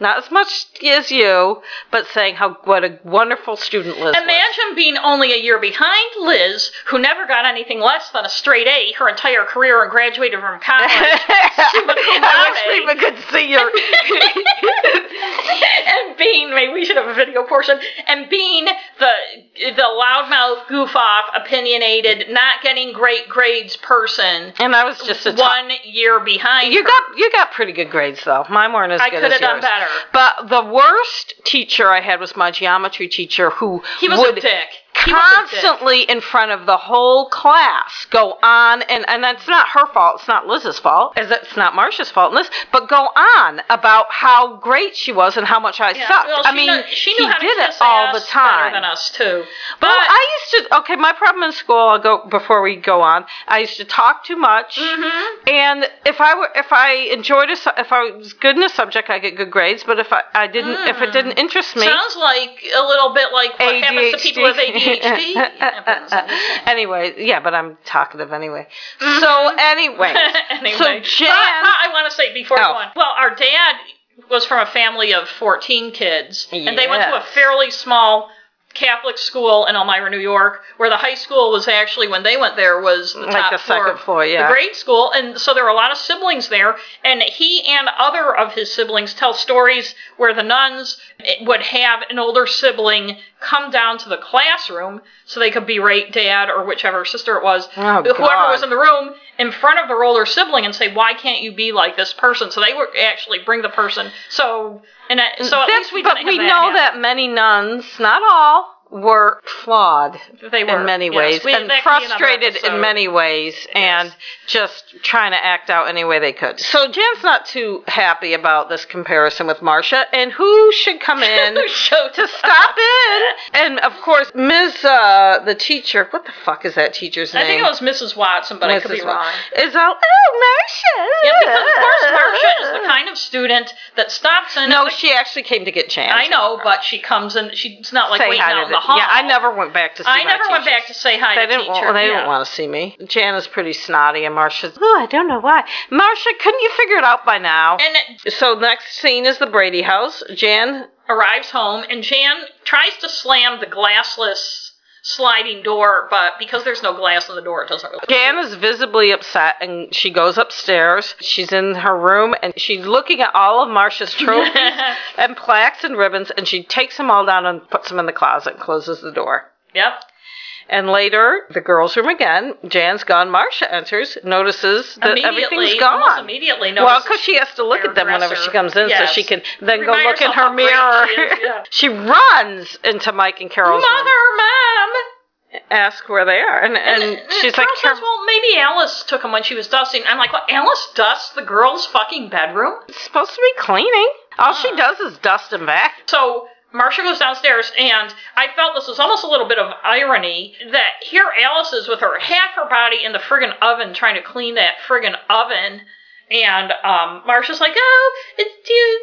Speaker 2: Not as much as you, but saying how what a wonderful student Liz was.
Speaker 1: Imagine being only a year behind Liz, who never got anything less than a straight A her entire career and graduated from college. was
Speaker 2: I
Speaker 1: laughing.
Speaker 2: wish people could see your.
Speaker 1: and being, maybe we should have a video portion, and being the the loudmouth, goof off, opinionated, not getting great grades person,
Speaker 2: and I was just a. T-
Speaker 1: one year behind.
Speaker 2: you
Speaker 1: her.
Speaker 2: got you got pretty good grades though. Mine weren't as
Speaker 1: I
Speaker 2: good
Speaker 1: could
Speaker 2: as
Speaker 1: have done
Speaker 2: yours.
Speaker 1: better.
Speaker 2: But the worst teacher I had was my geometry teacher who
Speaker 1: He was
Speaker 2: would
Speaker 1: a dick. He was a dick.
Speaker 2: constantly in front of the whole class go on and and that's not her fault it's not liz's fault is it's not marcia's fault in this but go on about how great she was and how much i
Speaker 1: Yeah,
Speaker 2: sucked
Speaker 1: well,
Speaker 2: i
Speaker 1: she
Speaker 2: mean
Speaker 1: knew- she knew
Speaker 2: he
Speaker 1: how to
Speaker 2: did it
Speaker 1: kiss
Speaker 2: all the
Speaker 1: ass better
Speaker 2: time
Speaker 1: than us too. But
Speaker 2: Well, I used to. Okay, my problem in school. I'll go before we go on. I used to talk too much,
Speaker 1: Mm. mm-hmm.
Speaker 2: and if I were, if I enjoyed a, su- if I was good in a subject, I get good grades. But if I, I didn't, if it didn't interest me,
Speaker 1: sounds like a little bit like what happens to people with ADHD. Happens.
Speaker 2: anyway, yeah, but I'm talkative anyway.
Speaker 1: Mm-hmm.
Speaker 2: So anyway,
Speaker 1: anyway,
Speaker 2: so
Speaker 1: Uh, uh,
Speaker 2: Jan,
Speaker 1: I want to say before
Speaker 2: Oh.
Speaker 1: going. Well, our dad was from a family of fourteen kids, and they went to a
Speaker 2: Yes.
Speaker 1: fairly small Catholic school in Elmira, New York, where the high school was actually when they went there was the
Speaker 2: like
Speaker 1: top
Speaker 2: the
Speaker 1: floor
Speaker 2: second
Speaker 1: of
Speaker 2: floor,
Speaker 1: the
Speaker 2: yeah.
Speaker 1: grade school, and so there were a lot of siblings there. And he and other of his siblings tell stories where the nuns eh, would have an older sibling come down to the classroom so they could berate dad or whichever sister it was,
Speaker 2: Oh,
Speaker 1: whoever
Speaker 2: God.
Speaker 1: was in the room, in front of their older sibling and say, "Why can't you be like this person?" So they would actually bring the person. So and I, so at
Speaker 2: That's-
Speaker 1: least we
Speaker 2: but
Speaker 1: didn't
Speaker 2: we
Speaker 1: have
Speaker 2: know
Speaker 1: happen.
Speaker 2: that many nuns, not all, were flawed
Speaker 1: they were
Speaker 2: in many
Speaker 1: yes,
Speaker 2: ways
Speaker 1: we-
Speaker 2: and
Speaker 1: that could be another
Speaker 2: frustrated in
Speaker 1: episode.
Speaker 2: many ways and just trying to act out any way they could. So Jan's not too happy about this comparison with Marcia, and who should come in
Speaker 1: shows
Speaker 2: to stop it? And of course, Ms. Uh, the teacher, what the fuck is that teacher's
Speaker 1: I
Speaker 2: name?
Speaker 1: think it was Mrs. Watson, but I could be
Speaker 2: Mrs.
Speaker 1: wrong.
Speaker 2: Is all oh Marcia?
Speaker 1: Yeah, because of course Marcia is the kind of student that stops and
Speaker 2: No, she actually came to get Jan.
Speaker 1: I know, but she comes and she's not like
Speaker 2: Say
Speaker 1: waiting
Speaker 2: hi to
Speaker 1: out in the
Speaker 2: the-
Speaker 1: hall.
Speaker 2: Yeah, I never went back to see
Speaker 1: I
Speaker 2: my
Speaker 1: never went
Speaker 2: teachers.
Speaker 1: back to say hi to
Speaker 2: They didn't.
Speaker 1: teacher.
Speaker 2: Want, they
Speaker 1: yeah.
Speaker 2: didn't want to see me. Jan is pretty snotty, and Marcia's. Oh, I don't know why. Marcia, couldn't you figure it out by now?
Speaker 1: And it
Speaker 2: so next scene is the Brady house. Jan.
Speaker 1: arrives home, and Jan tries to slam the glassless sliding door, but because there's no glass in the door, it doesn't really.
Speaker 2: Jan is visibly upset, and she goes upstairs. She's in her room, and she's looking at all of Marcia's trophies and plaques and ribbons, and she takes them all down and puts them in the closet, and closes the door.
Speaker 1: Yep.
Speaker 2: And later, the girls' room again. Jan's gone. Marcia enters, notices that
Speaker 1: Immediately,
Speaker 2: everything's
Speaker 1: almost
Speaker 2: gone.
Speaker 1: immediately.
Speaker 2: Well,
Speaker 1: notices-
Speaker 2: because she has to look at them whenever she
Speaker 1: hairdresser.
Speaker 2: comes in,
Speaker 1: Yes.
Speaker 2: so she can then go
Speaker 1: Remind
Speaker 2: look in
Speaker 1: herself
Speaker 2: her
Speaker 1: how great
Speaker 2: mirror.
Speaker 1: she is, yeah.
Speaker 2: She runs into Mike and Carol's
Speaker 1: Mother,
Speaker 2: room,
Speaker 1: mom.
Speaker 2: asks where they are, and, and, she's like,
Speaker 1: uh, Carol says,
Speaker 2: "Carol,
Speaker 1: "Well, maybe Alice took them when she was dusting." I'm like, "Well, Alice dusts the girls' fucking bedroom."
Speaker 2: "It's supposed to be cleaning. All she does is dust and back."
Speaker 1: So Marcia goes downstairs, and I felt this was almost a little bit of irony that here Alice is with her half her body in the friggin' oven trying to clean that friggin' oven, and um, Marcia's like, "Oh, it's, do you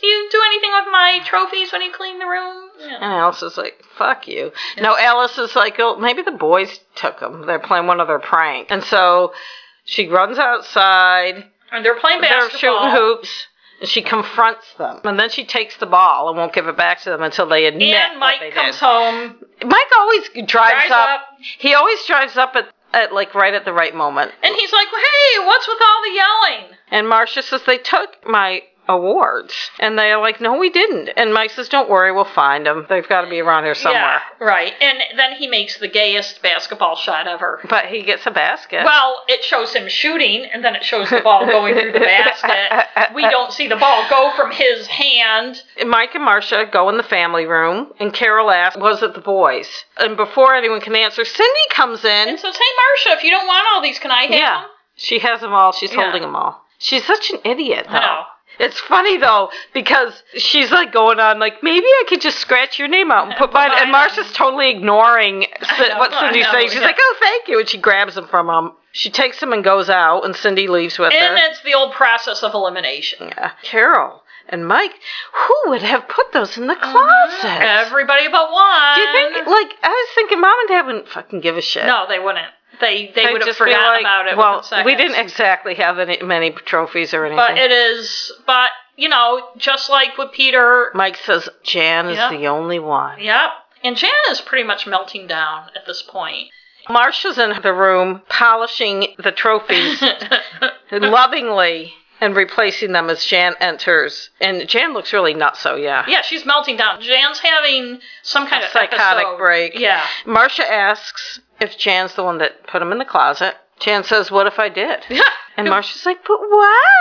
Speaker 1: do you do anything with my trophies when you clean the room?" Yeah.
Speaker 2: And Alice is like, "Fuck you." No, Alice is like, "Oh, maybe the boys took them. They're playing one of their pranks." And so she runs outside.
Speaker 1: And they're playing
Speaker 2: They're
Speaker 1: basketball.
Speaker 2: shooting hoops. And she confronts them, and then she takes the ball and won't give it back to them until they admit
Speaker 1: And
Speaker 2: what they
Speaker 1: Mike comes
Speaker 2: did.
Speaker 1: home.
Speaker 2: Mike always drives,
Speaker 1: Drives
Speaker 2: up.
Speaker 1: up.
Speaker 2: He always drives up at, at like right at the right moment.
Speaker 1: And he's like, hey, what's with all the yelling?
Speaker 2: And Marcia says they took my awards, and they're like, no, we didn't. And Mike says, don't worry, we'll find them. They've got to be around here somewhere.
Speaker 1: Yeah, right. And then he makes the gayest basketball shot ever.
Speaker 2: But he gets a basket.
Speaker 1: Well, it shows him shooting, and then it shows the ball going through the basket. We don't see the ball go from his hand.
Speaker 2: And Mike and Marcia go in the family room, and Carol asks, was it the boys? And before anyone can answer, Cindy comes in.
Speaker 1: And says, hey, Marcia, if you don't want all these, can I have
Speaker 2: Yeah,
Speaker 1: them?
Speaker 2: she has them all. She's
Speaker 1: Yeah.
Speaker 2: holding them all. She's such an idiot, though.
Speaker 1: I know.
Speaker 2: It's funny though because she's like going on like maybe I could just scratch your name out and put mine. And
Speaker 1: mine on.
Speaker 2: Marcia's totally ignoring Ci-
Speaker 1: know,
Speaker 2: what
Speaker 1: I
Speaker 2: Cindy's
Speaker 1: know,
Speaker 2: saying. She's
Speaker 1: yeah.
Speaker 2: like, "Oh, thank you," and she grabs them from him. She takes them and goes out, and Cindy leaves with
Speaker 1: And
Speaker 2: her.
Speaker 1: it's the old process of elimination.
Speaker 2: Yeah. Carol and Mike, who would have put those in the
Speaker 1: Uh-huh.
Speaker 2: closet?
Speaker 1: Everybody but one.
Speaker 2: Do you think? Like I was thinking, Mom and Dad wouldn't fucking give a shit.
Speaker 1: No, they wouldn't. They they
Speaker 2: They'd
Speaker 1: would have
Speaker 2: just be
Speaker 1: forgotten
Speaker 2: like,
Speaker 1: about it.
Speaker 2: Well,
Speaker 1: within
Speaker 2: we
Speaker 1: seconds.
Speaker 2: didn't exactly have any many trophies or anything.
Speaker 1: But it is. But you know, just like with Peter,
Speaker 2: Mike says Jan is
Speaker 1: Yeah.
Speaker 2: the only one.
Speaker 1: Yep. And Jan is pretty much melting down at this point.
Speaker 2: Marsha's in the room polishing the trophies lovingly and replacing them as Jan enters. And Jan looks really nuts, so yeah.
Speaker 1: Yeah, she's melting down. Jan's having some kind
Speaker 2: A
Speaker 1: of
Speaker 2: psychotic
Speaker 1: episode.
Speaker 2: break.
Speaker 1: Yeah.
Speaker 2: Marsha asks if Jan's the one that put him in the closet. Jan says, What if I did? And Marsha's like, But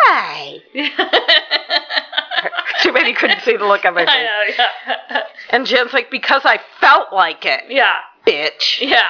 Speaker 2: why? Too bad he couldn't see the look on my
Speaker 1: I
Speaker 2: face.
Speaker 1: know, yeah.
Speaker 2: And Jan's like, Because I felt like it.
Speaker 1: yeah.
Speaker 2: bitch.
Speaker 1: Yeah.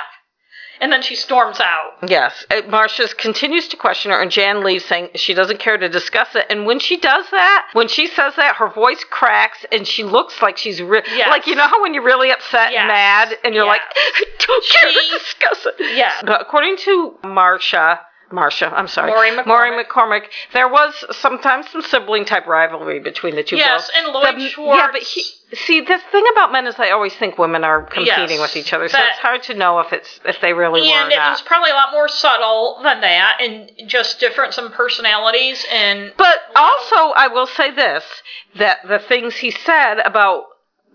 Speaker 1: And then she storms out.
Speaker 2: Yes. Uh, Marcia continues to question her, and Jan leaves saying she doesn't care to discuss it. And when she does that, when she says that, her voice cracks and she looks like she's re-
Speaker 1: Yes.
Speaker 2: like you know how when you're really upset
Speaker 1: Yes.
Speaker 2: and mad and you're like, I don't care
Speaker 1: She-
Speaker 2: to discuss it.
Speaker 1: Yeah.
Speaker 2: But according to Marcia, Marcia, I'm sorry,
Speaker 1: Maury McCormick.
Speaker 2: McCormick, there was sometimes some sibling type rivalry between the two girls.
Speaker 1: Yes, and Lloyd
Speaker 2: The-
Speaker 1: Schwartz.
Speaker 2: Yeah, but he, see, the thing about men is I always think women are competing
Speaker 1: Yes,
Speaker 2: with each other, so
Speaker 1: that-
Speaker 2: it's hard to know if it's if they really were or
Speaker 1: and it
Speaker 2: not.
Speaker 1: was probably a lot more subtle than that, and just different some personalities and
Speaker 2: But also, I will say this: that the things he said about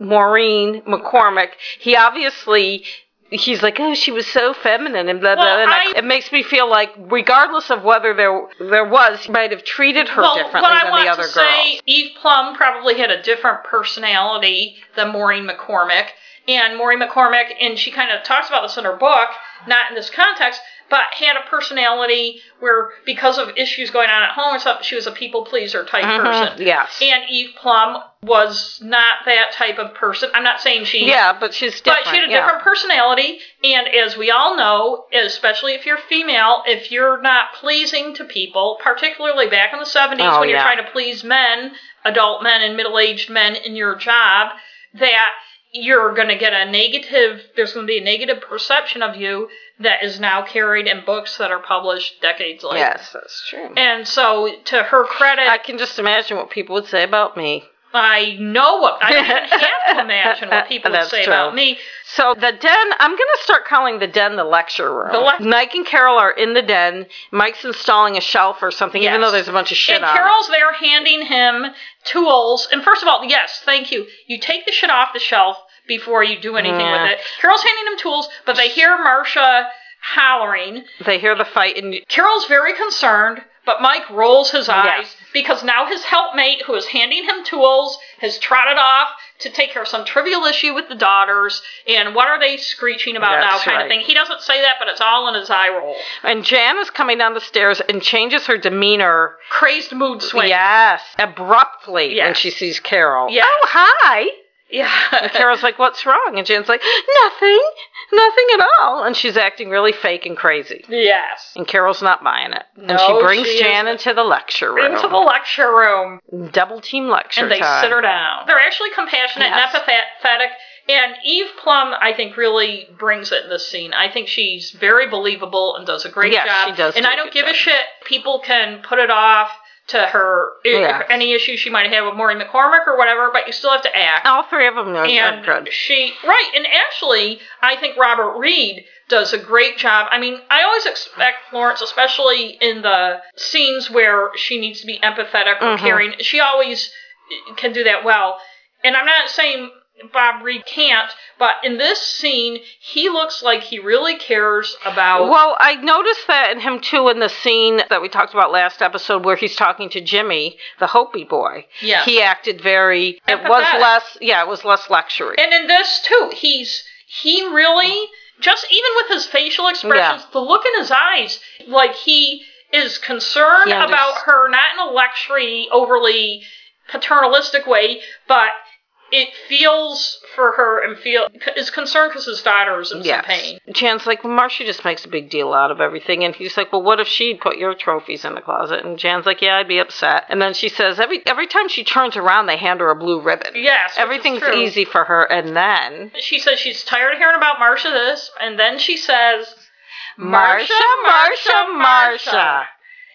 Speaker 2: Maureen McCormick, he obviously. He's like, oh, she was so feminine and blah blah.
Speaker 1: Well,
Speaker 2: blah. and I-
Speaker 1: I-
Speaker 2: it makes me feel like, regardless of whether there there was, he might have treated her differently
Speaker 1: what I
Speaker 2: than
Speaker 1: want
Speaker 2: the other
Speaker 1: to
Speaker 2: girls.
Speaker 1: Say, Eve Plum probably had a different personality than Maureen McCormick. And Maureen McCormick, and she kind of talks about this in her book, not in this context, but had a personality where, because of issues going on at home and stuff, she was a people pleaser type person.
Speaker 2: Mm-hmm. yes.
Speaker 1: And Eve Plum was not that type of person. I'm not saying she
Speaker 2: yeah, but she's different.
Speaker 1: but she had a
Speaker 2: yeah.
Speaker 1: different personality, and as we all know, especially if you're female, if you're not pleasing to people, particularly back in the 70s
Speaker 2: Oh,
Speaker 1: when you're
Speaker 2: yeah.
Speaker 1: trying to please men, adult men and middle aged men in your job, that you're going to get a negative, there's going to be a negative perception of you that is now carried in books that are published decades later.
Speaker 2: Yes, that's true.
Speaker 1: And so, to her credit,
Speaker 2: I
Speaker 1: I,
Speaker 2: can just imagine what people would say about me.
Speaker 1: know what I don't even have to imagine what people would
Speaker 2: That's
Speaker 1: say
Speaker 2: true.
Speaker 1: about me.
Speaker 2: So the den, I'm going to start calling the den the lecture room.
Speaker 1: The le-
Speaker 2: Mike and Carol are in the den. Mike's installing a shelf or something, even
Speaker 1: Yes.
Speaker 2: though there's a bunch of shit
Speaker 1: and
Speaker 2: on. it.
Speaker 1: Carol's there handing him tools. And first of all, yes, thank you. You take the shit off the shelf before you do anything
Speaker 2: Yeah.
Speaker 1: with it. Carol's handing him tools, but they hear Marcia hollering.
Speaker 2: they hear the fight, and
Speaker 1: Carol's very concerned, but Mike rolls his eyes
Speaker 2: Yes.
Speaker 1: because now his helpmate, who is handing him tools, has trotted off to take care of some trivial issue with the daughters. And what are they screeching about now,
Speaker 2: That's
Speaker 1: kind of
Speaker 2: right.
Speaker 1: thing. He doesn't say that, but it's all in his eye roll.
Speaker 2: and Jan is coming down the stairs and changes her demeanor.
Speaker 1: Crazed mood swing.
Speaker 2: Yes, abruptly when
Speaker 1: Yes.
Speaker 2: she sees Carol.
Speaker 1: Yes.
Speaker 2: Oh hi.
Speaker 1: Yeah.
Speaker 2: Carol's like, "What's wrong?" And Jan's like, "Nothing, nothing at all." And she's acting really fake and crazy.
Speaker 1: yes.
Speaker 2: And Carol's not buying it. and
Speaker 1: No,
Speaker 2: she brings
Speaker 1: she
Speaker 2: Jan
Speaker 1: isn't.
Speaker 2: into the lecture room.
Speaker 1: into the lecture room
Speaker 2: double team lecture
Speaker 1: and they
Speaker 2: time.
Speaker 1: sit her down. They're actually compassionate
Speaker 2: Yes.
Speaker 1: and empathetic. And Eve Plum, I think, really brings it in this scene. I think she's very believable and does a great
Speaker 2: Yes,
Speaker 1: job.
Speaker 2: she does
Speaker 1: And
Speaker 2: do
Speaker 1: I
Speaker 2: a
Speaker 1: don't
Speaker 2: good
Speaker 1: give a
Speaker 2: job.
Speaker 1: shit. People can put it off to her
Speaker 2: Yes.
Speaker 1: any issue she might have with Maureen McCormick or whatever, but you still have to act.
Speaker 2: All three of them are, are
Speaker 1: and
Speaker 2: good.
Speaker 1: she right and actually i think robert reed does a great job i mean i always expect florence especially in the scenes where she needs to be empathetic or
Speaker 2: Mhm.
Speaker 1: caring she always can do that well and i'm not saying bob reed can't but in this scene he looks like he really cares about
Speaker 2: Well, I noticed that in him too in the scene that we talked about last episode where he's talking to Jimmy, the Hopi boy.
Speaker 1: Yes.
Speaker 2: He acted very it was
Speaker 1: Empathetic.
Speaker 2: less yeah, it was less luxury.
Speaker 1: And in this too, he's he really just even with his facial expressions, the look in his eyes, like he is concerned
Speaker 2: He unders-
Speaker 1: about her, not in a lectury, overly paternalistic way, but it feels for her and feel is concerned because his daughter is in
Speaker 2: yes.
Speaker 1: some pain.
Speaker 2: Jan's like, well, Marcia just makes a big deal out of everything. And he's like, well, what if she'd put your trophies in the closet? And Jan's like, yeah, I'd be upset. And then she says, every every time she turns around, they hand her a blue ribbon.
Speaker 1: Yes, which is
Speaker 2: Everything's
Speaker 1: true.
Speaker 2: easy for her. And then
Speaker 1: She says she's tired of hearing about Marcia this, and then she says,
Speaker 2: Marcia, Marcia, Marcia.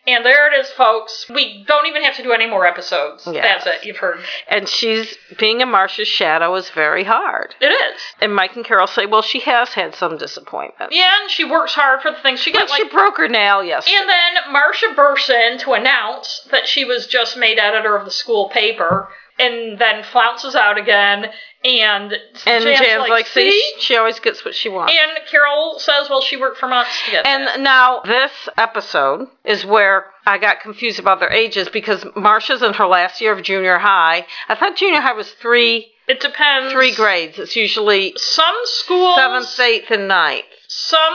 Speaker 1: And there it is, folks. We don't even have to do any more episodes.
Speaker 2: Yes.
Speaker 1: That's it. You've heard.
Speaker 2: And she's being a Marcia's shadow is very hard.
Speaker 1: It is.
Speaker 2: And Mike and Carol say, well, she has had some disappointment.
Speaker 1: Yeah, and she works hard for the things she
Speaker 2: But
Speaker 1: gets. Like,
Speaker 2: she broke her nail yesterday.
Speaker 1: and then Marcia bursts in to announce that she was just made editor of the school paper, and then flounces out again. And
Speaker 2: And Jan's, like, see,
Speaker 1: see?
Speaker 2: she always gets what she wants.
Speaker 1: And Carol says, well, she worked for months to get
Speaker 2: And,
Speaker 1: that.
Speaker 2: now this episode is where I got confused about their ages because Marcia's in her last year of junior high. I thought junior high was three
Speaker 1: It depends.
Speaker 2: three grades. It's usually
Speaker 1: Some schools,
Speaker 2: seventh, eighth, and ninth.
Speaker 1: some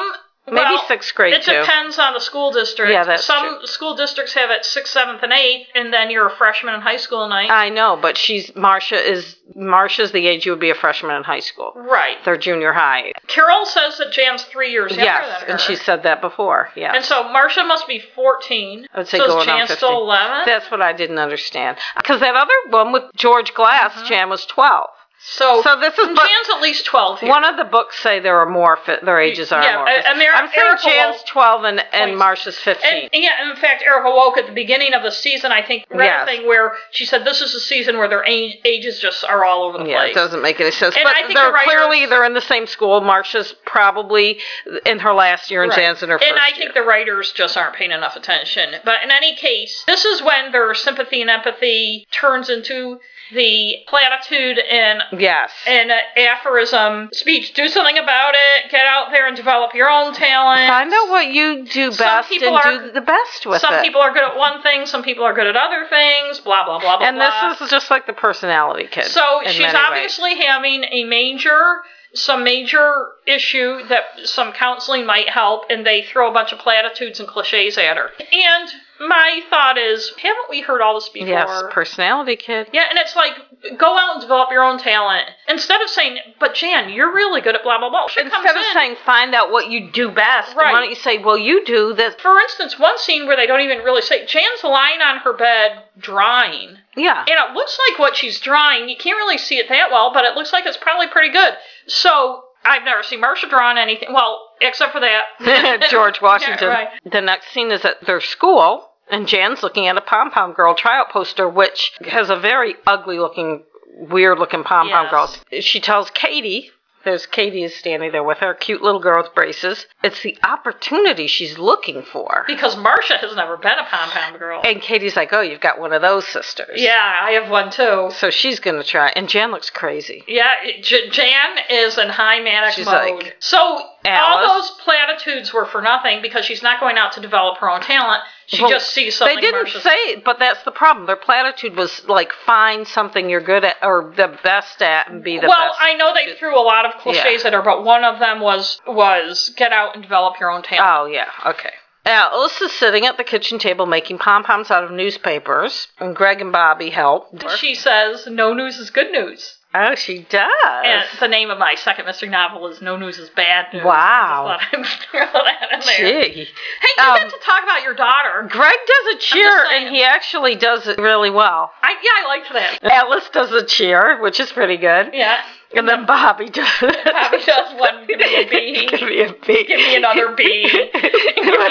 Speaker 2: Maybe
Speaker 1: Well,
Speaker 2: sixth grade
Speaker 1: It
Speaker 2: too.
Speaker 1: depends on the school district.
Speaker 2: Yeah, that's
Speaker 1: Some school districts have it sixth, seventh, and eighth, and then you're a freshman in high school night.
Speaker 2: I know, but she's Marsha is Marsha's the age you would be a freshman in high school.
Speaker 1: right.
Speaker 2: They're junior high.
Speaker 1: Carol says that Jan's three years younger
Speaker 2: yes,
Speaker 1: than her.
Speaker 2: and she said that before. Yes.
Speaker 1: And so Marcia must be 14.
Speaker 2: I would say
Speaker 1: so
Speaker 2: going
Speaker 1: is
Speaker 2: on
Speaker 1: Jan
Speaker 2: 50.
Speaker 1: still 11?
Speaker 2: That's what I didn't understand. Because that other one with George Glass,
Speaker 1: Uh-huh.
Speaker 2: Jan was 12.
Speaker 1: so
Speaker 2: So this is
Speaker 1: Jan's
Speaker 2: but
Speaker 1: at least 12 here.
Speaker 2: one of the books say there are more fi- their ages are
Speaker 1: Yeah,
Speaker 2: more.
Speaker 1: uh, Amer-
Speaker 2: I'm saying
Speaker 1: Erica
Speaker 2: Jan's
Speaker 1: Walt-
Speaker 2: 12 and and
Speaker 1: Please.
Speaker 2: Marcia's 15.
Speaker 1: And yeah, in fact, Erica Woke at the beginning of the season, I think, read
Speaker 2: Yes.
Speaker 1: a thing where she said this is a season where their age, ages just are all over the
Speaker 2: yeah,
Speaker 1: place.
Speaker 2: it doesn't make any sense.
Speaker 1: And
Speaker 2: but
Speaker 1: I think
Speaker 2: they're
Speaker 1: the writers-
Speaker 2: clearly they're in the same school. Marcia's probably in her last year, and
Speaker 1: Right.
Speaker 2: Jan's in her first.
Speaker 1: And I
Speaker 2: year.
Speaker 1: think the writers just aren't paying enough attention. But in any case, this is when their sympathy and empathy turns into the platitude and
Speaker 2: yes,
Speaker 1: an aphorism speech. Do something about it. Get out there and develop your own talent.
Speaker 2: find out what you do
Speaker 1: Some
Speaker 2: best and
Speaker 1: people are-
Speaker 2: do the best with
Speaker 1: some
Speaker 2: it.
Speaker 1: people are good at one thing, some people are good at other things, blah, blah, blah, blah.
Speaker 2: and
Speaker 1: blah.
Speaker 2: this is just like the personality kid.
Speaker 1: So
Speaker 2: in
Speaker 1: she's
Speaker 2: many ways.
Speaker 1: obviously having a major, some major issue that some counseling might help, and they throw a bunch of platitudes and cliches at her. And my thought is, haven't we heard all this before?
Speaker 2: yes, personality kid.
Speaker 1: yeah, and it's like, go out and develop your own talent. Instead of saying, but Jan, you're really good at blah, blah, blah. She comes
Speaker 2: Instead of
Speaker 1: in-
Speaker 2: saying find out what you do best,
Speaker 1: Right.
Speaker 2: why don't you say, well, you do this?
Speaker 1: for instance, one scene where they don't even really say, Jan's lying on her bed drawing.
Speaker 2: Yeah.
Speaker 1: And it looks like what she's drawing. You can't really see it that well, but it looks like it's probably pretty good. So I've never seen Marcia drawing anything. Well, except for that.
Speaker 2: George Washington.
Speaker 1: Yeah, right.
Speaker 2: The next scene is at their school, and Jan's looking at a pom pom girl tryout poster, which has a very ugly looking, weird looking pom pom
Speaker 1: Yes.
Speaker 2: girl. She tells Katie. There's Katie is standing there with her cute little girl with braces. It's the opportunity she's looking for.
Speaker 1: Because Marcia has never been a pom pom girl.
Speaker 2: And Katie's like, "Oh, you've got one of those sisters."
Speaker 1: Yeah, I have one too.
Speaker 2: So she's gonna try, and Jan looks crazy.
Speaker 1: Yeah, J- Jan is in high manic
Speaker 2: She's
Speaker 1: mode.
Speaker 2: like,
Speaker 1: so
Speaker 2: Alice?
Speaker 1: all those platitudes were for nothing because she's not going out to develop her own talent. She
Speaker 2: Well,
Speaker 1: just sees something.
Speaker 2: they didn't
Speaker 1: Marcia's-
Speaker 2: say, but that's the problem. Their platitude was like, find something you're good at or the best at, and be the
Speaker 1: well,
Speaker 2: best.
Speaker 1: I know they threw a lot of cliches at her, but one of them was was get out and develop your own talent.
Speaker 2: Oh yeah, okay. Alice is sitting at the kitchen table making pom poms out of newspapers, and Greg and Bobby help.
Speaker 1: she says, "No news is good news."
Speaker 2: oh, she does.
Speaker 1: And the name of my second mystery novel is "No News is Bad News."
Speaker 2: Wow.
Speaker 1: I just thought I'd throw that in there.
Speaker 2: Gee.
Speaker 1: Hey, you
Speaker 2: Um,
Speaker 1: get to talk about your daughter.
Speaker 2: Greg does a cheer,
Speaker 1: saying.
Speaker 2: and he actually does it really well.
Speaker 1: I, yeah, I liked that.
Speaker 2: Alice does a cheer, which is pretty good,
Speaker 1: Yeah,
Speaker 2: and then Bobby does.
Speaker 1: Bobby does one. Give me a B.
Speaker 2: Give me a B.
Speaker 1: Give me another B. Give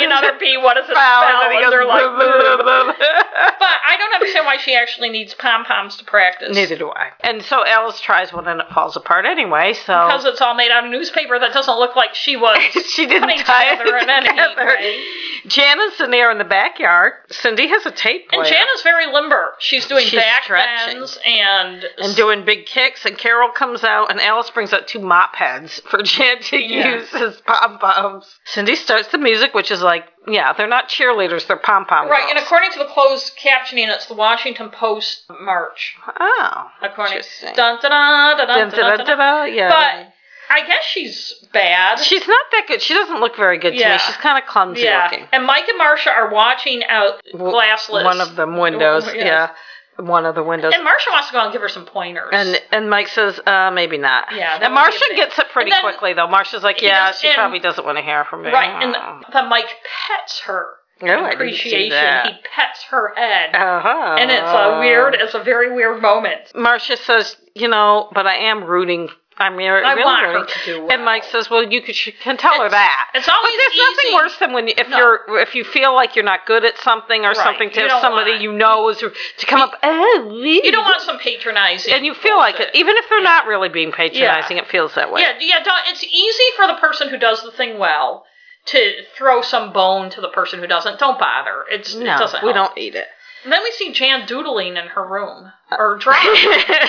Speaker 1: me another B. What does it spell?
Speaker 2: Wow, and then he
Speaker 1: And they're
Speaker 2: goes,
Speaker 1: like, "Ugh."
Speaker 2: "Blah, blah, blah."
Speaker 1: but I don't understand why she actually needs pom poms to practice.
Speaker 2: Neither do I. And so Alice tries one and it falls apart anyway, so.
Speaker 1: because it's all made out of newspaper that doesn't look like she was.
Speaker 2: she didn't
Speaker 1: putting
Speaker 2: tie it
Speaker 1: together in any
Speaker 2: together.
Speaker 1: way.
Speaker 2: Janice and there in the backyard. Cindy has a tape player
Speaker 1: And Jan is very limber. She's doing
Speaker 2: She's
Speaker 1: back
Speaker 2: stretching.
Speaker 1: bends and
Speaker 2: and doing big kicks. And Carol comes out, and Alice brings out two mop heads for Jan to
Speaker 1: Yeah.
Speaker 2: use as pom poms. Cindy starts the music, which is like, yeah, they're not cheerleaders, they're pom pom
Speaker 1: right. And according to the closed captioning, it's the Washington Post march.
Speaker 2: oh,
Speaker 1: According
Speaker 2: Interesting.
Speaker 1: dun dun dun dun dun dun. dun.
Speaker 2: Da-da-da-da-da, yeah.
Speaker 1: But I guess she's bad.
Speaker 2: she's not that good. She doesn't look very good to me.
Speaker 1: Yeah.
Speaker 2: She's kind of clumsy
Speaker 1: yeah.
Speaker 2: looking.
Speaker 1: And Mike and Marcia are watching out glassless.
Speaker 2: One of them windows,
Speaker 1: Oh, Yes.
Speaker 2: yeah, one of the windows.
Speaker 1: And Marcia wants to go out and give her some pointers.
Speaker 2: And and Mike says, uh, maybe not.
Speaker 1: Yeah, that would
Speaker 2: And
Speaker 1: be a
Speaker 2: Marcia
Speaker 1: big-
Speaker 2: gets it pretty
Speaker 1: And then-
Speaker 2: quickly though. Marcia's like, yeah,
Speaker 1: does-
Speaker 2: she
Speaker 1: and-
Speaker 2: probably doesn't want to hear from me.
Speaker 1: Right, and then Mike pets her. in
Speaker 2: No, Oh, I didn't see
Speaker 1: appreciation.
Speaker 2: that.
Speaker 1: He pets her head,
Speaker 2: uh-huh.
Speaker 1: and it's a weird. It's a very weird moment.
Speaker 2: Marcia says, you know, but I am rooting. I'm re-
Speaker 1: I
Speaker 2: really
Speaker 1: want her
Speaker 2: rooting.
Speaker 1: to do
Speaker 2: And Mike
Speaker 1: well.
Speaker 2: says, well, you could, you can tell her
Speaker 1: It's-
Speaker 2: that.
Speaker 1: it's always
Speaker 2: but there's nothing
Speaker 1: easy-
Speaker 2: worse than when you, if
Speaker 1: No.
Speaker 2: you're if you feel like you're not good at something or
Speaker 1: Right,
Speaker 2: something to
Speaker 1: you
Speaker 2: have
Speaker 1: don't
Speaker 2: somebody
Speaker 1: want-
Speaker 2: you know is to come up. Oh,
Speaker 1: You don't want some patronizing,
Speaker 2: And you feel like it, even if they're not really being patronizing. It feels that way.
Speaker 1: Yeah, yeah. Don't, it's easy for the person who does the thing well to throw some bone to the person who doesn't. Don't bother. It's
Speaker 2: no,
Speaker 1: it doesn't.
Speaker 2: we
Speaker 1: help.
Speaker 2: don't Uh, eat it.
Speaker 1: And then we see Jan doodling in her room or drawing. let me start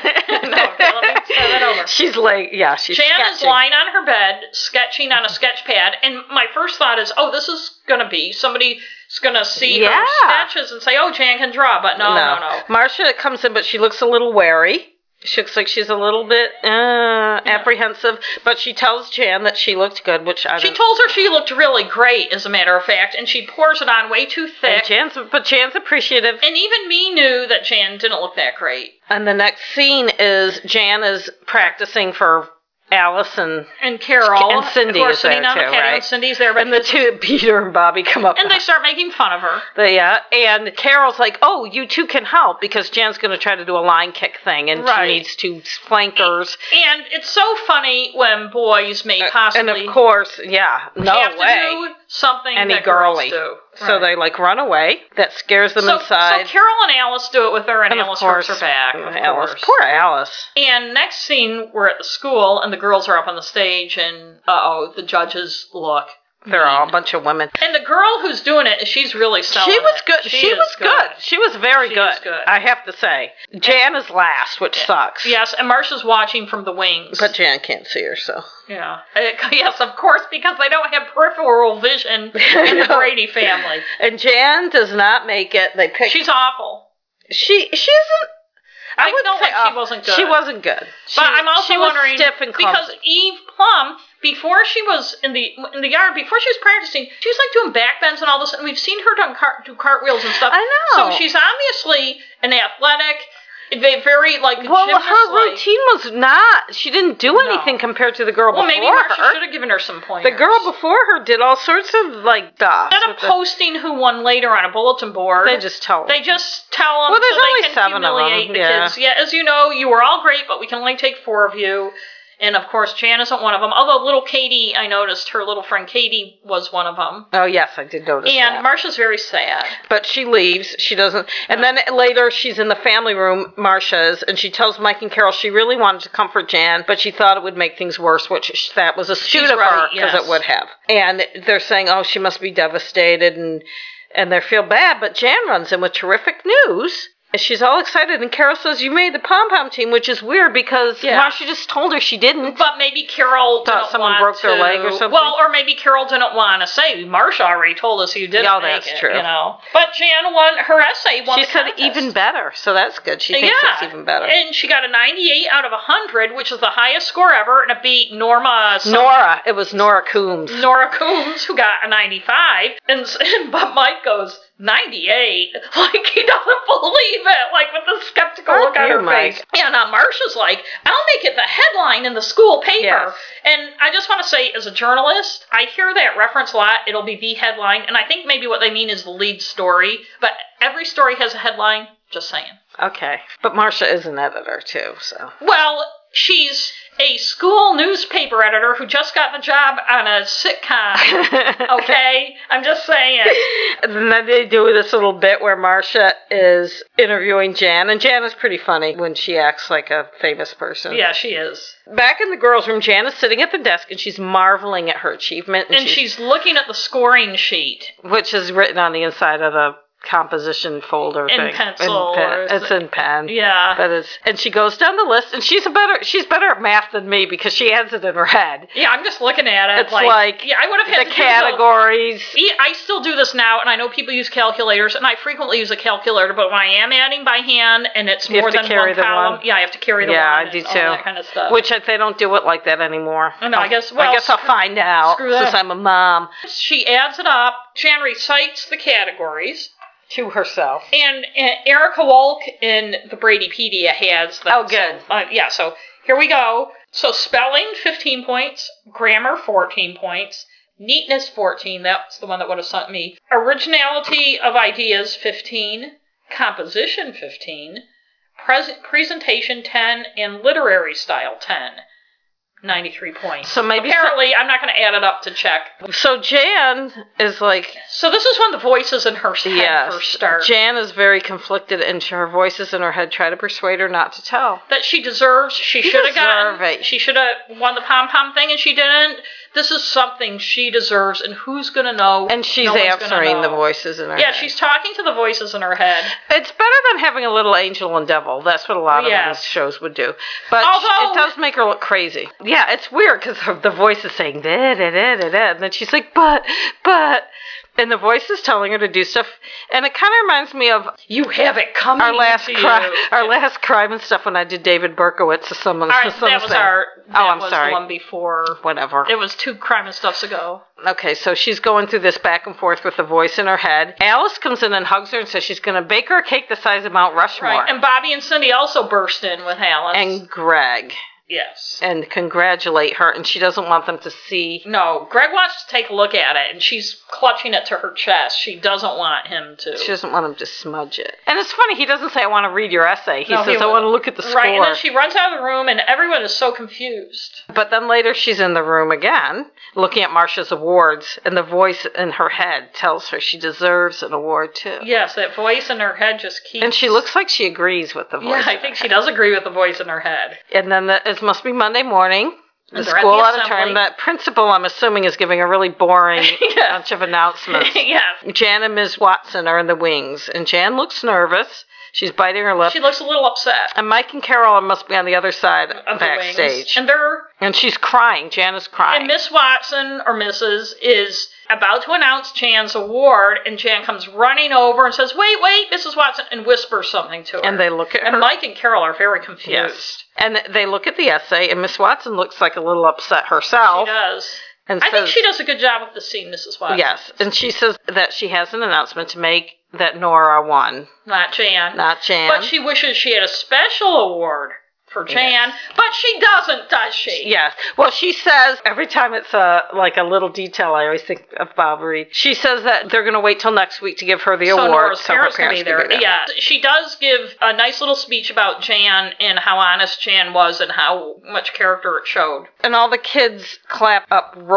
Speaker 1: that over.
Speaker 2: She's like, yeah, she's
Speaker 1: Jan is
Speaker 2: sketching.
Speaker 1: lying on her bed, sketching on a sketch pad, and my first thought is, oh, this is going to be somebody's going to see
Speaker 2: Yeah.
Speaker 1: her sketches and say, oh, Jan can draw, but no, no, no.
Speaker 2: Marcia comes in, but she looks a little wary. She looks like she's a little bit uh, apprehensive, but she tells Jan that she looked good, which I
Speaker 1: She
Speaker 2: don't-
Speaker 1: tells her she looked really great, as a matter of fact, and she pours it on way too
Speaker 2: and
Speaker 1: thick.
Speaker 2: Jan's, but Jan's appreciative.
Speaker 1: And even me knew that Jan didn't look that great.
Speaker 2: And the next scene is Jan is practicing for Allison,
Speaker 1: And Carol
Speaker 2: And Cindy
Speaker 1: of course,
Speaker 2: is there
Speaker 1: Nina
Speaker 2: too,
Speaker 1: McKenna
Speaker 2: right?
Speaker 1: And Cindy's there, but
Speaker 2: and the two Peter and Bobby come up.
Speaker 1: and they start making fun of her.
Speaker 2: They, yeah, and Carol's like, "Oh, you two can help because Jan's going to try to do a line kick thing, and
Speaker 1: Right.
Speaker 2: she needs two flankers."
Speaker 1: And it's so funny when boys may
Speaker 2: Uh, And
Speaker 1: possibly
Speaker 2: of course, yeah, no
Speaker 1: have
Speaker 2: way.
Speaker 1: to do something
Speaker 2: Any
Speaker 1: that girls
Speaker 2: girly.
Speaker 1: do.
Speaker 2: So
Speaker 1: Right.
Speaker 2: they like run away. That scares them
Speaker 1: so,
Speaker 2: inside.
Speaker 1: so Carol and Alice do it with her, and,
Speaker 2: and
Speaker 1: Alice
Speaker 2: of course, mm,
Speaker 1: hurts her back. of
Speaker 2: Alice,
Speaker 1: course.
Speaker 2: poor Alice.
Speaker 1: And next scene, we're at the school, and the girls are up on the stage, and uh oh, the judges look.
Speaker 2: They're all a bunch of women.
Speaker 1: And the girl who's doing it, she's really selling.
Speaker 2: She was
Speaker 1: it.
Speaker 2: good. She,
Speaker 1: is
Speaker 2: was good. She was very
Speaker 1: She
Speaker 2: good,
Speaker 1: is good.
Speaker 2: I have to say. Jan is last, which sucks.
Speaker 1: Yes, and Marcia's watching from the wings.
Speaker 2: But Jan can't see her, so.
Speaker 1: yeah, Uh, yes, of course, because they don't have peripheral vision in the
Speaker 2: No.
Speaker 1: Brady family.
Speaker 2: And Jan does not make it. They pick.
Speaker 1: She's awful.
Speaker 2: she she isn't. I,
Speaker 1: I
Speaker 2: wouldn't
Speaker 1: felt
Speaker 2: say
Speaker 1: like she
Speaker 2: awful.
Speaker 1: wasn't good.
Speaker 2: She wasn't good. She,
Speaker 1: But I'm also
Speaker 2: she was
Speaker 1: wondering
Speaker 2: stiff and
Speaker 1: because
Speaker 2: clumsy.
Speaker 1: Eve Plum, before she was in the in the yard, before she was practicing, she was like doing back bends and all this, and we've seen her done cart, do cartwheels and stuff.
Speaker 2: I know.
Speaker 1: So she's obviously an athletic, ve- very like
Speaker 2: well, her
Speaker 1: gymnast-like-
Speaker 2: routine was not. She didn't do anything compared to the girl
Speaker 1: Well,
Speaker 2: before
Speaker 1: maybe Marcia
Speaker 2: her.
Speaker 1: should have given her some pointers.
Speaker 2: The girl before her did all sorts of like stuff.
Speaker 1: instead of posting who won later on a bulletin board,
Speaker 2: they just tell.
Speaker 1: they just tell them.
Speaker 2: Well, there's
Speaker 1: so they
Speaker 2: only
Speaker 1: can
Speaker 2: seven of 'em,
Speaker 1: humiliate the
Speaker 2: yeah.
Speaker 1: kids. Yeah, as you know, you were all great, but we can only take four of you. And of course, Jan isn't one of them. Although little Katie, I noticed her little friend Katie was one of them.
Speaker 2: oh yes, I did notice that.
Speaker 1: And Marcia's very sad.
Speaker 2: But she leaves. She doesn't. And then later, she's in the family room, Marcia's, and she tells Mike and Carol she really wanted to comfort Jan, but she thought it would make things worse, which sh- that was astute
Speaker 1: She's
Speaker 2: of her
Speaker 1: right,
Speaker 2: because
Speaker 1: yes.
Speaker 2: it would have. And they're saying, oh, she must be devastated, and and they feel bad. But Jan runs in with terrific news. And she's all excited, and Carol says, "You made the pom pom team," which is weird because
Speaker 1: Yeah.
Speaker 2: Marcia just told her she didn't.
Speaker 1: But maybe Carol
Speaker 2: Thought
Speaker 1: didn't
Speaker 2: someone
Speaker 1: want
Speaker 2: broke their
Speaker 1: to-
Speaker 2: leg or something?
Speaker 1: Well, or maybe Carol didn't want to say. Marcia already told us you didn't.
Speaker 2: Yeah,
Speaker 1: make
Speaker 2: that's
Speaker 1: it,
Speaker 2: true.
Speaker 1: You know, but Jan won her essay. Won
Speaker 2: she
Speaker 1: the
Speaker 2: said
Speaker 1: contest.
Speaker 2: even better, so that's good. She thinks it's even better.
Speaker 1: And she got a 98 out of 100, which is the highest score ever, and it beat Norma some-
Speaker 2: Nora, it was Nora Coombs.
Speaker 1: Nora Coombs, who got a 95. And, s- and but Mike goes 98, like he doesn't believe it, like with the skeptical
Speaker 2: Fuck
Speaker 1: look on
Speaker 2: you,
Speaker 1: her face. And uh, Marsha's like, "I'll make it the headline in the school paper."
Speaker 2: Yes.
Speaker 1: And I just want to say, as a journalist, I hear that reference a lot. It'll be the headline, and I think maybe what they mean is the lead story. But every story has a headline. Just saying.
Speaker 2: Okay. But Marcia is an editor too, so.
Speaker 1: Well, she's a school newspaper editor who just got the job on a sitcom. Okay, I'm just saying.
Speaker 2: and then they do this little bit where Marcia is interviewing Jan, and Jan is pretty funny when she acts like a famous person.
Speaker 1: Yeah, she is,
Speaker 2: Back in the girls' room, Jan is sitting at the desk and she's marveling at her achievement,
Speaker 1: and she's looking at the scoring sheet.
Speaker 2: which is written on the inside of the composition folder
Speaker 1: In
Speaker 2: thing.
Speaker 1: pencil
Speaker 2: pen.
Speaker 1: or is
Speaker 2: it's in pen.
Speaker 1: Yeah,
Speaker 2: But it's and she goes down the list and she's a better she's better at math than me because she has it in her head.
Speaker 1: yeah, I'm just looking at it.
Speaker 2: It's like
Speaker 1: yeah, I would have had
Speaker 2: The
Speaker 1: to do
Speaker 2: categories
Speaker 1: the- I still do this now, and I know people use calculators, and I frequently use a calculator. But when I am adding by hand, and it's
Speaker 2: You have
Speaker 1: more
Speaker 2: to
Speaker 1: than
Speaker 2: carry
Speaker 1: one
Speaker 2: the
Speaker 1: column,
Speaker 2: one.
Speaker 1: yeah, I have to carry the
Speaker 2: Yeah,
Speaker 1: one
Speaker 2: I
Speaker 1: and
Speaker 2: do
Speaker 1: all
Speaker 2: too.
Speaker 1: that kind of stuff.
Speaker 2: Which I, they don't do it like that anymore.
Speaker 1: I know, I guess-
Speaker 2: I
Speaker 1: well,
Speaker 2: guess I'll
Speaker 1: screw-
Speaker 2: find out
Speaker 1: screw
Speaker 2: since
Speaker 1: that.
Speaker 2: I'm a mom
Speaker 1: she adds it up. Jan recites the categories.
Speaker 2: to herself.
Speaker 1: And uh, Erica Walk in the Bradypedia has that.
Speaker 2: Oh, good.
Speaker 1: So, uh, yeah, so here we go. So spelling, 15 points. Grammar, 14 points. Neatness, 14. That's the one that would have sent me. Originality of ideas, 15. Composition, 15. Pres- presentation, 10. And literary style, 10. 93 points.
Speaker 2: So maybe so-
Speaker 1: Apparently, I'm not going to add it up to check.
Speaker 2: So Jan is like,
Speaker 1: So this is when the voices in her head first
Speaker 2: yes.
Speaker 1: start.
Speaker 2: Jan is very conflicted, and her voices in her head try to persuade her not to tell.
Speaker 1: that she deserves. She should have gotten.
Speaker 2: deserve it.
Speaker 1: She should have won the pom pom thing, and she didn't. This is something she deserves, and who's gonna know?
Speaker 2: And she's
Speaker 1: No one's gonna
Speaker 2: answering the
Speaker 1: know.
Speaker 2: voices in her
Speaker 1: Yeah,
Speaker 2: head.
Speaker 1: she's talking to the voices in her head.
Speaker 2: It's better than having a little angel and devil. That's what a lot of
Speaker 1: Yes.
Speaker 2: these shows would do. But
Speaker 1: Although-
Speaker 2: it does make her look crazy. Yeah, it's weird because the voice is saying da da da da da, and then she's like, but but and the voice is telling her to do stuff, and it kind of reminds me of
Speaker 1: You have it coming.
Speaker 2: our last
Speaker 1: to
Speaker 2: crime,
Speaker 1: you.
Speaker 2: our last crime and stuff when I did David Berkowitz to someone.
Speaker 1: All right, that was our. That
Speaker 2: Oh, I'm
Speaker 1: was
Speaker 2: sorry.
Speaker 1: The one before.
Speaker 2: whatever.
Speaker 1: It was two crime and stuffs ago.
Speaker 2: Okay, so she's going through this back and forth with the voice in her head. Alice comes in and hugs her and says she's going to bake her a cake the size of Mount Rushmore.
Speaker 1: Right. And Bobby and Cindy also burst in with Alice.
Speaker 2: and Greg
Speaker 1: yes.
Speaker 2: and congratulate her, and she doesn't want them to see.
Speaker 1: no, Greg wants to take a look at it, and she's clutching it to her chest. She doesn't want him to.
Speaker 2: She doesn't want them to smudge it. And it's funny, he doesn't say, I want to read your essay. He
Speaker 1: No, he
Speaker 2: says, I want to
Speaker 1: wouldn't.
Speaker 2: look at the score.
Speaker 1: Right, and then she runs out of the room, and everyone is so confused.
Speaker 2: But then later she's in the room again, looking at Marcia's awards, and the voice in her head tells her she deserves an award too.
Speaker 1: Yes, that voice in her head just keeps.
Speaker 2: And she looks like she agrees with the
Speaker 1: Yeah,
Speaker 2: voice.
Speaker 1: I think she does agree with the voice in her head.
Speaker 2: And then the, it must be Monday morning. The
Speaker 1: And they're at
Speaker 2: school
Speaker 1: the
Speaker 2: auditorium.
Speaker 1: assembly.
Speaker 2: That principal, I'm assuming, is giving a really boring
Speaker 1: Yes.
Speaker 2: bunch of announcements.
Speaker 1: yes.
Speaker 2: Jan and Ms. Watson are in the wings, and Jan looks nervous. She's biting her lip.
Speaker 1: She looks a little upset.
Speaker 2: and Mike and Carol must be on the other side
Speaker 1: Of the wings.
Speaker 2: backstage.
Speaker 1: And they're
Speaker 2: And she's crying. Jan is crying.
Speaker 1: and Miss Watson or Mrs. is about to announce Jan's award, and Jan comes running over and says, "Wait, wait, Mrs. Watson," and whispers something to her.
Speaker 2: And they look at her.
Speaker 1: and Mike and Carol are very confused.
Speaker 2: Yes. And they look at the essay, and Miss Watson looks like a little upset
Speaker 1: She
Speaker 2: herself.
Speaker 1: does.
Speaker 2: And
Speaker 1: I think
Speaker 2: says-
Speaker 1: she does a good job with the scene, Mrs. Watson.
Speaker 2: Yes. And she says that she has an announcement to make that Nora won,
Speaker 1: Not Jan.
Speaker 2: not Jan.
Speaker 1: But she wishes she had a special award for Jan, but she doesn't, does she?
Speaker 2: Yes. Well, she says every time it's a like a little detail, I always think of Bob Reed. She says that they're going to wait till next week to give her the
Speaker 1: So
Speaker 2: award.
Speaker 1: Nora's
Speaker 2: so her
Speaker 1: parents can be there. Yeah, she does give a nice little speech about Jan and how honest Jan was and how much character it showed.
Speaker 2: And all the kids clap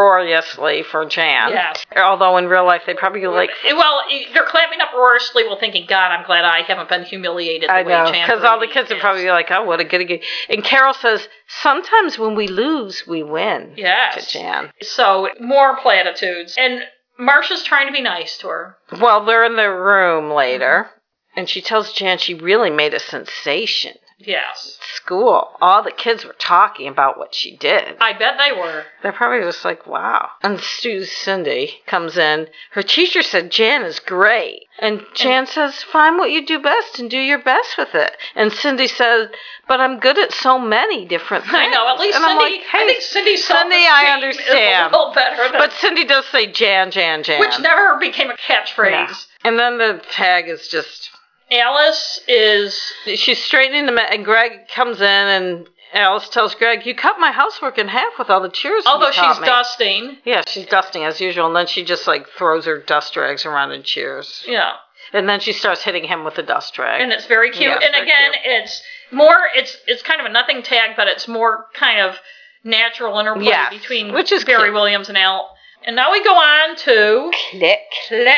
Speaker 2: uproariously for Jan.
Speaker 1: Yes.
Speaker 2: Although in real life they probably like.
Speaker 1: well, they're clapping uproariously while thinking, "God, I'm glad I haven't been humiliated." The
Speaker 2: I
Speaker 1: way
Speaker 2: know,
Speaker 1: Jan
Speaker 2: because all the
Speaker 1: Brady
Speaker 2: kids are
Speaker 1: is."
Speaker 2: probably like, "Oh, what a good game!" And Carol says, "Sometimes when we lose, we win."
Speaker 1: Yes.
Speaker 2: to Jan.
Speaker 1: So more platitudes, and Marcia's trying to be nice to her.
Speaker 2: Well, they're in the room later, and she tells Jan she really made a sensation.
Speaker 1: Yes,
Speaker 2: school, all the kids were talking about what she did.
Speaker 1: I bet they were.
Speaker 2: They're probably just like, wow. And Stu Cindy comes in. Her teacher said, Jan is great. And Jan says, find what you do best and do your best with it. And Cindy says, but I'm good at so many different things.
Speaker 1: I know. At least
Speaker 2: and
Speaker 1: Cindy.
Speaker 2: I'm like, hey,
Speaker 1: I think Cindy's
Speaker 2: Cindy, I
Speaker 1: self-esteem
Speaker 2: understand.
Speaker 1: Is a little better than
Speaker 2: But Cindy does say Jan, Jan, Jan.
Speaker 1: which never became a
Speaker 2: Yeah.
Speaker 1: catchphrase.
Speaker 2: And then the tag is just
Speaker 1: Alice is
Speaker 2: she's straightening them out, and Greg comes in and Alice tells Greg, "You cut my housework in half with all the cheers." you
Speaker 1: although
Speaker 2: taught
Speaker 1: she's
Speaker 2: me."
Speaker 1: dusting.
Speaker 2: Yeah, she's dusting as usual, and then she just like throws her dust rags around and cheers,
Speaker 1: Yeah.
Speaker 2: and then she starts hitting him with the dust rag.
Speaker 1: And it's very cute.
Speaker 2: Yeah, it's
Speaker 1: and
Speaker 2: very
Speaker 1: again,
Speaker 2: cute.
Speaker 1: it's more it's it's kind of a nothing tag, but it's more kind of natural interplay
Speaker 2: Yes,
Speaker 1: between
Speaker 2: which is
Speaker 1: Barry
Speaker 2: cute.
Speaker 1: Williams and Al. And now we go on to
Speaker 2: click.
Speaker 1: Click.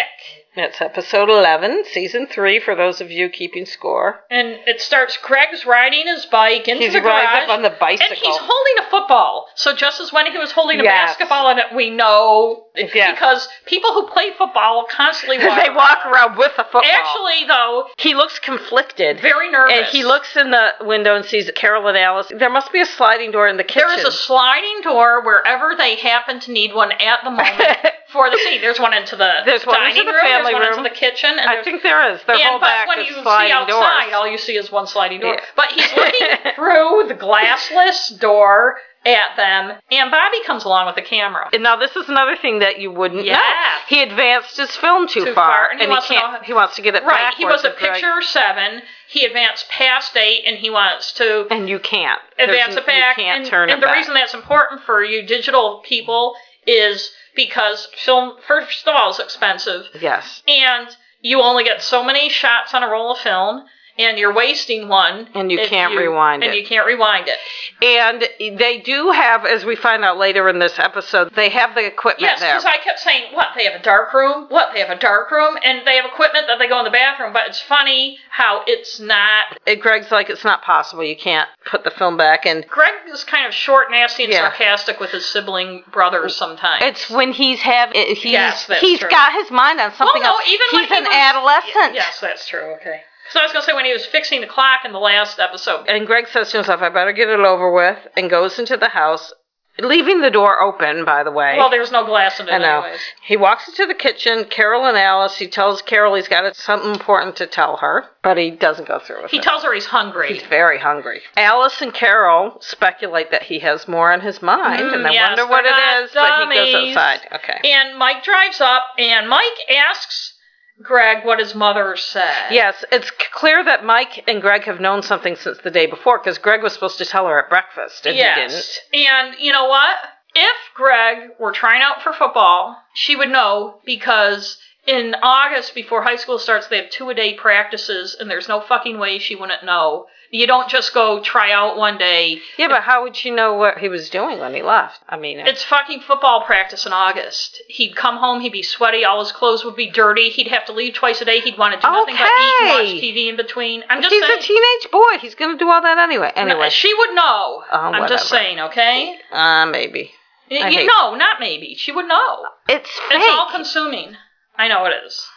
Speaker 2: That's episode eleven, season three. For those of you keeping score,
Speaker 1: And it starts Greg's riding his bike into
Speaker 2: he's
Speaker 1: the
Speaker 2: rides
Speaker 1: garage.
Speaker 2: up on the bicycle.
Speaker 1: and he's holding a football. So just as when he was holding a
Speaker 2: Yes.
Speaker 1: basketball in it, we know
Speaker 2: Yes.
Speaker 1: because people who play football constantly walk.
Speaker 2: they walk around with a football.
Speaker 1: Actually, though,
Speaker 2: he looks conflicted.
Speaker 1: very nervous.
Speaker 2: And he looks in the window and sees Carol and Alice. There must be a sliding door in the kitchen.
Speaker 1: There is a sliding door wherever they happen to need one at the moment for the scene. There's one into the
Speaker 2: There's one
Speaker 1: dining
Speaker 2: into the
Speaker 1: room,
Speaker 2: family
Speaker 1: there's one
Speaker 2: room.
Speaker 1: into the kitchen, and
Speaker 2: I
Speaker 1: there's-
Speaker 2: think there is. Their whole
Speaker 1: and, but
Speaker 2: back
Speaker 1: when
Speaker 2: is
Speaker 1: you see
Speaker 2: sliding
Speaker 1: outside,
Speaker 2: doors.
Speaker 1: all you see is one sliding door.
Speaker 2: Yeah.
Speaker 1: But he's looking through the glassless door at them, and Bobby comes along with a camera.
Speaker 2: And now this is another thing that you wouldn't know.
Speaker 1: Yes.
Speaker 2: He advanced his film too,
Speaker 1: Too far,
Speaker 2: far,
Speaker 1: and he wants to
Speaker 2: can't.
Speaker 1: know-
Speaker 2: He wants to get it
Speaker 1: Right, he was
Speaker 2: backwards
Speaker 1: at
Speaker 2: with Greg,
Speaker 1: picture seven. He advanced past eight, and he wants to
Speaker 2: and you can't There's
Speaker 1: advance
Speaker 2: n-
Speaker 1: it back.
Speaker 2: You can't
Speaker 1: and,
Speaker 2: turn
Speaker 1: and
Speaker 2: it
Speaker 1: the
Speaker 2: back.
Speaker 1: reason that's important for you digital people is because film, first of all, is expensive,
Speaker 2: yes,
Speaker 1: and you only get so many shots on a roll of film, and you're wasting one,
Speaker 2: And you
Speaker 1: if
Speaker 2: can't rewind
Speaker 1: and
Speaker 2: it.
Speaker 1: you can't rewind it.
Speaker 2: and they do have, as we find out later in this episode, they have the equipment
Speaker 1: Yes,
Speaker 2: there.
Speaker 1: because I kept saying, "What? They have a dark room? What? They have a dark room?" And they have equipment that they go in the bathroom, but it's funny how it's not.
Speaker 2: and Greg's like, it's not possible. You can't put the film back, and
Speaker 1: Greg is kind of short, nasty, and
Speaker 2: Yeah.
Speaker 1: sarcastic with his sibling brothers sometimes.
Speaker 2: It's when he's having he's
Speaker 1: Yes, that's
Speaker 2: he's
Speaker 1: true.
Speaker 2: got his mind on something
Speaker 1: Well, no,
Speaker 2: else.
Speaker 1: even when
Speaker 2: he's
Speaker 1: he
Speaker 2: an
Speaker 1: was-
Speaker 2: adolescent.
Speaker 1: Yes, that's true. Okay. Because I was going to say when he was fixing the clock in the last episode.
Speaker 2: And Greg says to himself, "I better get it over with," and goes into the house leaving the door open, by the way.
Speaker 1: Well, there's no glass in it,
Speaker 2: I know.
Speaker 1: anyways.
Speaker 2: He walks into the kitchen. Carol and Alice. He tells Carol he's got something important to tell her, but he doesn't go through with
Speaker 1: He
Speaker 2: it.
Speaker 1: tells her he's hungry.
Speaker 2: He's very hungry. Alice and Carol speculate that he has more on his mind, and they
Speaker 1: Mm, yes,
Speaker 2: wonder what
Speaker 1: they're
Speaker 2: it
Speaker 1: not
Speaker 2: is. But he goes
Speaker 1: dummies.
Speaker 2: outside. Okay.
Speaker 1: And Mike drives up, and Mike asks Greg what his mother said.
Speaker 2: Yes, it's c- clear that Mike and Greg have known something since the day before because Greg was supposed to tell her at breakfast and
Speaker 1: Yes. And you know what? If Greg were trying out for football, she would know because in August, before high school starts, they have two a day practices, and there's no fucking way she wouldn't know. You don't just go try out one day.
Speaker 2: he didn't. Yeah, but how would she know what he was doing when he left? I mean,
Speaker 1: It's fucking football practice in August. He'd come home, he'd be sweaty, all his clothes would be dirty, he'd have to leave twice a day, he'd want to do nothing but eat and
Speaker 2: Okay.
Speaker 1: watch TV in between. I'm just
Speaker 2: he's
Speaker 1: saying.
Speaker 2: a teenage boy. He's going to do all that anyway. Anyway, Oh,
Speaker 1: She would know. I'm
Speaker 2: whatever.
Speaker 1: just saying, okay?
Speaker 2: uh, maybe
Speaker 1: Y- y-
Speaker 2: hate-
Speaker 1: no, not maybe. She would know.
Speaker 2: it's fake.
Speaker 1: It's all consuming. I know it is.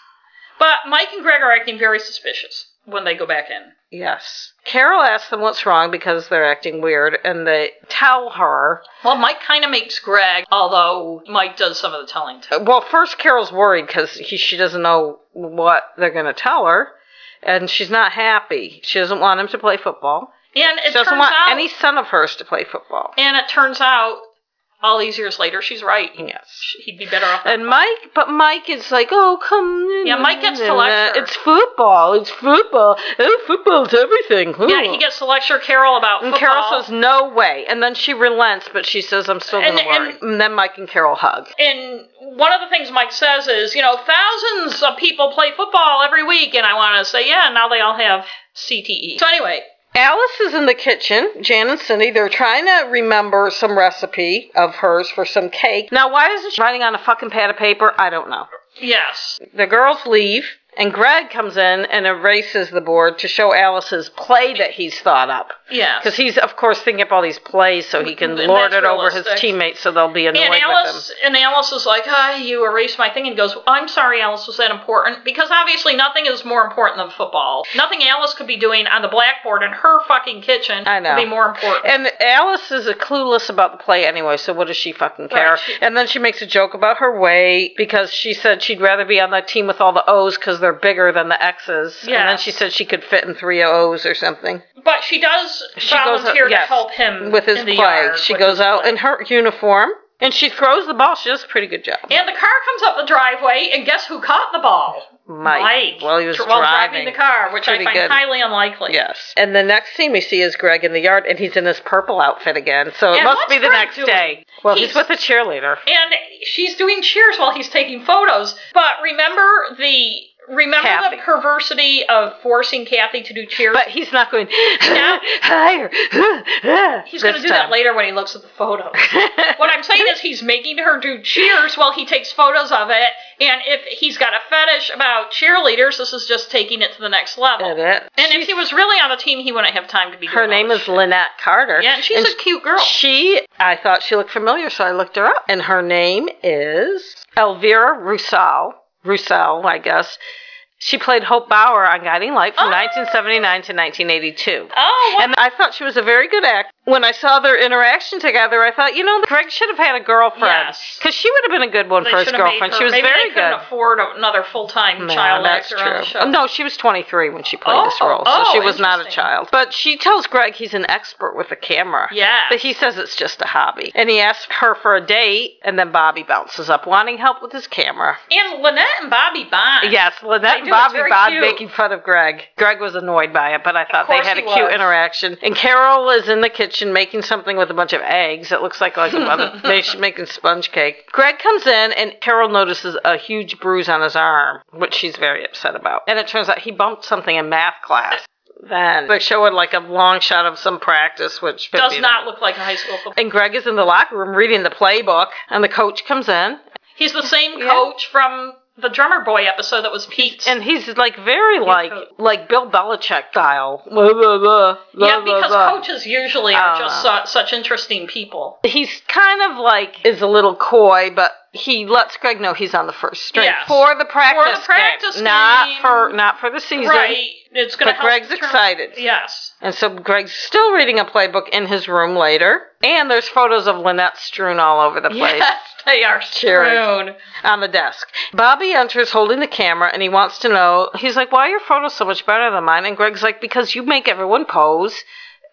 Speaker 1: But Mike and Greg are acting very suspicious when they go back in.
Speaker 2: yes. Carol asks them what's wrong because they're acting weird, and they tell her.
Speaker 1: Well, Mike kind of makes Greg, although Mike does some of the telling too.
Speaker 2: Well, first Carol's worried because she doesn't know what they're going to tell her, and she's not happy. She doesn't want him to play football.
Speaker 1: And it
Speaker 2: She doesn't
Speaker 1: turns
Speaker 2: want
Speaker 1: out,
Speaker 2: any son of hers to play football.
Speaker 1: and it turns out, all these years later, she's right.
Speaker 2: Yes.
Speaker 1: He'd be better off.
Speaker 2: And Mike, but Mike is like, oh, come.
Speaker 1: Yeah, Mike gets to
Speaker 2: uh,
Speaker 1: lecture.
Speaker 2: It's football. It's football. Oh, football's everything.
Speaker 1: yeah, he gets to lecture Carol about
Speaker 2: And
Speaker 1: football.
Speaker 2: Carol says, no way. And then she relents, but she says, I'm still going
Speaker 1: And-
Speaker 2: to worry.
Speaker 1: and-
Speaker 2: And, then Mike and Carol hug.
Speaker 1: and one of the things Mike says is, you know, thousands of people play football every week, and I want to say, yeah, now they all have CTE. So anyway,
Speaker 2: Alice is in the kitchen. Jan and Cindy, they're trying to remember some recipe of hers for some cake. Now, why isn't she writing on a fucking pad of paper? I don't know.
Speaker 1: yes,
Speaker 2: The girls leave, and Greg comes in and erases the board to show Alice's play that he's thought up.
Speaker 1: yes.
Speaker 2: Because he's, of course, thinking up all these plays so he can
Speaker 1: And
Speaker 2: lord
Speaker 1: that's
Speaker 2: it over his
Speaker 1: realistic.
Speaker 2: teammates so they'll be annoyed
Speaker 1: And
Speaker 2: with him.
Speaker 1: Alice, and Alice is like, ah, you erased my thing, and goes, I'm sorry, Alice, was that important? Because obviously nothing is more important than football. Nothing Alice could be doing on the blackboard in her fucking kitchen
Speaker 2: I know.
Speaker 1: could be more important.
Speaker 2: And Alice is a clueless about the play anyway, so what does she fucking care?
Speaker 1: Right, she-
Speaker 2: and then she makes a joke about her weight because she said she'd rather be on the team with all the O's because they're bigger than the X's. And then
Speaker 1: Yes.
Speaker 2: she said she could fit in three O's or something.
Speaker 1: but she does
Speaker 2: She goes-
Speaker 1: volunteer
Speaker 2: yes,
Speaker 1: to help him
Speaker 2: With his
Speaker 1: in the
Speaker 2: play.
Speaker 1: yard
Speaker 2: she
Speaker 1: with
Speaker 2: goes
Speaker 1: his
Speaker 2: out
Speaker 1: play.
Speaker 2: in her uniform and she throws the ball. She does a pretty good job.
Speaker 1: And the car comes up the driveway, and guess who caught the ball?
Speaker 2: Mike, while he was
Speaker 1: dr- while
Speaker 2: driving.
Speaker 1: the car, which I
Speaker 2: Pretty
Speaker 1: find
Speaker 2: good.
Speaker 1: highly unlikely.
Speaker 2: Yes. And the next scene we see is Greg in the yard, and he's in his purple outfit again. So it
Speaker 1: And
Speaker 2: must
Speaker 1: what's
Speaker 2: be the
Speaker 1: Greg
Speaker 2: next
Speaker 1: doing?
Speaker 2: day. Well, he's,
Speaker 1: He's-
Speaker 2: with a cheerleader.
Speaker 1: And she's doing cheers while he's taking photos. But remember the remember
Speaker 2: Kathy.
Speaker 1: the perversity of forcing Kathy to do cheers.
Speaker 2: But he's not going
Speaker 1: No.
Speaker 2: higher.
Speaker 1: he's going to do that later when he looks at the photos.
Speaker 2: later.
Speaker 1: what I'm saying is he's making her do cheers while he takes photos of it. And if he's got a fetish about cheerleaders, this is just taking it to the next level. And if he was really on the team, he wouldn't have time to be.
Speaker 2: her
Speaker 1: doing all
Speaker 2: name
Speaker 1: this
Speaker 2: is
Speaker 1: shit.
Speaker 2: Lynette Carter.
Speaker 1: Yeah, and she's a cute girl.
Speaker 2: She, I thought she looked familiar, so I looked her up, and her name is Elvira Rousseau. Rousseau, I guess. She played Hope Bauer on Guiding Light from
Speaker 1: Oh.
Speaker 2: 1979 to 1982.
Speaker 1: Oh, wow.
Speaker 2: And I thought she was a very good act. When I saw their interaction together, I thought, you know, Greg should have had a girlfriend.
Speaker 1: Yes.
Speaker 2: Because she would have been a good one
Speaker 1: They
Speaker 2: for his
Speaker 1: should have made
Speaker 2: girlfriend.
Speaker 1: her-
Speaker 2: She was
Speaker 1: maybe
Speaker 2: very
Speaker 1: they couldn't
Speaker 2: good.
Speaker 1: afford another full time child
Speaker 2: that's
Speaker 1: actor on the
Speaker 2: true.
Speaker 1: show.
Speaker 2: No, she was 23 when she played
Speaker 1: Oh,
Speaker 2: this role, so
Speaker 1: oh,
Speaker 2: she was not a
Speaker 1: interesting.
Speaker 2: child. But she tells Greg he's an expert with the camera.
Speaker 1: Yes.
Speaker 2: But he says it's just a hobby. And he asks her for a date, and then Bobby bounces up wanting help with his camera.
Speaker 1: And Lynette and Bobby Bond.
Speaker 2: Yes, Lynette and
Speaker 1: do, it's
Speaker 2: Bobby
Speaker 1: very
Speaker 2: Bond
Speaker 1: cute.
Speaker 2: making fun of Greg. Greg was annoyed by it, but I thought they
Speaker 1: course
Speaker 2: had a
Speaker 1: he
Speaker 2: cute
Speaker 1: was.
Speaker 2: interaction. And Carol is in the kitchen making something with a bunch of eggs. It looks like like a mother. they should making sponge cake. Greg comes in, and Carol notices a huge bruise on his arm, which she's very upset about. And it turns out he bumped something in math class. Then they show it like a long shot of some practice, which could
Speaker 1: Does
Speaker 2: be-
Speaker 1: not look like a high school football.
Speaker 2: And Greg is in the locker room reading the playbook, and the coach comes in,
Speaker 1: He's the same coach from the Drummer Boy episode that was Pete's.
Speaker 2: And he's like very like
Speaker 1: Coach.
Speaker 2: like Bill Belichick style. Blah, blah, blah, blah,
Speaker 1: yeah,
Speaker 2: blah,
Speaker 1: because
Speaker 2: blah.
Speaker 1: coaches usually are
Speaker 2: Uh.
Speaker 1: just su- such interesting people.
Speaker 2: he's kind of like is a little coy, but he lets Greg know he's on the first string
Speaker 1: Yes.
Speaker 2: for the practice,
Speaker 1: practice
Speaker 2: game, not
Speaker 1: game.
Speaker 2: for not for the season.
Speaker 1: Right. It's going
Speaker 2: But
Speaker 1: to help.
Speaker 2: Greg's
Speaker 1: determine-
Speaker 2: excited.
Speaker 1: Yes.
Speaker 2: And so Greg's still reading a playbook in his room later, and there's photos of Lynette strewn all over the place
Speaker 1: Yes, they are
Speaker 2: Cheering.
Speaker 1: strewn.
Speaker 2: on the desk. Bobby enters holding the camera, and he wants to know. He's like, "Why are your photos so much better than mine?" And Greg's like, "Because you make everyone pose,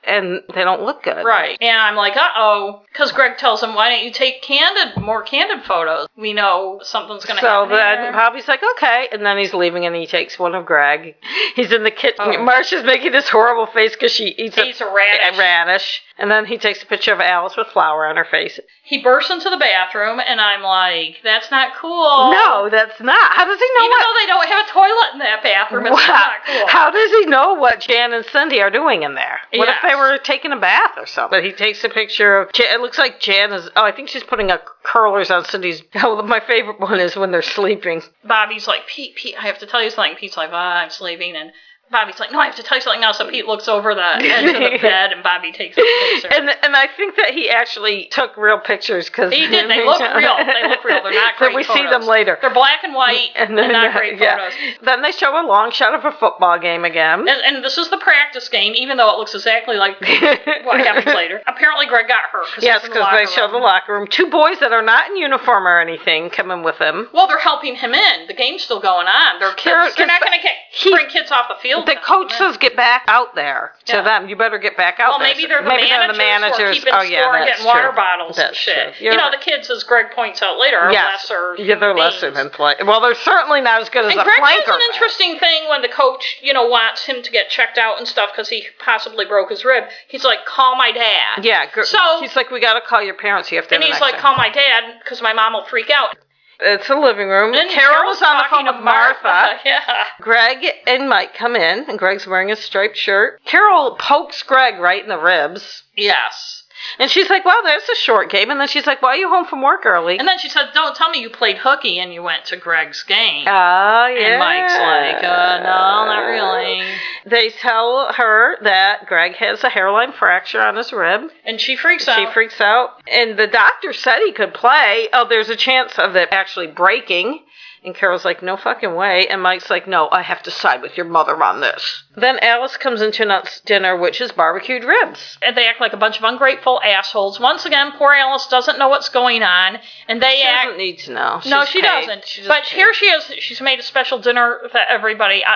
Speaker 2: and they don't look good."
Speaker 1: Right. And I'm like, uh oh. Because Greg tells him, why don't you take candid, more candid photos? We know something's going to
Speaker 2: So
Speaker 1: happen.
Speaker 2: then
Speaker 1: here.
Speaker 2: Bobby's like, okay. And then he's leaving and he takes one of Greg. He's in the kitchen.
Speaker 1: Oh.
Speaker 2: Marsha's making this horrible face because she eats a,
Speaker 1: He's a radish.
Speaker 2: a radish. And then he takes a picture of Alice with flour on her face.
Speaker 1: He bursts into the bathroom, and I'm like, that's not cool.
Speaker 2: No, that's not. How does he know
Speaker 1: Even
Speaker 2: what?
Speaker 1: though they don't have a toilet in that bathroom, it's
Speaker 2: what-
Speaker 1: still not cool.
Speaker 2: How does he know what Jan and Cindy are doing in there? What if
Speaker 1: Yes.
Speaker 2: they were taking a bath or something? But he takes a picture of. Jan, it looks like Jan is. Oh, I think she's putting a curlers on Cindy's. Oh, my favorite one is when they're sleeping.
Speaker 1: Bobby's like, Pete, Pete, I have to tell you something. Pete's like, ah, I'm sleeping. And Bobby's like, no, I have to tell you something now. So Pete looks over the edge of the bed, and Bobby takes a picture.
Speaker 2: And and I think that he actually took real pictures because
Speaker 1: He did. They look real. They look real. They're not great
Speaker 2: But we see
Speaker 1: photos.
Speaker 2: them later. uh,
Speaker 1: They're black and white, and, not great
Speaker 2: yeah.
Speaker 1: photos.
Speaker 2: Then they show a long shot of a football game again.
Speaker 1: And, and this is the practice game, even though it looks exactly like what happens later. Apparently, Greg got hurt. Cause
Speaker 2: yes,
Speaker 1: because
Speaker 2: because they show the locker room. Two boys that are not in uniform or anything come in with them.
Speaker 1: Well, they're helping him in. The game's still going on. They're kids. they're
Speaker 2: They're-
Speaker 1: not
Speaker 2: but
Speaker 1: going to
Speaker 2: he-
Speaker 1: bring kids off the field.
Speaker 2: The
Speaker 1: to help
Speaker 2: coach
Speaker 1: him in.
Speaker 2: says, "Get back out there." To
Speaker 1: Yeah.
Speaker 2: them, you better get back out
Speaker 1: Well,
Speaker 2: there.
Speaker 1: maybe they're the
Speaker 2: Maybe
Speaker 1: managers. who are keeping
Speaker 2: Oh,
Speaker 1: score
Speaker 2: yeah,
Speaker 1: and
Speaker 2: that's
Speaker 1: getting water
Speaker 2: true.
Speaker 1: bottles and
Speaker 2: That's
Speaker 1: shit.
Speaker 2: true. You're
Speaker 1: you know,
Speaker 2: right.
Speaker 1: the kids, as Greg points out later, are
Speaker 2: yes.
Speaker 1: lesser.
Speaker 2: yeah, they're lesser
Speaker 1: beings.
Speaker 2: than play. Well, they're certainly not as good as
Speaker 1: And
Speaker 2: a
Speaker 1: Greg
Speaker 2: flanker.
Speaker 1: has an interesting thing when the coach, you know, wants him to get checked out and stuff because he possibly broke his rib. He's like, "Call my dad."
Speaker 2: Yeah, gr-
Speaker 1: So-
Speaker 2: he's like, we got to call your parents. You have to.
Speaker 1: And
Speaker 2: have an
Speaker 1: he's like,
Speaker 2: accident."
Speaker 1: "Call my dad because my mom will freak out."
Speaker 2: It's a living room.
Speaker 1: And
Speaker 2: Carol was on the
Speaker 1: talking
Speaker 2: phone
Speaker 1: to
Speaker 2: with Martha.
Speaker 1: Yeah.
Speaker 2: Greg and Mike come in, and Greg's wearing a striped shirt. Carol pokes Greg right in the ribs.
Speaker 1: Yes.
Speaker 2: And she's like, wow, that's a short game. And then she's like, why are you home from work early?
Speaker 1: And then she said, "Don't tell me you played hooky and you went to Greg's game."
Speaker 2: Oh, yeah.
Speaker 1: And Mike's like, uh, "No, not really."
Speaker 2: They tell her that Greg has a hairline fracture on his rib.
Speaker 1: And she freaks out.
Speaker 2: She freaks out. And the doctor said he could play. Oh, there's a chance of it actually breaking. And Carol's like, no fucking way. And Mike's like, no, I have to side with your mother on this. Then Alice comes in to announce dinner, which is barbecued ribs.
Speaker 1: and they act like a bunch of ungrateful assholes. Once again, poor Alice doesn't know what's going on, and they
Speaker 2: She
Speaker 1: act
Speaker 2: doesn't need to know.
Speaker 1: No,
Speaker 2: She's
Speaker 1: she
Speaker 2: paid.
Speaker 1: doesn't.
Speaker 2: She's
Speaker 1: but
Speaker 2: paid.
Speaker 1: here she is. She's made a special dinner that everybody uh,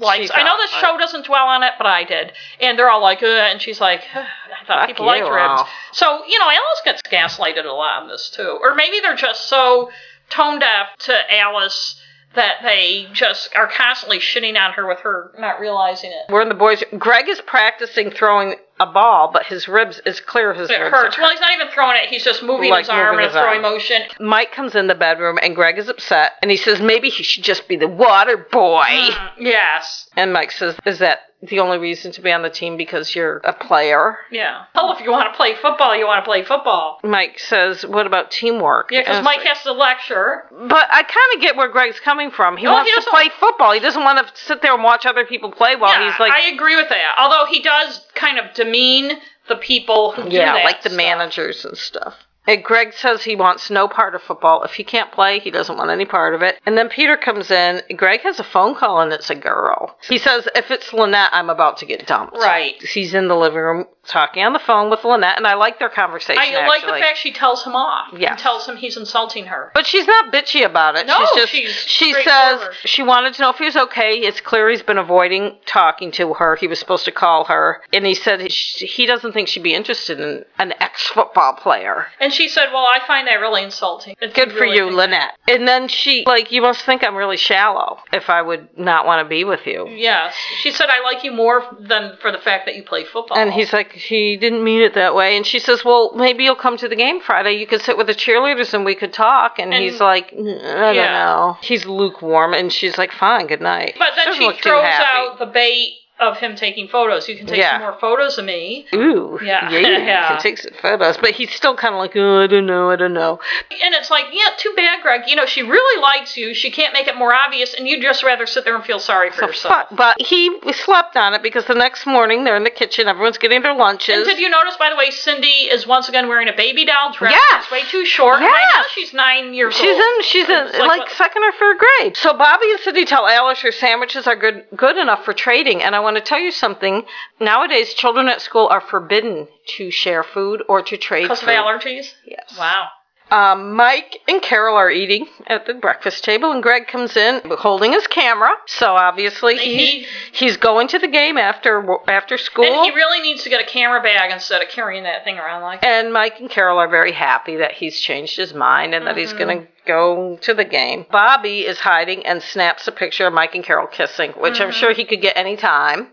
Speaker 1: likes.
Speaker 2: She's
Speaker 1: I know
Speaker 2: all
Speaker 1: this
Speaker 2: like-
Speaker 1: show doesn't dwell on it, but I did. And they're all like, Ugh, and she's like, "Ugh, I thought
Speaker 2: Fuck
Speaker 1: people
Speaker 2: you
Speaker 1: liked ribs.
Speaker 2: all.
Speaker 1: So, you know, Alice gets gaslighted a lot on this, too. Or maybe they're just so tone deaf to Alice that they just are constantly shitting on her with her not realizing it.
Speaker 2: We're in the boys. Greg is practicing throwing a ball, but his ribs is clear. His
Speaker 1: It
Speaker 2: ribs
Speaker 1: hurts.
Speaker 2: are-
Speaker 1: Well, he's not even throwing it. He's just moving
Speaker 2: Like
Speaker 1: his arm in
Speaker 2: moving
Speaker 1: a
Speaker 2: his arm.
Speaker 1: throwing motion.
Speaker 2: Mike comes in the bedroom, and Greg is upset, and he says maybe he should just be the water boy.
Speaker 1: Uh-huh. Mm, Yes.
Speaker 2: And Mike says, Is that the only reason to be on the team because you're a player?
Speaker 1: Yeah. Hell, if you want to play football, you want to play football.
Speaker 2: Mike says, What about teamwork?
Speaker 1: Yeah, because
Speaker 2: And
Speaker 1: Mike
Speaker 2: it's
Speaker 1: has to lecture.
Speaker 2: like- But I kind of get where Greg's coming from. He
Speaker 1: No,
Speaker 2: wants
Speaker 1: he
Speaker 2: to
Speaker 1: doesn't-
Speaker 2: play football. He doesn't want to sit there and watch other people play while
Speaker 1: yeah,
Speaker 2: Oh, he's like,
Speaker 1: I agree with that. Although he does kind of demean the people who do
Speaker 2: Yeah,
Speaker 1: that
Speaker 2: like the
Speaker 1: stuff.
Speaker 2: managers and stuff. And Greg says he wants no part of football. If he can't play, he doesn't want any part of it. And then Peter comes in. Greg has a phone call and it's a girl. He says, If it's Lynette, I'm about to get dumped.
Speaker 1: Right.
Speaker 2: He's in the living room talking on the phone with Lynette, and I like their conversation.
Speaker 1: I like the
Speaker 2: actually.
Speaker 1: fact she tells him off.
Speaker 2: Yes.
Speaker 1: And tells him he's insulting her.
Speaker 2: But she's not bitchy about it.
Speaker 1: No,
Speaker 2: she's just
Speaker 1: she's
Speaker 2: she says
Speaker 1: straightforward.
Speaker 2: she wanted to know if he was okay. It's clear he's been avoiding talking to her. He was supposed to call her, and he said she, he doesn't think she'd be interested in an ex-football player.
Speaker 1: And she said, Well, I find that really insulting. It's
Speaker 2: Good for
Speaker 1: really-
Speaker 2: you, Lynette. And then she, like, you must think I'm really shallow if I would not want to be with you.
Speaker 1: Yes. She said, I like you more than for the fact that you play football.
Speaker 2: And he's like, he didn't mean it that way. And she says, well, maybe you'll come to the game Friday. You could sit with the cheerleaders and we could talk. And,
Speaker 1: And-
Speaker 2: he's like, "Mm, I
Speaker 1: Yeah.
Speaker 2: don't know. He's lukewarm. And she's like, fine, good night.
Speaker 1: But then
Speaker 2: Doesn't
Speaker 1: she
Speaker 2: look too
Speaker 1: throws
Speaker 2: happy.
Speaker 1: out the bait of him taking photos. You can take
Speaker 2: Yeah.
Speaker 1: some more photos of me.
Speaker 2: Ooh,
Speaker 1: Yeah.
Speaker 2: yeah,
Speaker 1: Yeah.
Speaker 2: He takes photos, but he's still kind of like, oh, I don't know, I don't know.
Speaker 1: And it's like, yeah, too bad, Greg. You know, she really likes you. She can't make it more obvious, and you'd just rather sit there and feel sorry for
Speaker 2: So
Speaker 1: yourself.
Speaker 2: fuck, but he slept on it because the next morning they're in the kitchen, everyone's getting their
Speaker 1: And
Speaker 2: lunches.
Speaker 1: did you notice, by the way, Cindy is once again wearing a baby doll dress?
Speaker 2: Yes.
Speaker 1: It's way too short. And I
Speaker 2: Yes.
Speaker 1: know she's nine years
Speaker 2: She's
Speaker 1: old.
Speaker 2: in. She's in
Speaker 1: It's
Speaker 2: like,
Speaker 1: like what-
Speaker 2: second or third grade. So Bobby and Cindy tell Alice her sandwiches are good good enough for trading. And I want to tell you something. Nowadays, children at school are forbidden to share food or to trade.
Speaker 1: Because of
Speaker 2: food.
Speaker 1: allergies?
Speaker 2: Yes.
Speaker 1: Wow.
Speaker 2: Um, Mike and Carol are eating at the breakfast table, and Greg comes in holding his camera. So obviously
Speaker 1: He-
Speaker 2: he's he's going to the game after wo- after school.
Speaker 1: And he really needs to get a camera bag instead of carrying that thing around like that.
Speaker 2: And Mike and Carol are very happy that he's changed his mind and that he's going to
Speaker 1: Mm-hmm.
Speaker 2: go to the game. Bobby is hiding and snaps a picture of Mike and Carol kissing, which I'm sure he could get any time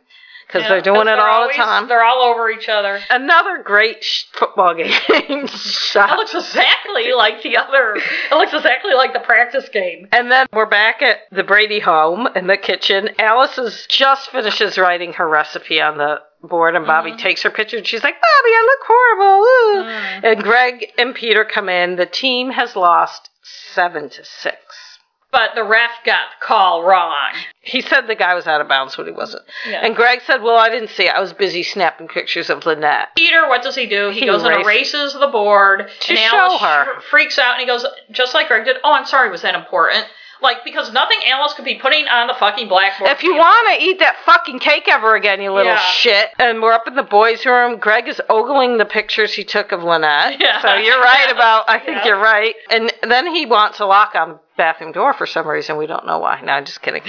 Speaker 1: Mm-hmm.
Speaker 2: because
Speaker 1: Yeah,
Speaker 2: they're doing
Speaker 1: 'cause
Speaker 2: it all
Speaker 1: always-
Speaker 2: the time.
Speaker 1: They're all over each other.
Speaker 2: Another great sh- football game
Speaker 1: That
Speaker 2: shot.
Speaker 1: looks exactly like the other. It looks exactly like the practice game.
Speaker 2: And then we're back at the Brady home in the kitchen. Alice is just finishes writing her recipe on the board, and
Speaker 1: Mm-hmm.
Speaker 2: Bobby takes her picture, and she's like, "Bobby, I look horrible." Ooh. And Greg and Peter come in. The team has lost seven to six.
Speaker 1: But the ref got the call wrong.
Speaker 2: He said the guy was out of bounds, but he wasn't.
Speaker 1: Yeah.
Speaker 2: And Greg said, "Well, I didn't see it. I was busy snapping pictures of Lynette."
Speaker 1: Peter, what does he do? He,
Speaker 2: He
Speaker 1: goes and
Speaker 2: erases-
Speaker 1: erases the board.
Speaker 2: To
Speaker 1: and
Speaker 2: show
Speaker 1: Alice
Speaker 2: her.
Speaker 1: fr- freaks out and he goes, just like Greg did, oh, I'm sorry, was that important? Like, because nothing Alice could be putting on the fucking blackboard.
Speaker 2: If you want to eat that fucking cake ever again, you little
Speaker 1: Yeah.
Speaker 2: shit. And we're up in the boys' room. Greg is ogling the pictures he took of Lynette.
Speaker 1: Yeah.
Speaker 2: So you're right about, I think
Speaker 1: Yeah.
Speaker 2: you're right. And then he wants a lock on the bathroom door for some reason. We don't know why. No, I'm just kidding.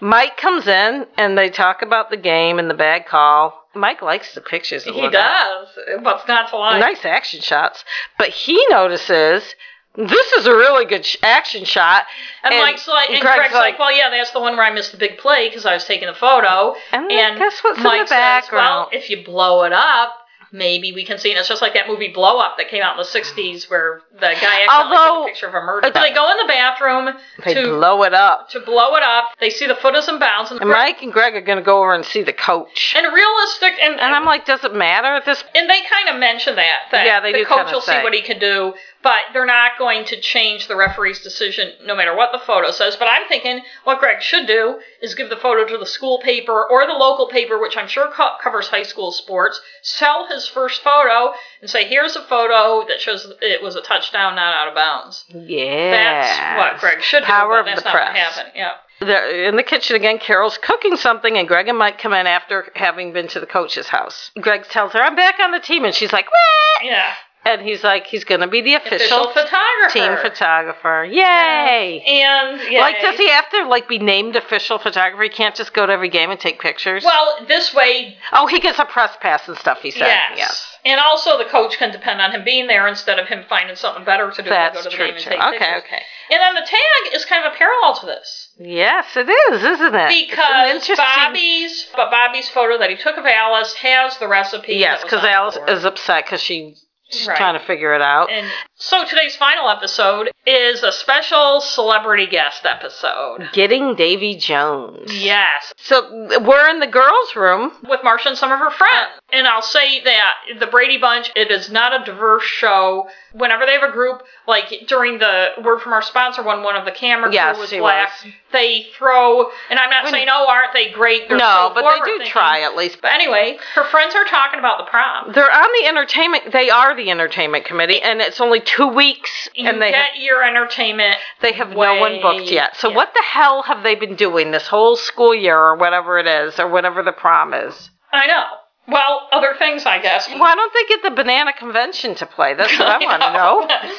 Speaker 2: Mike comes in and they talk about the game and the bad call. Mike likes the pictures. of
Speaker 1: he
Speaker 2: Lynette.
Speaker 1: does. What's not to like?
Speaker 2: Nice action shots. But he notices this is a really good sh- action shot.
Speaker 1: And, Mike's like, and Greg's, like, well, yeah, that's the one where I missed the big play because I was taking the photo.
Speaker 2: And then guess what's in the
Speaker 1: well,
Speaker 2: background?
Speaker 1: if you blow it up, maybe we can see. And it's just like that movie Blow Up that came out in the '60s, where the guy accidentally
Speaker 2: Although-
Speaker 1: took a picture of a murder. So they go in the bathroom
Speaker 2: they
Speaker 1: to
Speaker 2: blow it up.
Speaker 1: to blow it up. They see the foot is in bounds, and,
Speaker 2: And Mike and Greg are going to go over and see the coach.
Speaker 1: and realistic. And,
Speaker 2: And I'm like, does it matter at this?
Speaker 1: and they kind of mention that, that
Speaker 2: Yeah, they
Speaker 1: the
Speaker 2: do
Speaker 1: coach
Speaker 2: kinda
Speaker 1: will see
Speaker 2: say.
Speaker 1: what he can do, but they're not going to change the referee's decision no matter what the photo says. But I'm thinking what Greg should do is give the photo to the school paper or the local paper, which I'm sure co- covers high school sports, sell his first photo and say, here's a photo that shows it was a touchdown, not out of bounds.
Speaker 2: Yeah,
Speaker 1: That's what Greg should do.
Speaker 2: Power
Speaker 1: but
Speaker 2: of
Speaker 1: that's
Speaker 2: the
Speaker 1: not what
Speaker 2: press.
Speaker 1: happened. Yeah.
Speaker 2: They're in the kitchen again. Carol's cooking something, and Greg and Mike come in after having been to the coach's house. Greg tells her, "I'm back on the team," and she's like, "What?"
Speaker 1: Yeah.
Speaker 2: And he's like, "He's going to be the
Speaker 1: Official,
Speaker 2: official,
Speaker 1: photographer.
Speaker 2: team photographer. Yay!"
Speaker 1: And yeah,
Speaker 2: Like, does he have to like be named official photographer? He can't just go to every game and take pictures.
Speaker 1: Well, this way
Speaker 2: oh, he gets a press pass and stuff. He said,
Speaker 1: Yes.
Speaker 2: yes.
Speaker 1: And also, the coach can depend on him being there instead of him finding something better to do. than
Speaker 2: That's
Speaker 1: go to the
Speaker 2: true,
Speaker 1: game and
Speaker 2: too.
Speaker 1: take
Speaker 2: Okay,
Speaker 1: pictures.
Speaker 2: okay.
Speaker 1: And then the tag is kind of a parallel to this
Speaker 2: Yes, it is, isn't it? It's an
Speaker 1: because
Speaker 2: interesting-
Speaker 1: Bobby's, but Bobby's photo that he took of Alice has the recipe.
Speaker 2: Yes,
Speaker 1: because
Speaker 2: because Alice is upset because she, she's
Speaker 1: Right.
Speaker 2: trying to figure it out.
Speaker 1: And so today's final episode is a special celebrity guest episode.
Speaker 2: Getting Davy Jones.
Speaker 1: Yes,
Speaker 2: So we're in the girls' room.
Speaker 1: with Marsha and some of her friends. And I'll say that the Brady Bunch, it is not a diverse show. Whenever they have a group, like during the word from our sponsor when one of the camera
Speaker 2: Yes,
Speaker 1: crew was
Speaker 2: she
Speaker 1: black,
Speaker 2: was.
Speaker 1: they throw. And I'm not saying, oh, aren't they great? They're
Speaker 2: no,
Speaker 1: so
Speaker 2: but they do
Speaker 1: forward-thinking."
Speaker 2: try at least.
Speaker 1: But anyway, her friends are talking about the prom.
Speaker 2: They're on the entertainment. They are the entertainment committee, and it's only two weeks,
Speaker 1: You
Speaker 2: and they
Speaker 1: get your entertainment.
Speaker 2: they have
Speaker 1: way-
Speaker 2: no one booked yet. So
Speaker 1: yeah.
Speaker 2: what the hell have they been doing this whole school year, or whatever it is, or whatever the prom is?
Speaker 1: I know. Well, other things, I guess.
Speaker 2: Why don't they get the banana convention to play? That's what I,
Speaker 1: I
Speaker 2: want to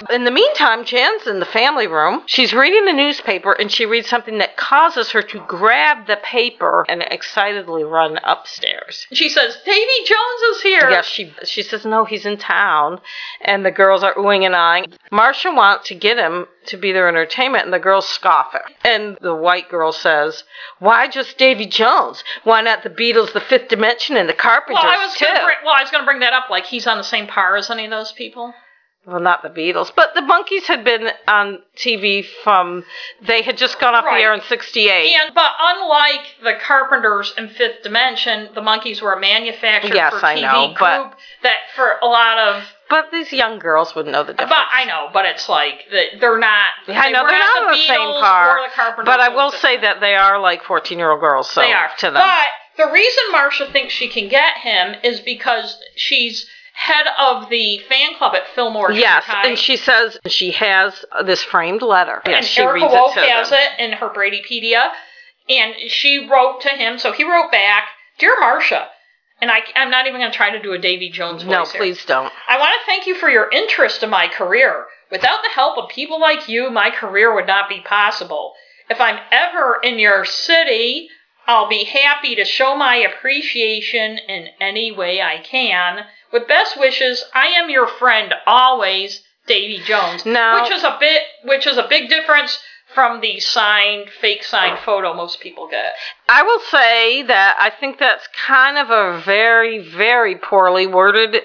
Speaker 2: know. In the meantime, Jan's in the family room. She's reading the newspaper and she reads something that causes her to grab the paper and excitedly run upstairs.
Speaker 1: She says, Davy Jones is here.
Speaker 2: Yes, she she says no, he's in town, and the girls are oohing and eyeing. Marcia wants to get him to be their entertainment, and the girls scoff at. her. And the white girl says, "Why just Davy Jones? Why not the Beatles, the Fifth Dimension, and the Carpenters
Speaker 1: Well, I was
Speaker 2: too?"
Speaker 1: gonna bring, well, I was going to bring that up. Like he's on the same par as any of those people.
Speaker 2: well, not the Beatles, but the Monkeys had been on TV from they had just gone off
Speaker 1: Right.
Speaker 2: the air in '68.
Speaker 1: And but unlike the Carpenters and Fifth Dimension, the Monkeys were a manufactured
Speaker 2: Yes,
Speaker 1: for TV
Speaker 2: I know,
Speaker 1: group
Speaker 2: but-
Speaker 1: that for a lot of
Speaker 2: But these young girls wouldn't know the difference.
Speaker 1: but I know, but it's like that they're not.
Speaker 2: Yeah, I
Speaker 1: they
Speaker 2: know
Speaker 1: were
Speaker 2: they're not
Speaker 1: the
Speaker 2: on the same
Speaker 1: Beatles
Speaker 2: par,
Speaker 1: or the Carpenters.
Speaker 2: But I
Speaker 1: or
Speaker 2: will
Speaker 1: the-
Speaker 2: say that they are like 14 year old girls. So
Speaker 1: they are
Speaker 2: to them,
Speaker 1: But the reason Marcia thinks she can get him is because she's head of the fan club at Fillmore.
Speaker 2: yes.
Speaker 1: Shanghai,
Speaker 2: And she says she has this framed letter. Yes,
Speaker 1: and
Speaker 2: she
Speaker 1: Erica
Speaker 2: reads
Speaker 1: Wolf
Speaker 2: it to
Speaker 1: has
Speaker 2: them.
Speaker 1: it in her Bradypedia, and she wrote to him. So he wrote back, "Dear Marcia." And I, I'm not even going to try to do a Davy Jones voice.
Speaker 2: No,
Speaker 1: here.
Speaker 2: please don't.
Speaker 1: I want to thank you for your interest in my career. Without the help of people like you, my career would not be possible. If I'm ever in your city, I'll be happy to show my appreciation in any way I can. With best wishes, I am your friend always, Davy Jones.
Speaker 2: Now-
Speaker 1: which is a bit, which is a big difference from the signed, fake signed photo most people get.
Speaker 2: I will say that I think that's kind of a very, very poorly worded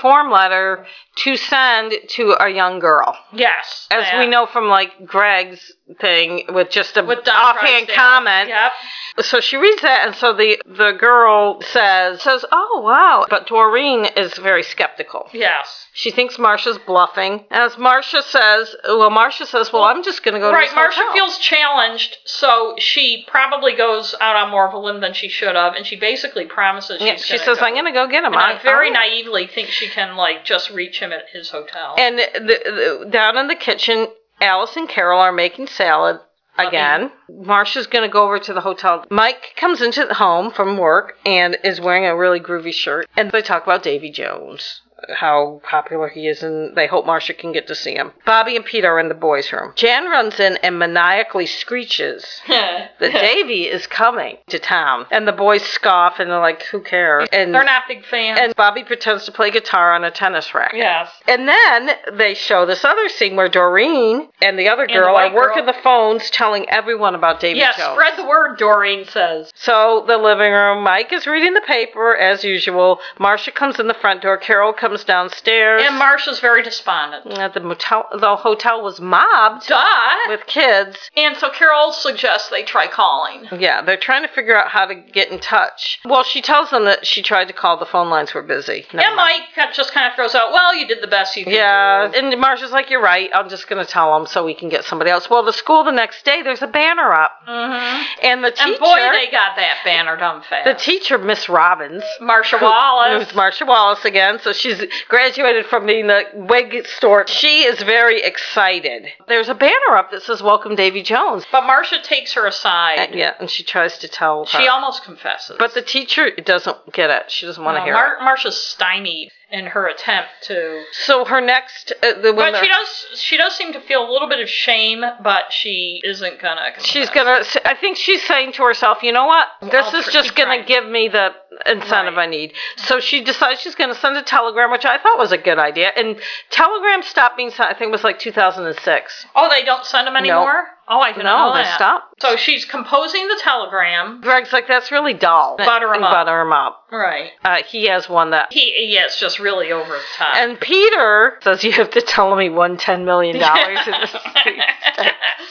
Speaker 2: form letter to send to a young girl.
Speaker 1: Yes,
Speaker 2: As we
Speaker 1: that-
Speaker 2: know from like Greg's thing with just a
Speaker 1: with Don
Speaker 2: offhand
Speaker 1: Drysdale.
Speaker 2: comment.
Speaker 1: Yep.
Speaker 2: So she reads that and so the the girl says says, "Oh wow." But Doreen is very skeptical.
Speaker 1: Yes.
Speaker 2: She thinks Marcia's bluffing. As Marcia says, well Marcia says, "Well, I'm just going to go
Speaker 1: Right,
Speaker 2: to this
Speaker 1: Marcia
Speaker 2: hotel."
Speaker 1: feels challenged, so she probably goes out on more of a limb than she should have, and she basically promises she's
Speaker 2: Yeah, she
Speaker 1: gonna
Speaker 2: says,
Speaker 1: go.
Speaker 2: "I'm going to go get him."
Speaker 1: And I very
Speaker 2: oh.
Speaker 1: naively think she can like just reach him at his hotel.
Speaker 2: And the, the, down in the kitchen, Alice and Carol are making salad again. Marcia's going to go over to the hotel. Mike comes into the home from work and is wearing a really groovy shirt. And they talk about Davy Jones, how popular he is, and they hope Marcia can get to see him. Bobby and Peter are in the boys' room. Jan runs in and maniacally screeches that Davy is coming to town. And the boys scoff and they're like, who cares? And,
Speaker 1: They're not big fans.
Speaker 2: and Bobby pretends to play guitar on a tennis racket.
Speaker 1: yes.
Speaker 2: And then they show this other scene where Doreen and the other
Speaker 1: the
Speaker 2: girl
Speaker 1: white
Speaker 2: are working
Speaker 1: girl.
Speaker 2: the phones telling everyone about Davy
Speaker 1: Yes,
Speaker 2: Jones.
Speaker 1: spread the word, Doreen says.
Speaker 2: so the living room, Mike is reading the paper as usual. Marcia comes in the front door. Carol comes downstairs.
Speaker 1: And Marcia's very despondent.
Speaker 2: Uh, the motel, the hotel was mobbed
Speaker 1: Duh.
Speaker 2: with kids.
Speaker 1: and so Carol suggests they try calling.
Speaker 2: Yeah, they're trying to figure out how to get in touch. Well, she tells them that she tried to call. The phone lines were busy. Never
Speaker 1: And Mike just kind of throws out, "Well, you did the best you could."
Speaker 2: Yeah,
Speaker 1: do."
Speaker 2: and Marcia's like, "You're right. I'm just gonna tell them so we can get somebody else." Well, the school the next day, there's a banner up, and the teacher,
Speaker 1: Mm-hmm. And boy, they got that banner done fast.
Speaker 2: the teacher, Miss Robbins,
Speaker 1: Marsha
Speaker 2: who's
Speaker 1: Wallace.
Speaker 2: Marcia Wallace again. So she's graduated from being the wig store. She is very excited. There's a banner up that says "Welcome, Davy Jones."
Speaker 1: but Marsha takes her
Speaker 2: And-
Speaker 1: aside.
Speaker 2: yeah, and she tries to tell her,
Speaker 1: She almost confesses.
Speaker 2: but the teacher doesn't get it. She doesn't want to
Speaker 1: No,
Speaker 2: hear it.
Speaker 1: Mar- Marsha's stymied in her attempt to.
Speaker 2: So her next, uh, the when
Speaker 1: But she
Speaker 2: they're-
Speaker 1: does. She does seem to feel a little bit of shame, but she isn't gonna. Confess.
Speaker 2: She's gonna. I think she's saying to herself, "You know what? This
Speaker 1: I'll
Speaker 2: is
Speaker 1: tr-
Speaker 2: just
Speaker 1: keep
Speaker 2: gonna
Speaker 1: trying."
Speaker 2: give me the incentive
Speaker 1: Right.
Speaker 2: I need." So she decides she's gonna send a telegram, which I thought was a good idea. And telegram stopped being sent. I think it was like 2006.
Speaker 1: Oh, they don't send them anymore. Oh, I didn't
Speaker 2: No,
Speaker 1: know
Speaker 2: they
Speaker 1: that.
Speaker 2: stopped.
Speaker 1: So she's composing the telegram.
Speaker 2: Greg's like, "That's really dull."
Speaker 1: Butter 'em
Speaker 2: And
Speaker 1: up.
Speaker 2: Butter him up.
Speaker 1: Right.
Speaker 2: Uh, he has one that.
Speaker 1: He. Yeah, it's just really over the top.
Speaker 2: And Peter says, "You have to tell me one ten million dollars."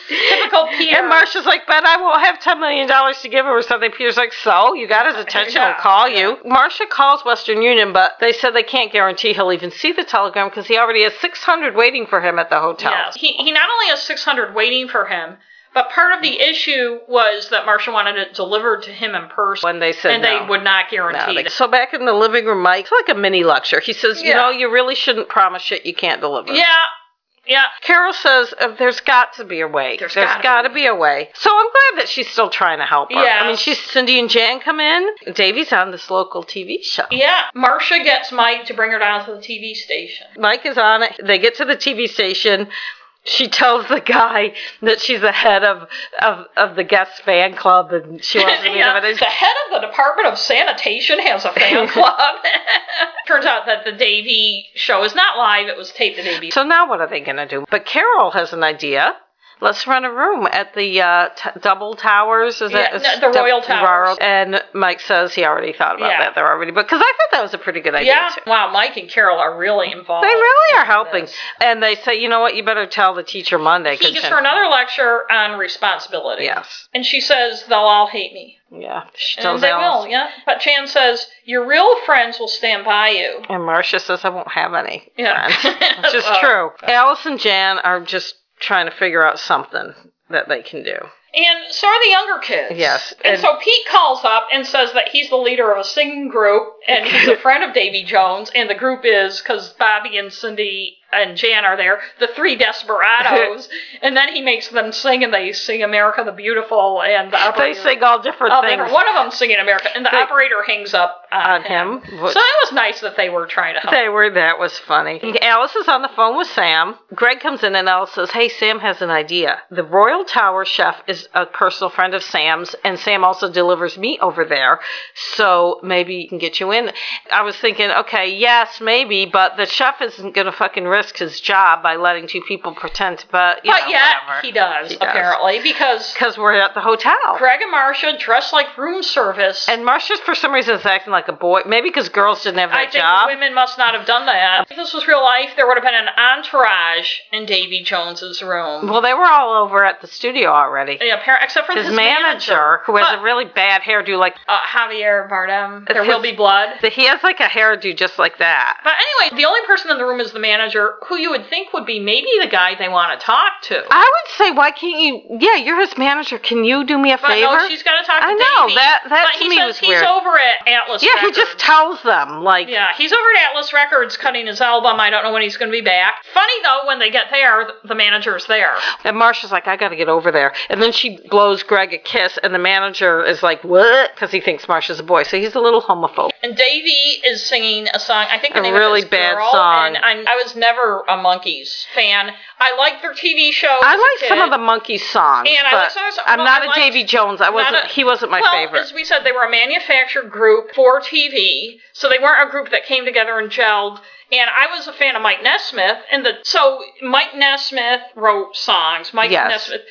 Speaker 1: Typical Peter.
Speaker 2: And Marsha's like, but I won't have $10 million to give him or something. Peter's like, so? You got his attention.
Speaker 1: Yeah,
Speaker 2: I'll call you. Marsha calls Western Union, but they said they can't guarantee he'll even see the telegram because he already has 600 waiting for him at the hotel.
Speaker 1: Yes. He, he not only has 600 waiting for him, but part of the
Speaker 2: Mm.
Speaker 1: issue was that Marsha wanted it delivered to him in person.
Speaker 2: When they said
Speaker 1: and
Speaker 2: no.
Speaker 1: they would not guarantee
Speaker 2: No, they-
Speaker 1: that.
Speaker 2: so back in the living room, Mike, it's like a mini lecture. He says, you
Speaker 1: Yeah.
Speaker 2: know, you really shouldn't promise shit you can't deliver.
Speaker 1: Yeah. Yeah.
Speaker 2: Carol says, uh, there's got to be a way.
Speaker 1: There's
Speaker 2: there's
Speaker 1: gotta
Speaker 2: got to be a way. So I'm glad that she's still trying to help her.
Speaker 1: Yeah.
Speaker 2: I mean, she's Cindy and Jan come in. Davey's on this local TV show.
Speaker 1: Yeah. Marsha gets Mike to bring her down to the TV station.
Speaker 2: Mike is on it. They get to the TV station. She tells the guy that she's the head of of, of the guest fan club, and she wants to meet
Speaker 1: Yeah.
Speaker 2: him. And
Speaker 1: The head of the Department of Sanitation has a fan club. Turns out that the Davy show is not live, it was taped the day before.
Speaker 2: so now what are they going to do? But Carol has an idea. Let's rent a room at the uh, t- Double Towers. Is that
Speaker 1: Yeah,
Speaker 2: is
Speaker 1: no, the
Speaker 2: Dou-
Speaker 1: Royal Towers.
Speaker 2: And Mike says he already thought about
Speaker 1: Yeah.
Speaker 2: that. They're already booked because I thought that was a pretty good idea
Speaker 1: yeah.
Speaker 2: too.
Speaker 1: Wow, Mike and Carol are really involved.
Speaker 2: They really are helping,
Speaker 1: Yes.
Speaker 2: and they say, you know what, you better tell the teacher Monday.
Speaker 1: She
Speaker 2: 'cause
Speaker 1: gives
Speaker 2: then-
Speaker 1: her another lecture on responsibility.
Speaker 2: Yes.
Speaker 1: And she says they'll all hate me.
Speaker 2: Yeah. She
Speaker 1: And
Speaker 2: tells
Speaker 1: they
Speaker 2: Alice.
Speaker 1: will, yeah. But Chan says, Your real friends will stand by you.
Speaker 2: And Marcia says, I won't have any
Speaker 1: Yeah.
Speaker 2: friends. Which is
Speaker 1: Oh.
Speaker 2: true. Alice and Jan are just trying to figure out something that they can do.
Speaker 1: And so are the younger kids.
Speaker 2: Yes,
Speaker 1: And,
Speaker 2: and-
Speaker 1: so Pete calls up and says that he's the leader of a singing group and he's a friend of Davy Jones. And the group is, because Bobby and Cindy and Jan are there, the three desperados. and then he makes them sing and they sing America the Beautiful and the
Speaker 2: They
Speaker 1: operator.
Speaker 2: sing all different
Speaker 1: Oh, they-
Speaker 2: things
Speaker 1: one of them singing America, and the
Speaker 2: They-
Speaker 1: operator hangs up on,
Speaker 2: on him. which-
Speaker 1: So that was nice that they were trying to help.
Speaker 2: They were. That was funny. Alice is on the phone with Sam. Greg comes in and Alice says, "Hey, Sam has an idea. The Royal Tower chef is a personal friend of Sam's, and Sam also delivers meat over there. So maybe he can get you in." I was thinking, okay, yes, maybe, but the chef isn't going to fucking risk his job by letting two people pretend. But you
Speaker 1: but
Speaker 2: know,
Speaker 1: yet
Speaker 2: whatever.
Speaker 1: he does
Speaker 2: He does.
Speaker 1: apparently because
Speaker 2: because we're at the hotel.
Speaker 1: Greg and Marcia dress like room service.
Speaker 2: And Marcia, for some reason, is acting like a boy. Maybe because girls didn't have that
Speaker 1: I think
Speaker 2: job.
Speaker 1: women must not have done that. If this was real life, there would have been an entourage in Davy Jones's room.
Speaker 2: well, they were all over at the studio already.
Speaker 1: Yeah, appar- except for
Speaker 2: his,
Speaker 1: his,
Speaker 2: manager, who has
Speaker 1: But,
Speaker 2: a really bad hairdo, like
Speaker 1: uh, Javier Bardem. There
Speaker 2: His-
Speaker 1: will be blood.
Speaker 2: he has like a hairdo just like that.
Speaker 1: But anyway, the only person in the room is the manager, who you would think would be maybe the guy they want to talk to.
Speaker 2: I would say, why can't you? Yeah, you're his manager. Can you do me a
Speaker 1: But
Speaker 2: favor?
Speaker 1: no, she's got to talk to
Speaker 2: I know,
Speaker 1: Davey.
Speaker 2: that- that
Speaker 1: but
Speaker 2: to
Speaker 1: he
Speaker 2: me
Speaker 1: says
Speaker 2: was
Speaker 1: he's
Speaker 2: weird.
Speaker 1: over at Atlas.
Speaker 2: yeah, he
Speaker 1: Records.
Speaker 2: just tells them like,
Speaker 1: Yeah, he's over at Atlas Records cutting his album. I don't know when he's going to be back. Funny though, when they get there, th- the manager's there.
Speaker 2: and Marsha's like, I got to get over there, and then she blows Greg a kiss, and the manager is like, what? Because he thinks Marsha's a boy, so he's a little homophobe.
Speaker 1: And Davey is singing a song. I think the
Speaker 2: A
Speaker 1: name
Speaker 2: really
Speaker 1: of it is
Speaker 2: bad
Speaker 1: Girl,
Speaker 2: song.
Speaker 1: And I'm, I was never a Monkeys fan. I liked their TV show.
Speaker 2: I
Speaker 1: as a
Speaker 2: like some
Speaker 1: kid.
Speaker 2: of the monkey songs,
Speaker 1: And I
Speaker 2: but
Speaker 1: like some of the-
Speaker 2: I'm
Speaker 1: well,
Speaker 2: not
Speaker 1: I
Speaker 2: a
Speaker 1: liked-
Speaker 2: Davy Jones. I
Speaker 1: Not
Speaker 2: wasn't.
Speaker 1: a-
Speaker 2: he wasn't my
Speaker 1: well,
Speaker 2: favorite.
Speaker 1: As we said, they were a manufactured group for TV, so they weren't a group that came together and gelled. And I was a fan of Mike Nesmith, and the so Mike Nesmith wrote songs. Mike
Speaker 2: Yes.
Speaker 1: Nesmith.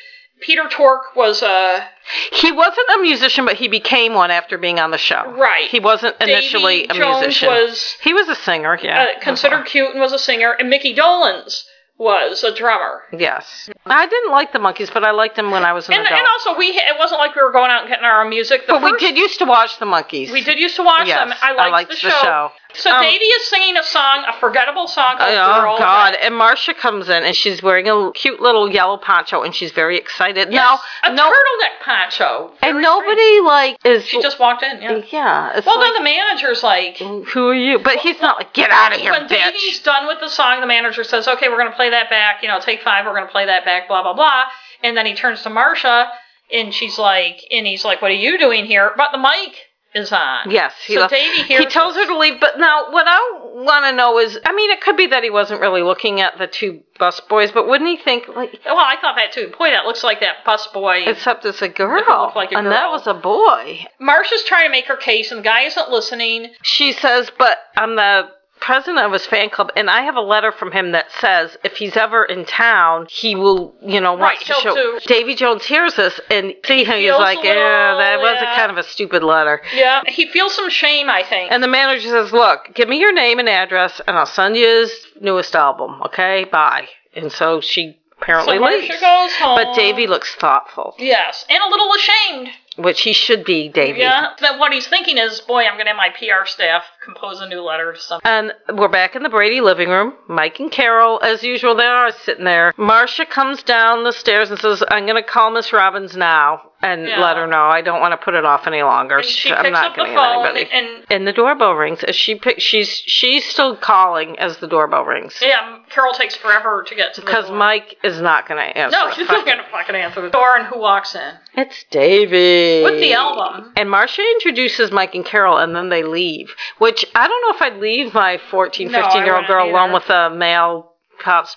Speaker 1: Peter Tork was a
Speaker 2: He wasn't a musician, but he became one after being on the show.
Speaker 1: Right.
Speaker 2: He wasn't initially
Speaker 1: Davy
Speaker 2: a
Speaker 1: Jones
Speaker 2: musician.
Speaker 1: was
Speaker 2: he was a singer, yeah.
Speaker 1: uh, considered cute and was a singer, and Mickey Dolans was a drummer.
Speaker 2: Yes. I didn't like the monkeys, but I liked them when I was an
Speaker 1: And,
Speaker 2: adult.
Speaker 1: and also, we it wasn't like we were going out and getting our own music. The
Speaker 2: but we
Speaker 1: first-
Speaker 2: did used to watch the monkeys.
Speaker 1: we did used to watch
Speaker 2: Yes,
Speaker 1: them. I liked,
Speaker 2: I liked
Speaker 1: the,
Speaker 2: the
Speaker 1: show.
Speaker 2: show.
Speaker 1: So
Speaker 2: Um,
Speaker 1: Davey is singing a song, a forgettable song called
Speaker 2: Oh
Speaker 1: Girl.
Speaker 2: God! And Marcia comes in, and she's wearing a cute little yellow poncho, and she's very excited.
Speaker 1: Yes,
Speaker 2: now,
Speaker 1: a
Speaker 2: no,
Speaker 1: turtleneck poncho.
Speaker 2: and
Speaker 1: Very
Speaker 2: nobody
Speaker 1: strange.
Speaker 2: like is.
Speaker 1: She just walked in. Yeah.
Speaker 2: yeah. It's
Speaker 1: Well, then
Speaker 2: like,
Speaker 1: the manager's like.
Speaker 2: who are you? But he's not like, get out of here,
Speaker 1: When
Speaker 2: bitch.
Speaker 1: Davey's done with the song, the manager says, "Okay, we're going to play that back. You know, take five. We're going to play that back. Blah blah blah." And then he turns to Marcia, and she's like, and he's like, "What are you doing here?" But the mic is on.
Speaker 2: Yes, he
Speaker 1: So
Speaker 2: left.
Speaker 1: Davey
Speaker 2: he
Speaker 1: hears
Speaker 2: tells her to leave. But now, what I want to know is, I mean, it could be that he wasn't really looking at the two bus boys, but wouldn't he think like,
Speaker 1: Well, Oh, I thought that too. Boy, that looks like that bus boy.
Speaker 2: except it's a girl,
Speaker 1: looked like a
Speaker 2: and that
Speaker 1: girl.
Speaker 2: was a boy.
Speaker 1: Marcia's trying to make her case, and the guy isn't listening.
Speaker 2: She says, but I'm the president of his fan club, and I have a letter from him that says if he's ever in town, he will, you know, wants
Speaker 1: Right,
Speaker 2: to
Speaker 1: he'll
Speaker 2: show.
Speaker 1: do-
Speaker 2: Davy Jones hears this and see him. He's
Speaker 1: Feels a
Speaker 2: like,
Speaker 1: little,
Speaker 2: yeah, that was a
Speaker 1: yeah.
Speaker 2: kind of a stupid letter.
Speaker 1: Yeah, he feels some shame, I think.
Speaker 2: And the manager says, Look, give me your name and address, and I'll send you his newest album, okay? Bye. And so she apparently
Speaker 1: so Marcia
Speaker 2: leaves.
Speaker 1: goes home.
Speaker 2: But Davy looks thoughtful,
Speaker 1: Yes, and a little ashamed.
Speaker 2: which he should be, Davy.
Speaker 1: Yeah, that what he's thinking is, boy, I'm going to have my PR staff compose a new letter to something.
Speaker 2: And we're back in the Brady living room. Mike and Carol, as usual, they are sitting there. Marcia comes down the stairs and says, I'm going to call Miss Robbins now and
Speaker 1: Yeah.
Speaker 2: let her know. I don't want to put it off any longer.
Speaker 1: And she
Speaker 2: I'm
Speaker 1: picks
Speaker 2: not
Speaker 1: up the
Speaker 2: getting
Speaker 1: phone,
Speaker 2: anybody.
Speaker 1: and
Speaker 2: And the doorbell rings. As she pick, she's she's still calling as the doorbell rings.
Speaker 1: yeah, Carol takes forever to get to the
Speaker 2: Because
Speaker 1: door.
Speaker 2: Mike is not going to answer.
Speaker 1: no,
Speaker 2: the
Speaker 1: he's
Speaker 2: phone.
Speaker 1: not going to fucking answer the door, and who walks in
Speaker 2: It's Davy.
Speaker 1: with the album?
Speaker 2: And Marcia introduces Mike and Carol, and then they leave. Which I don't know if I'd leave my 14,
Speaker 1: No, I
Speaker 2: 15 year old
Speaker 1: wouldn't
Speaker 2: girl alone
Speaker 1: either.
Speaker 2: with a male cops.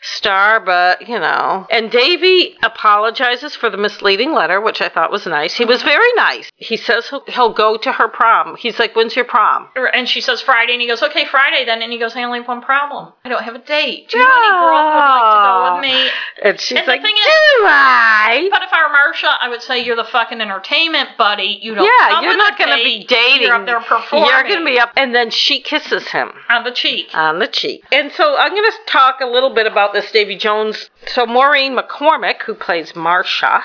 Speaker 2: star, but you know. And Davy apologizes for the misleading letter, which I thought was nice. He was very nice. He says he'll, he'll go to her prom. He's like, "When's your prom?"
Speaker 1: And she says Friday, and he goes, "Okay, Friday then." And he goes, "I only have one problem. I don't have a date. Do you have any girl who would like to go with me?"
Speaker 2: And she's
Speaker 1: And the
Speaker 2: like,
Speaker 1: thing is-
Speaker 2: "Do I?"
Speaker 1: But if I were Marsha, I would say you're the fucking entertainment buddy. You don't.
Speaker 2: Yeah,
Speaker 1: come
Speaker 2: you're
Speaker 1: with
Speaker 2: not
Speaker 1: a
Speaker 2: going to
Speaker 1: date.
Speaker 2: be dating.
Speaker 1: You're up there performing.
Speaker 2: You're going to be up, and then she kisses him.
Speaker 1: on the cheek.
Speaker 2: on the cheek. Uh, And so I'm going to talk a little bit about this Davy Jones. So Maureen McCormick, who plays Marsha,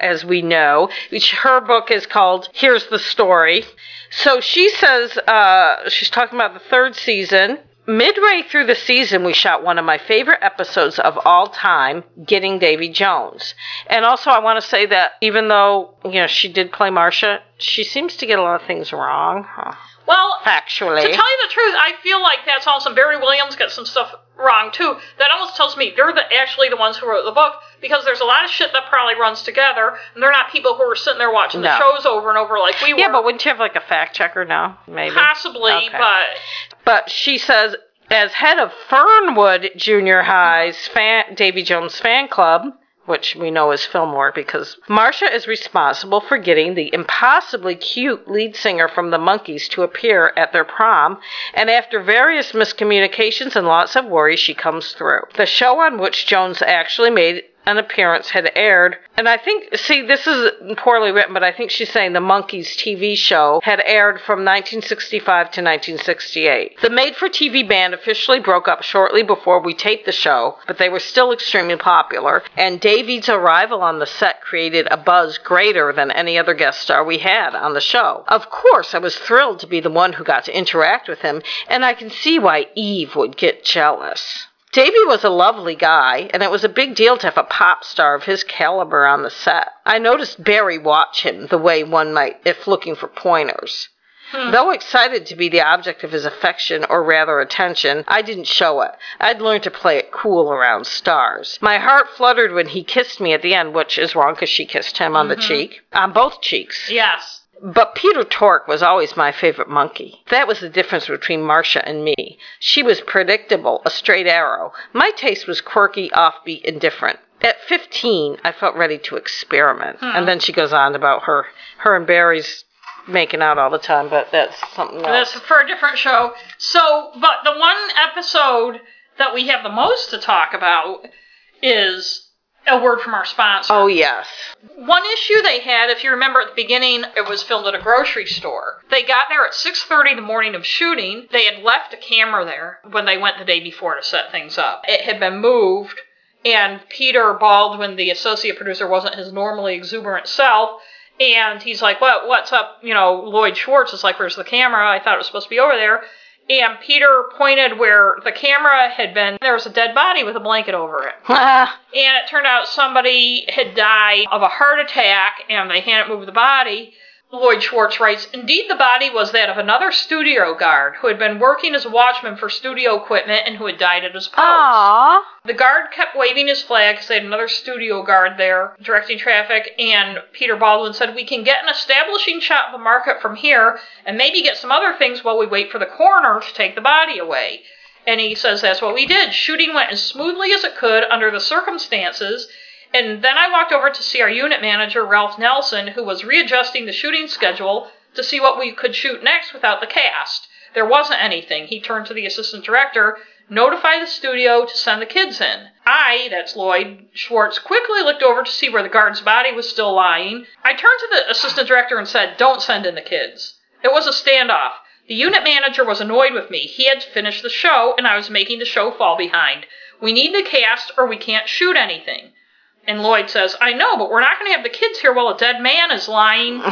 Speaker 2: as we know, which her book is called Here's the Story. So she says, uh, she's talking about the third season. Midway through the season, we shot one of my favorite episodes of all time, Getting Davy Jones. And also, I want to say that even though, you know, she did play Marsha, she seems to get a lot of things wrong, huh,
Speaker 1: Well,
Speaker 2: factually.
Speaker 1: to tell you the truth, I feel like that's also Barry Williams got some stuff wrong too. That almost tells me they're the actually the ones who wrote the book because there's a lot of shit that probably runs together, and they're not people who are sitting there watching the
Speaker 2: No.
Speaker 1: shows over and over like we were.
Speaker 2: Yeah, but wouldn't you have like a fact checker now? Maybe.
Speaker 1: possibly,
Speaker 2: Okay.
Speaker 1: but
Speaker 2: But she says, as head of Fernwood Junior High's fan, Davy Jones fan club, which we know is Fillmore because Marcia is responsible for getting the impossibly cute lead singer from the Monkees to appear at their prom, and after various miscommunications and lots of worry, she comes through. The show on which Jones actually made an appearance had aired. And I think, see, this is poorly written, but I think she's saying the Monkeys TV show had aired from 1965 to 1968. The made for TV band officially broke up shortly before we taped the show, but they were still extremely popular. And Davy's arrival on the set created a buzz greater than any other guest star we had on the show. Of course, I was thrilled to be the one who got to interact with him, and I can see why Eve would get jealous. Davey was a lovely guy, and it was a big deal to have a pop star of his caliber on the set. I noticed Barry watch him the way one might if looking for pointers. Though excited to be the object of his affection, or rather attention, I didn't show it. I'd learned to play it cool around stars. My heart fluttered when he kissed me at the end, which is wrong because she kissed him on the cheek, on both cheeks.
Speaker 1: yes.
Speaker 2: But Peter Tork was always my favorite monkey. That was the difference between Marcia and me. She was predictable, a straight arrow. My taste was quirky, offbeat, and different. At 15, I felt ready to experiment.
Speaker 1: Hmm.
Speaker 2: And then she goes on about her, her and Barry's making out all the time, but that's something else.
Speaker 1: That's for a different show. So, but the one episode that we have the most to talk about is a word from our sponsor.
Speaker 2: Oh yes,
Speaker 1: One issue they had, if you remember at the beginning, it was filmed at a grocery store. They got there at 6:30 the morning of shooting. They had left a camera there when they went the day before to set things up. It had been moved and Peter Baldwin, the associate producer, wasn't his normally exuberant self. And he's like, "What? What's up?" You know, Lloyd Schwartz is like, "Where's the camera? I thought it was supposed to be over there." And Peter pointed where the camera had been. There was a dead body with a blanket over it.
Speaker 2: Ah,
Speaker 1: And it turned out somebody had died of a heart attack and they hadn't moved the body. Lloyd Schwartz writes, Indeed, the body was that of another studio guard who had been working as a watchman for studio equipment and who had died at his post.
Speaker 2: Aw.
Speaker 1: The guard kept waving his flag because they had another studio guard there directing traffic, and Peter Baldwin said, We can get an establishing shot of the market from here and maybe get some other things while we wait for the coroner to take the body away. And he says that's what we did. Shooting went as smoothly as it could under the circumstances. And then I walked over to see our unit manager, Ralph Nelson, who was readjusting the shooting schedule to see what we could shoot next without the cast. There wasn't anything. He turned to the assistant director, notify the studio to send the kids in. I, that's Lloyd Schwartz, quickly looked over to see where the guard's body was still lying. I turned to the assistant director and said, Don't send in the kids. It was a standoff. The unit manager was annoyed with me. He had finished the show, and I was making the show fall behind. We need the cast, or we can't shoot anything. And Lloyd says, I know, but we're not going to have the kids here while a dead man is lying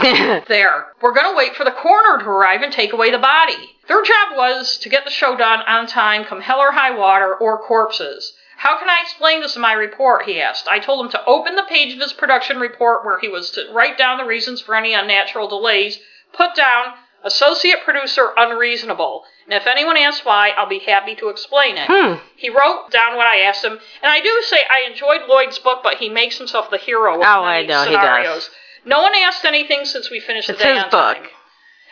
Speaker 1: there. We're going to wait for the coroner to arrive and take away the body. Their job was to get the show done on time, come hell or high water, or corpses. How can I explain this in my report? He asked. I told him to open the page of his production report where he was to write down the reasons for any unnatural delays, put down associate producer unreasonable. And if anyone asks why, I'll be happy to explain it.
Speaker 2: Hmm.
Speaker 1: He wrote down what I asked him, and I do say I enjoyed Lloyd's book, but he makes himself the hero. Of
Speaker 2: Oh,
Speaker 1: many
Speaker 2: I know, he does.
Speaker 1: scenarios. No one asked anything since we finished
Speaker 2: it's
Speaker 1: the day
Speaker 2: his
Speaker 1: on
Speaker 2: book.
Speaker 1: time.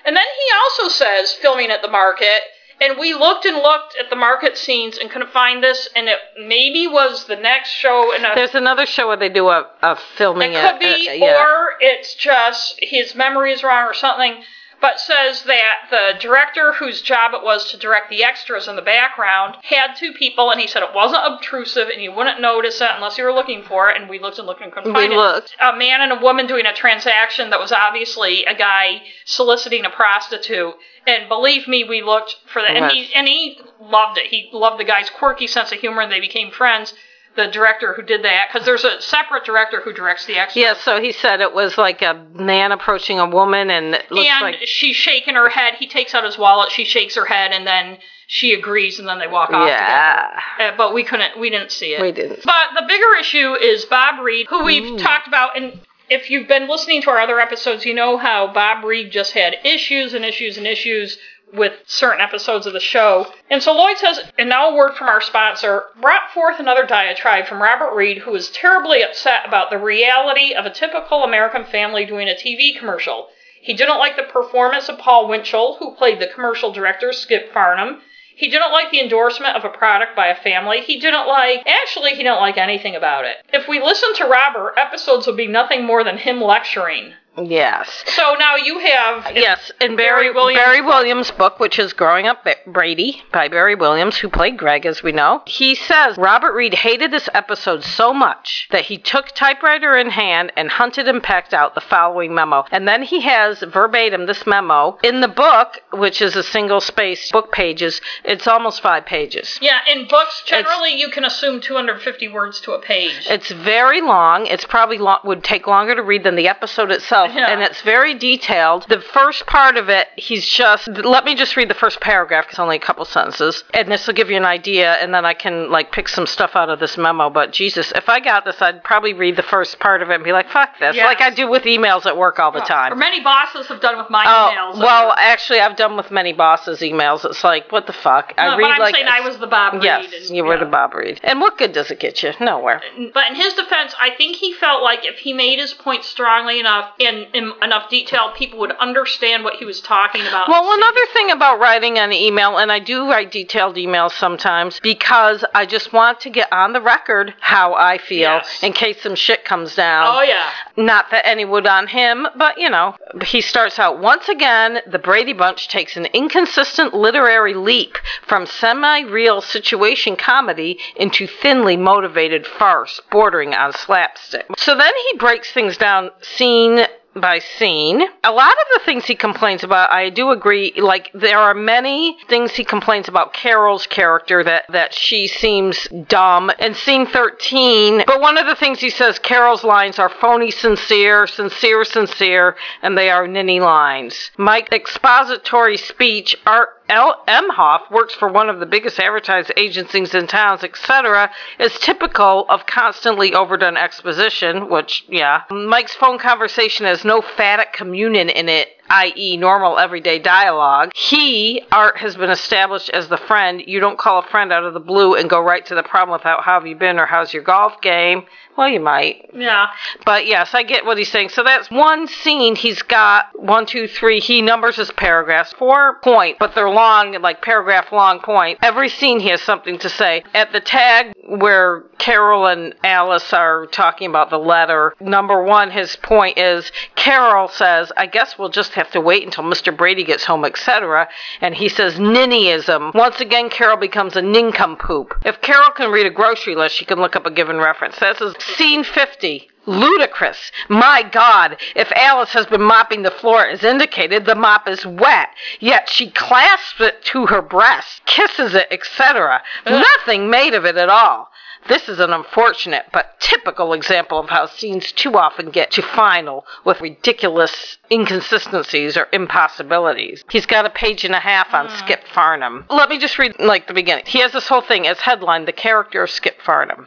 Speaker 1: And then he also says filming at the market, And we looked and looked at the market scenes and couldn't find this, and it maybe was the next show in a
Speaker 2: There's another show where they do a, a filming.
Speaker 1: It could be,
Speaker 2: uh, uh, yeah.
Speaker 1: or it's just his memory is wrong or something. But says that the director, whose job it was to direct the extras in the background, had two people, and he said it wasn't obtrusive, and you wouldn't notice it unless you were looking for it. And we looked and looked and couldn't
Speaker 2: we
Speaker 1: find it.
Speaker 2: looked.
Speaker 1: A man and a woman doing a transaction that was obviously a guy soliciting a prostitute. And believe me, we looked for that, and
Speaker 2: Yes.
Speaker 1: he and he loved it. He loved the guy's quirky sense of humor, and they became friends. The director who did that, because there's a separate director who directs the extras.
Speaker 2: Yeah, so he said it was like a man approaching a woman, and it looks
Speaker 1: and
Speaker 2: like
Speaker 1: she's shaking her head. He takes out his wallet. She shakes her head, and then she agrees, and then they walk off.
Speaker 2: yeah,
Speaker 1: together. Uh, but we couldn't. We didn't see it.
Speaker 2: we didn't.
Speaker 1: But the bigger issue is Bob Reed, who we've talked about, and if you've been listening to our other episodes, you know how Bob Reed just had issues and issues and issues with certain episodes of the show. And so Lloyd says, and now a word from our sponsor, brought forth another diatribe from Robert Reed, who is terribly upset about the reality of a typical American family doing a TV commercial. He didn't like the performance of Paul Winchell, who played the commercial director Skip Farnham. He didn't like the endorsement of a product by a family. He didn't like, actually, he didn't like anything about it. If we listen to Robert, episodes will be nothing more than him lecturing.
Speaker 2: Yes.
Speaker 1: So now you have.
Speaker 2: Yes, and
Speaker 1: Barry
Speaker 2: Barry,
Speaker 1: Williams'
Speaker 2: Barry
Speaker 1: book.
Speaker 2: Williams' book, which is Growing Up Ba- Brady by Barry Williams, who played Greg, as we know, he says Robert Reed hated this episode so much that he took typewriter in hand and hunted and pecked out the following memo. And then he has verbatim this memo in the book, which is a single space book pages. It's almost five pages.
Speaker 1: Yeah, in books, generally, you can assume 250 words to a page.
Speaker 2: It's very long. It's probably lo- would take longer to read than the episode itself,
Speaker 1: Yeah.
Speaker 2: and it's very detailed. The first part of it, he's just let me just read the first paragraph. 'cause It's only a couple sentences, and this will give you an idea, and then I can like pick some stuff out of this memo. But Jesus, if I got this, I'd probably read the first part of it and be like, "Fuck this,"
Speaker 1: Yes.
Speaker 2: like I do with emails at work all the
Speaker 1: Or
Speaker 2: time.
Speaker 1: many bosses have done with my
Speaker 2: Oh
Speaker 1: emails.
Speaker 2: well, actually, I've done with many bosses' emails. It's like, what the fuck?
Speaker 1: No,
Speaker 2: I read
Speaker 1: but I'm
Speaker 2: like
Speaker 1: saying I was the Bob Reed.
Speaker 2: yes,
Speaker 1: and-
Speaker 2: you were
Speaker 1: yeah.
Speaker 2: the Bob Reed. And what good does it get you? Nowhere.
Speaker 1: But in his defense, I think he felt like if he made his point strongly enough and in enough detail, people would understand what he was talking about.
Speaker 2: Well, another thing about writing an email, and I do write detailed emails sometimes because I just want to get on the record how I feel
Speaker 1: Yes.
Speaker 2: in case some shit comes down.
Speaker 1: Oh yeah,
Speaker 2: Not that any would on him, but you know, he starts out once again. The Brady Bunch takes an inconsistent literary leap from semi-real situation comedy into thinly motivated farce, bordering on slapstick. So then he breaks things down scene by scene. A lot of the things he complains about, I do agree. Like there are many things he complains about Carol's character that that she seems dumb. And scene thirteen, but one of the things he says, Carol's lines are phony, sincere, sincere, sincere, and they are ninny lines. Mike expository speech art. L. Emhoff works for one of the biggest advertising agencies in towns, etc., is typical of constantly overdone exposition, which, yeah. Mike's phone conversation has no phatic communion in it, i.e., normal everyday dialogue. He, Art, has been established as the friend. You don't call a friend out of the blue and go right to the problem without how have you been or how's your golf game. Well, you might.
Speaker 1: yeah.
Speaker 2: But yes, I get what he's saying. So that's one scene he's got one, two, three. He numbers his paragraphs, four point, but they're long, like paragraph long point. Every scene he has something to say. At the tag where Carol and Alice are talking about the letter, number one, his point is Carol says, I guess we'll just have to wait until Mr. Brady gets home, etc. And he says, ninnyism. Once again, Carol becomes a nincompoop. If Carol can read a grocery list, she can look up a given reference. That's his scene 50. Ludicrous. My God, if Alice has been mopping the floor as indicated, the mop is wet. Yet she clasps it to her breast, kisses it, etc. Nothing made of it at all. This is an unfortunate but typical example of how scenes too often get to final with ridiculous inconsistencies or impossibilities. He's got a page and a half on Skip Farnham. Let me just read like the beginning. He has this whole thing as headline, the character of Skip Farnham.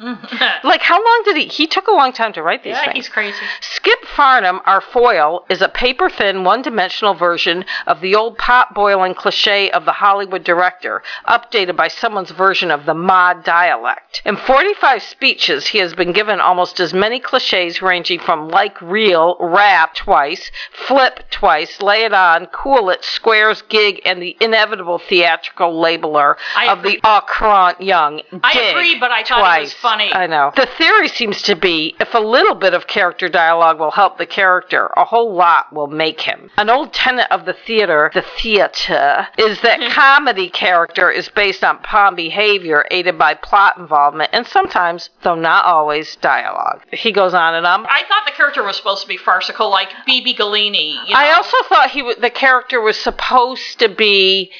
Speaker 2: Like how long did he he took a long time to write
Speaker 1: Mm.
Speaker 2: these
Speaker 1: Yeah,
Speaker 2: things.
Speaker 1: he's crazy.
Speaker 2: Skip Farnham, our foil, is a paper thin, one dimensional version of the old pot boiling cliche of the Hollywood director, updated by someone's version of the mod dialect. In 40 45 speeches, he has been given almost as many cliches ranging from like real, rap twice, flip twice, lay it on, cool it, squares, gig, and the inevitable theatrical labeler
Speaker 1: I
Speaker 2: of the au courant young.
Speaker 1: I
Speaker 2: dig
Speaker 1: agree, but I thought
Speaker 2: twice.
Speaker 1: it was funny.
Speaker 2: I know. The theory seems to be if a little bit of character dialogue will help the character, a whole lot will make him. An old tenet of the theater, the theater, is that comedy character is based on palm behavior aided by plot involvement and sometimes, though not always, dialogue. He goes on and on.
Speaker 1: I thought the character was supposed to be farcical, like B.B. Galini. You know?
Speaker 2: I also thought he w- the character was supposed to be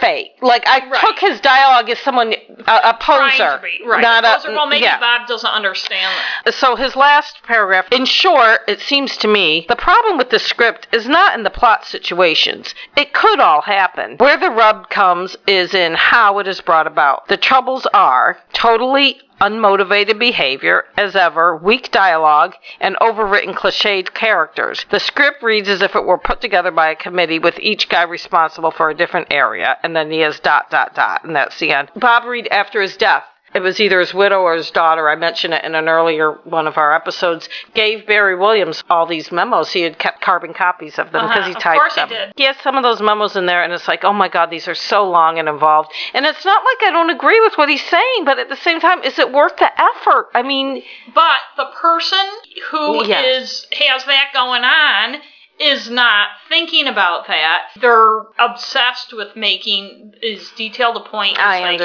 Speaker 2: fake. Like I
Speaker 1: Right.
Speaker 2: took his dialogue as someone a, a
Speaker 1: Trying
Speaker 2: poser,
Speaker 1: to be, right.
Speaker 2: not
Speaker 1: Those are- well, maybe
Speaker 2: yeah.
Speaker 1: Bob doesn't understand that.
Speaker 2: So his last paragraph, in short, it seems to me, the problem with the script is not in the plot situations. It could all happen. Where the rub comes is in how it is brought about. The troubles are totally unmotivated behavior, as ever, weak dialogue, and overwritten cliched characters. The script reads as if it were put together by a committee with each guy responsible for a different area, and then he has dot dot dot, and that's the end. Bob Reed, after his death, it was either his widow or his daughter. I mentioned it in an earlier one of our episodes. Gave Barry Williams all these memos. He had kept carbon copies of them because
Speaker 1: Uh-huh.
Speaker 2: he
Speaker 1: Of
Speaker 2: typed
Speaker 1: course he
Speaker 2: them.
Speaker 1: did.
Speaker 2: has some of those memos in there, and it's like, oh my god, these are so long and involved. And it's not like I don't agree with what he's saying, but at the same time, is it worth the effort? I mean,
Speaker 1: But the person who is
Speaker 2: Yeah.
Speaker 1: has that going on is not thinking about that. They're obsessed with making as detailed a point as they
Speaker 2: I
Speaker 1: can.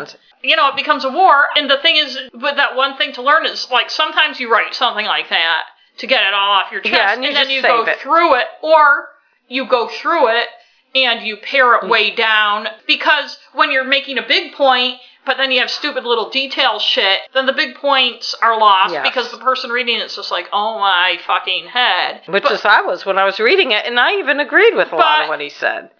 Speaker 2: understand.
Speaker 1: you know, it becomes a war. And the thing is, with that one thing to learn is like sometimes you write something like that to get it all off your chest,
Speaker 2: Yeah, and you
Speaker 1: then
Speaker 2: just
Speaker 1: you go
Speaker 2: save it.
Speaker 1: through it, or you go through it and you pare
Speaker 2: Mm.
Speaker 1: it way down because when you're making a big point. But then you have stupid little detail shit. Then the big points are lost
Speaker 2: Yes.
Speaker 1: because the person reading it's just like, oh my fucking head.
Speaker 2: Which
Speaker 1: But-
Speaker 2: is I was when I was reading it, and I even agreed with a lot of
Speaker 1: But-
Speaker 2: what he said.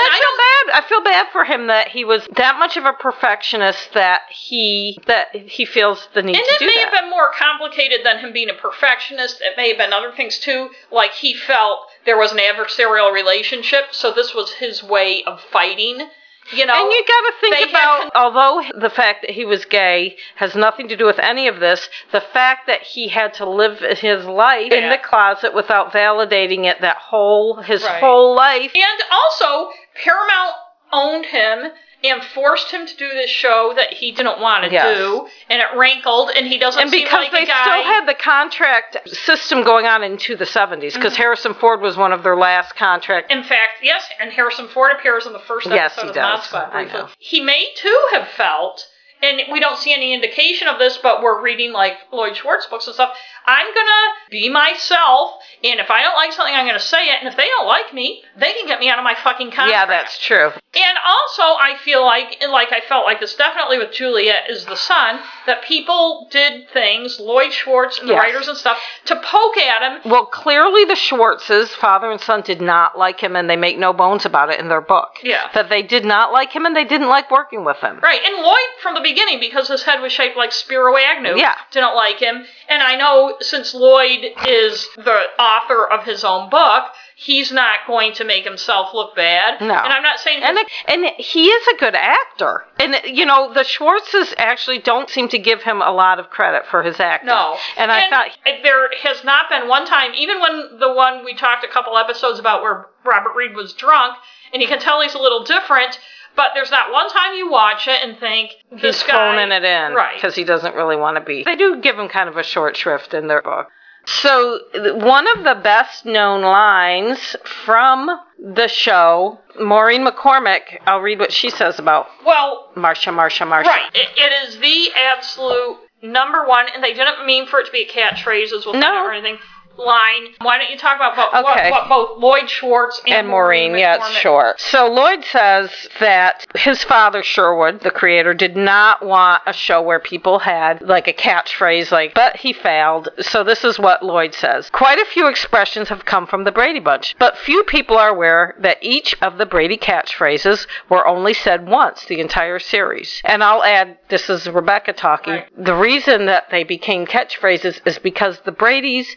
Speaker 1: And I
Speaker 2: I feel bad. I feel bad for him that he was that much of a perfectionist that he that he feels the need
Speaker 1: And
Speaker 2: to
Speaker 1: it
Speaker 2: do
Speaker 1: may
Speaker 2: that.
Speaker 1: have been more complicated than him being a perfectionist. It may have been other things too. Like he felt there was an adversarial relationship, so this was his way of fighting. You know,
Speaker 2: And you got to
Speaker 1: They
Speaker 2: think
Speaker 1: had
Speaker 2: about, although the fact that he was gay has nothing to do with any of this, the fact that he had to live his life in
Speaker 1: Yeah.
Speaker 2: the closet without validating it that whole his
Speaker 1: Right.
Speaker 2: whole life.
Speaker 1: and also Paramount owned him and forced him to do this show that he didn't want to
Speaker 2: Yes.
Speaker 1: do, and it rankled. And he doesn't
Speaker 2: And
Speaker 1: seem
Speaker 2: because
Speaker 1: like
Speaker 2: they
Speaker 1: a guy.
Speaker 2: still had the contract system going on into the 70s, because Harrison Ford was one of their last contract.
Speaker 1: Mm. in fact, yes, and Harrison Ford appears in the first episode
Speaker 2: Yes, he
Speaker 1: of
Speaker 2: does.
Speaker 1: Moscow
Speaker 2: I
Speaker 1: briefly.
Speaker 2: know.
Speaker 1: He may too have felt, and we don't see any indication of this, but we're reading like Lloyd Schwartz books and stuff. I'm gonna be myself, and if I don't like something, I'm gonna say it, and if they don't like me, they can get me out of my fucking contract.
Speaker 2: Yeah, that's true.
Speaker 1: And also, I feel like, and like I felt like this definitely with Juliet is the son, that people did things, Lloyd Schwartz and the
Speaker 2: Yes.
Speaker 1: writers and stuff, to poke at him
Speaker 2: Well, clearly the Schwartzes, father and son, did not like him, and they make no bones about it in their book.
Speaker 1: Yeah.
Speaker 2: That they did not like him, and they didn't like working with him.
Speaker 1: Right, and Lloyd from the beginning, because his head was shaped like Spiro Agnew,
Speaker 2: Yeah.
Speaker 1: didn't like him. And I know since Lloyd is the author of his own book, he's not going to make himself look bad.
Speaker 2: No.
Speaker 1: And I'm not saying
Speaker 2: And it- and he is a good actor. And you know, the Schwartzes actually don't seem to give him a lot of credit for his acting.
Speaker 1: no.
Speaker 2: And I thought
Speaker 1: there has not been one time, even when the one we talked a couple episodes about where Robert Reed was drunk, and you can tell he's a little different, but there's not one time you watch it and think this
Speaker 2: he's
Speaker 1: guy
Speaker 2: phoning it in
Speaker 1: Right.
Speaker 2: because he doesn't really want to be. They do give him kind of a short shrift in their book. So th- one of the best known lines from the show, Maureen McCormick. I'll read what she says about
Speaker 1: Well,
Speaker 2: Marsha, Marsha, Marsha.
Speaker 1: Right. It, it is the absolute number one, and they didn't mean for it to be a catchphrase as well
Speaker 2: No.
Speaker 1: or anything. Line. Why don't you talk about what, what-
Speaker 2: Okay.
Speaker 1: what, both Lloyd Schwartz and,
Speaker 2: and Maureen, yeah, it's
Speaker 1: McCormick-
Speaker 2: short. So Lloyd says that his father, Sherwood, the creator, did not want a show where people had like a catchphrase, like, but he failed. So this is what Lloyd says Quite a few expressions have come from the Brady Bunch, but few people are aware that each of the Brady catchphrases were only said once the entire series. And I'll add this is Rebecca talking.
Speaker 1: Right.
Speaker 2: The reason that they became catchphrases is because the Brady's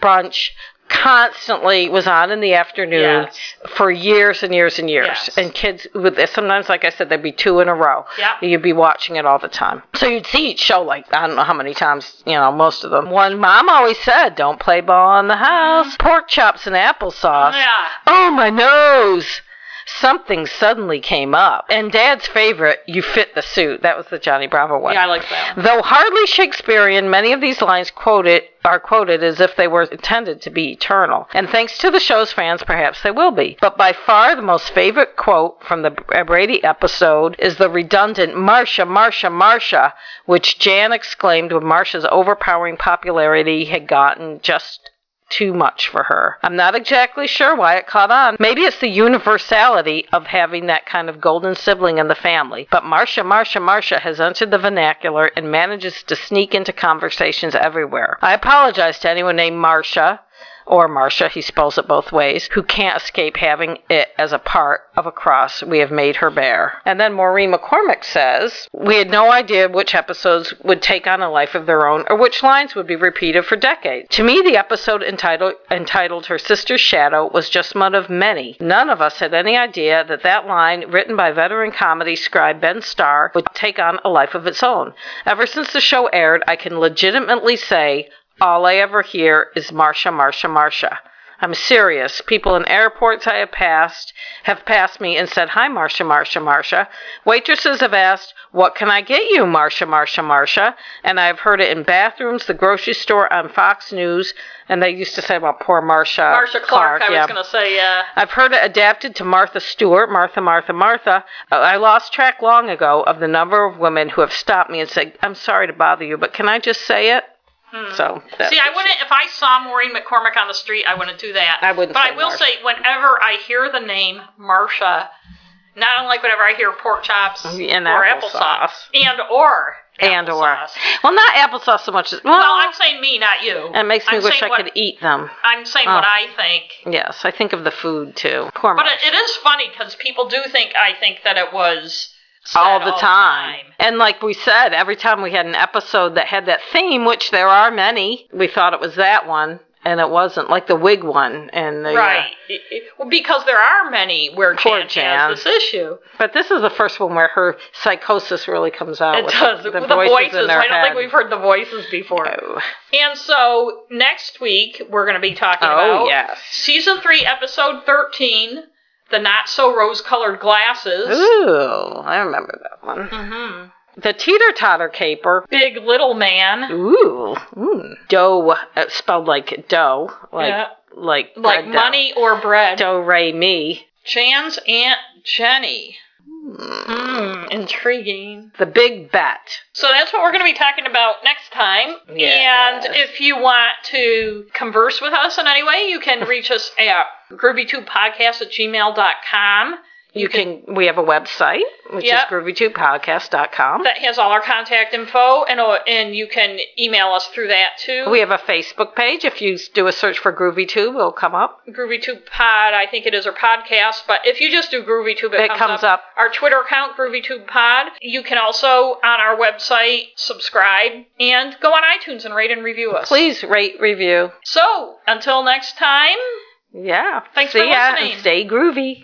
Speaker 2: bunch constantly was on in the afternoon
Speaker 1: Yes.
Speaker 2: for years and years and years.
Speaker 1: Yes.
Speaker 2: And kids with sometimes, like I said, there'd be two in a row.
Speaker 1: Yep.
Speaker 2: You'd be watching it all the time. So you'd see each show like I don't know how many times, you know, most of them. One mom always said, "Don't play ball in the house." Pork chops and applesauce.
Speaker 1: Mm-hmm. Yeah.
Speaker 2: Oh my nose! Something suddenly came up. And Dad's favorite, "You fit the suit." That was the Johnny Bravo one.
Speaker 1: Yeah, I like that.
Speaker 2: Though hardly Shakespearean, many of these lines quoted are quoted as if they were intended to be eternal. And thanks to the show's fans, perhaps they will be. But by far the most favorite quote from the Brady episode is the redundant Marcia, Marcia, Marcia, which Jan exclaimed when Marcia's overpowering popularity had gotten just too much for her. I'm not exactly sure why it caught on. Maybe it's the universality of having that kind of golden sibling in the family. But Marcia, Marcia, Marcia has entered the vernacular and manages to sneak into conversations everywhere. I apologize to anyone named Marcia or Marcia, he spells it both ways, who can't escape having it as a part of a cross we have made her bear. And then Maureen McCormick says, We had no idea which episodes would take on a life of their own or which lines would be repeated for decades. To me, the episode entitled, entitled Her Sister's Shadow was just one of many. None of us had any idea that that line, written by veteran comedy scribe Ben Starr, would take on a life of its own. Ever since the show aired, I can legitimately say, all I ever hear is Marsha, Marsha, Marsha. I'm serious. People in airports I have passed have passed me and said, Hi, Marsha, Marsha, Marsha. Waitresses have asked, What can I get you, Marsha, Marsha, Marsha? And I've heard it in bathrooms, the grocery store, on Fox News, and they used to say about poor Marsha.
Speaker 1: Marcia Clark, I was
Speaker 2: yeah.
Speaker 1: going to say, uh, yeah.
Speaker 2: I've heard it adapted to Martha Stewart, Martha, Martha, Martha. Uh, I lost track long ago of the number of women who have stopped me and said, I'm sorry to bother you, but can I just say it? So that's
Speaker 1: Hmm. See, I
Speaker 2: what she-
Speaker 1: wouldn't. If I saw Maureen McCormick on the street, I wouldn't do that.
Speaker 2: I wouldn't
Speaker 1: But
Speaker 2: say
Speaker 1: I will
Speaker 2: Marsha.
Speaker 1: say, whenever I hear the name Marsha, not unlike whenever I hear pork chops
Speaker 2: And
Speaker 1: or
Speaker 2: applesauce.
Speaker 1: and or
Speaker 2: and or
Speaker 1: applesauce.
Speaker 2: well, not applesauce so much as well.
Speaker 1: Well, I'm saying me, not you.
Speaker 2: Oh. it makes me
Speaker 1: I'm
Speaker 2: wish
Speaker 1: saying
Speaker 2: I
Speaker 1: what-
Speaker 2: could eat them.
Speaker 1: I'm saying what
Speaker 2: Oh.
Speaker 1: I think.
Speaker 2: Yes, I think of the food too. Poor
Speaker 1: But
Speaker 2: Marsha.
Speaker 1: it, it is funny because people do think I think that it was said
Speaker 2: all the time. And like we said, every time we had an episode that had that theme, which there are many, we thought it was that one, and it wasn't. Like the wig one, and the, uh,
Speaker 1: Right. It- it- well, because there are many where
Speaker 2: Poor
Speaker 1: Jan,
Speaker 2: Jan.
Speaker 1: has this issue.
Speaker 2: but this is the first one where her psychosis really comes out.
Speaker 1: It
Speaker 2: Oh, with
Speaker 1: does.
Speaker 2: The,
Speaker 1: The,
Speaker 2: voices,
Speaker 1: voices.
Speaker 2: in their
Speaker 1: I don't
Speaker 2: head.
Speaker 1: think we've heard the voices before.
Speaker 2: Oh,
Speaker 1: And so next week we're going to be talking
Speaker 2: oh
Speaker 1: about
Speaker 2: yes.
Speaker 1: season three, episode thirteen, the not so rose-colored glasses.
Speaker 2: Ooh, I remember that one.
Speaker 1: Mhm.
Speaker 2: The teeter totter caper.
Speaker 1: Big little man,
Speaker 2: Ooh, mm. dough uh, spelled like dough, like
Speaker 1: Yeah.
Speaker 2: like
Speaker 1: like
Speaker 2: bread
Speaker 1: money or bread.
Speaker 2: Dough. Do re mi.
Speaker 1: Jan's aunt Jenny. Mm, intriguing.
Speaker 2: The big bet.
Speaker 1: So that's what we're going to be talking about next time.
Speaker 2: Yes.
Speaker 1: And if you want to converse with us in any way, you can reach us at groovy2podcast at gmail.com.
Speaker 2: You, can, We have a website which
Speaker 1: Yep.
Speaker 2: is groovytubepodcast.com.
Speaker 1: That has all our contact info, and uh, and you can email us through that too.
Speaker 2: We have a Facebook page. If you s- do a search for Groovy Tube, it'll come up.
Speaker 1: Groovy Tube Pod, I think it is, or podcast. But if you just do Groovy Tube, it,
Speaker 2: It comes up.
Speaker 1: Our Twitter account, Groovy Tube Pod. You can also on our website subscribe and go on iTunes and rate and review us.
Speaker 2: Please rate, review.
Speaker 1: So until next time.
Speaker 2: Yeah.
Speaker 1: Thanks
Speaker 2: See
Speaker 1: for
Speaker 2: ya
Speaker 1: listening.
Speaker 2: and stay groovy.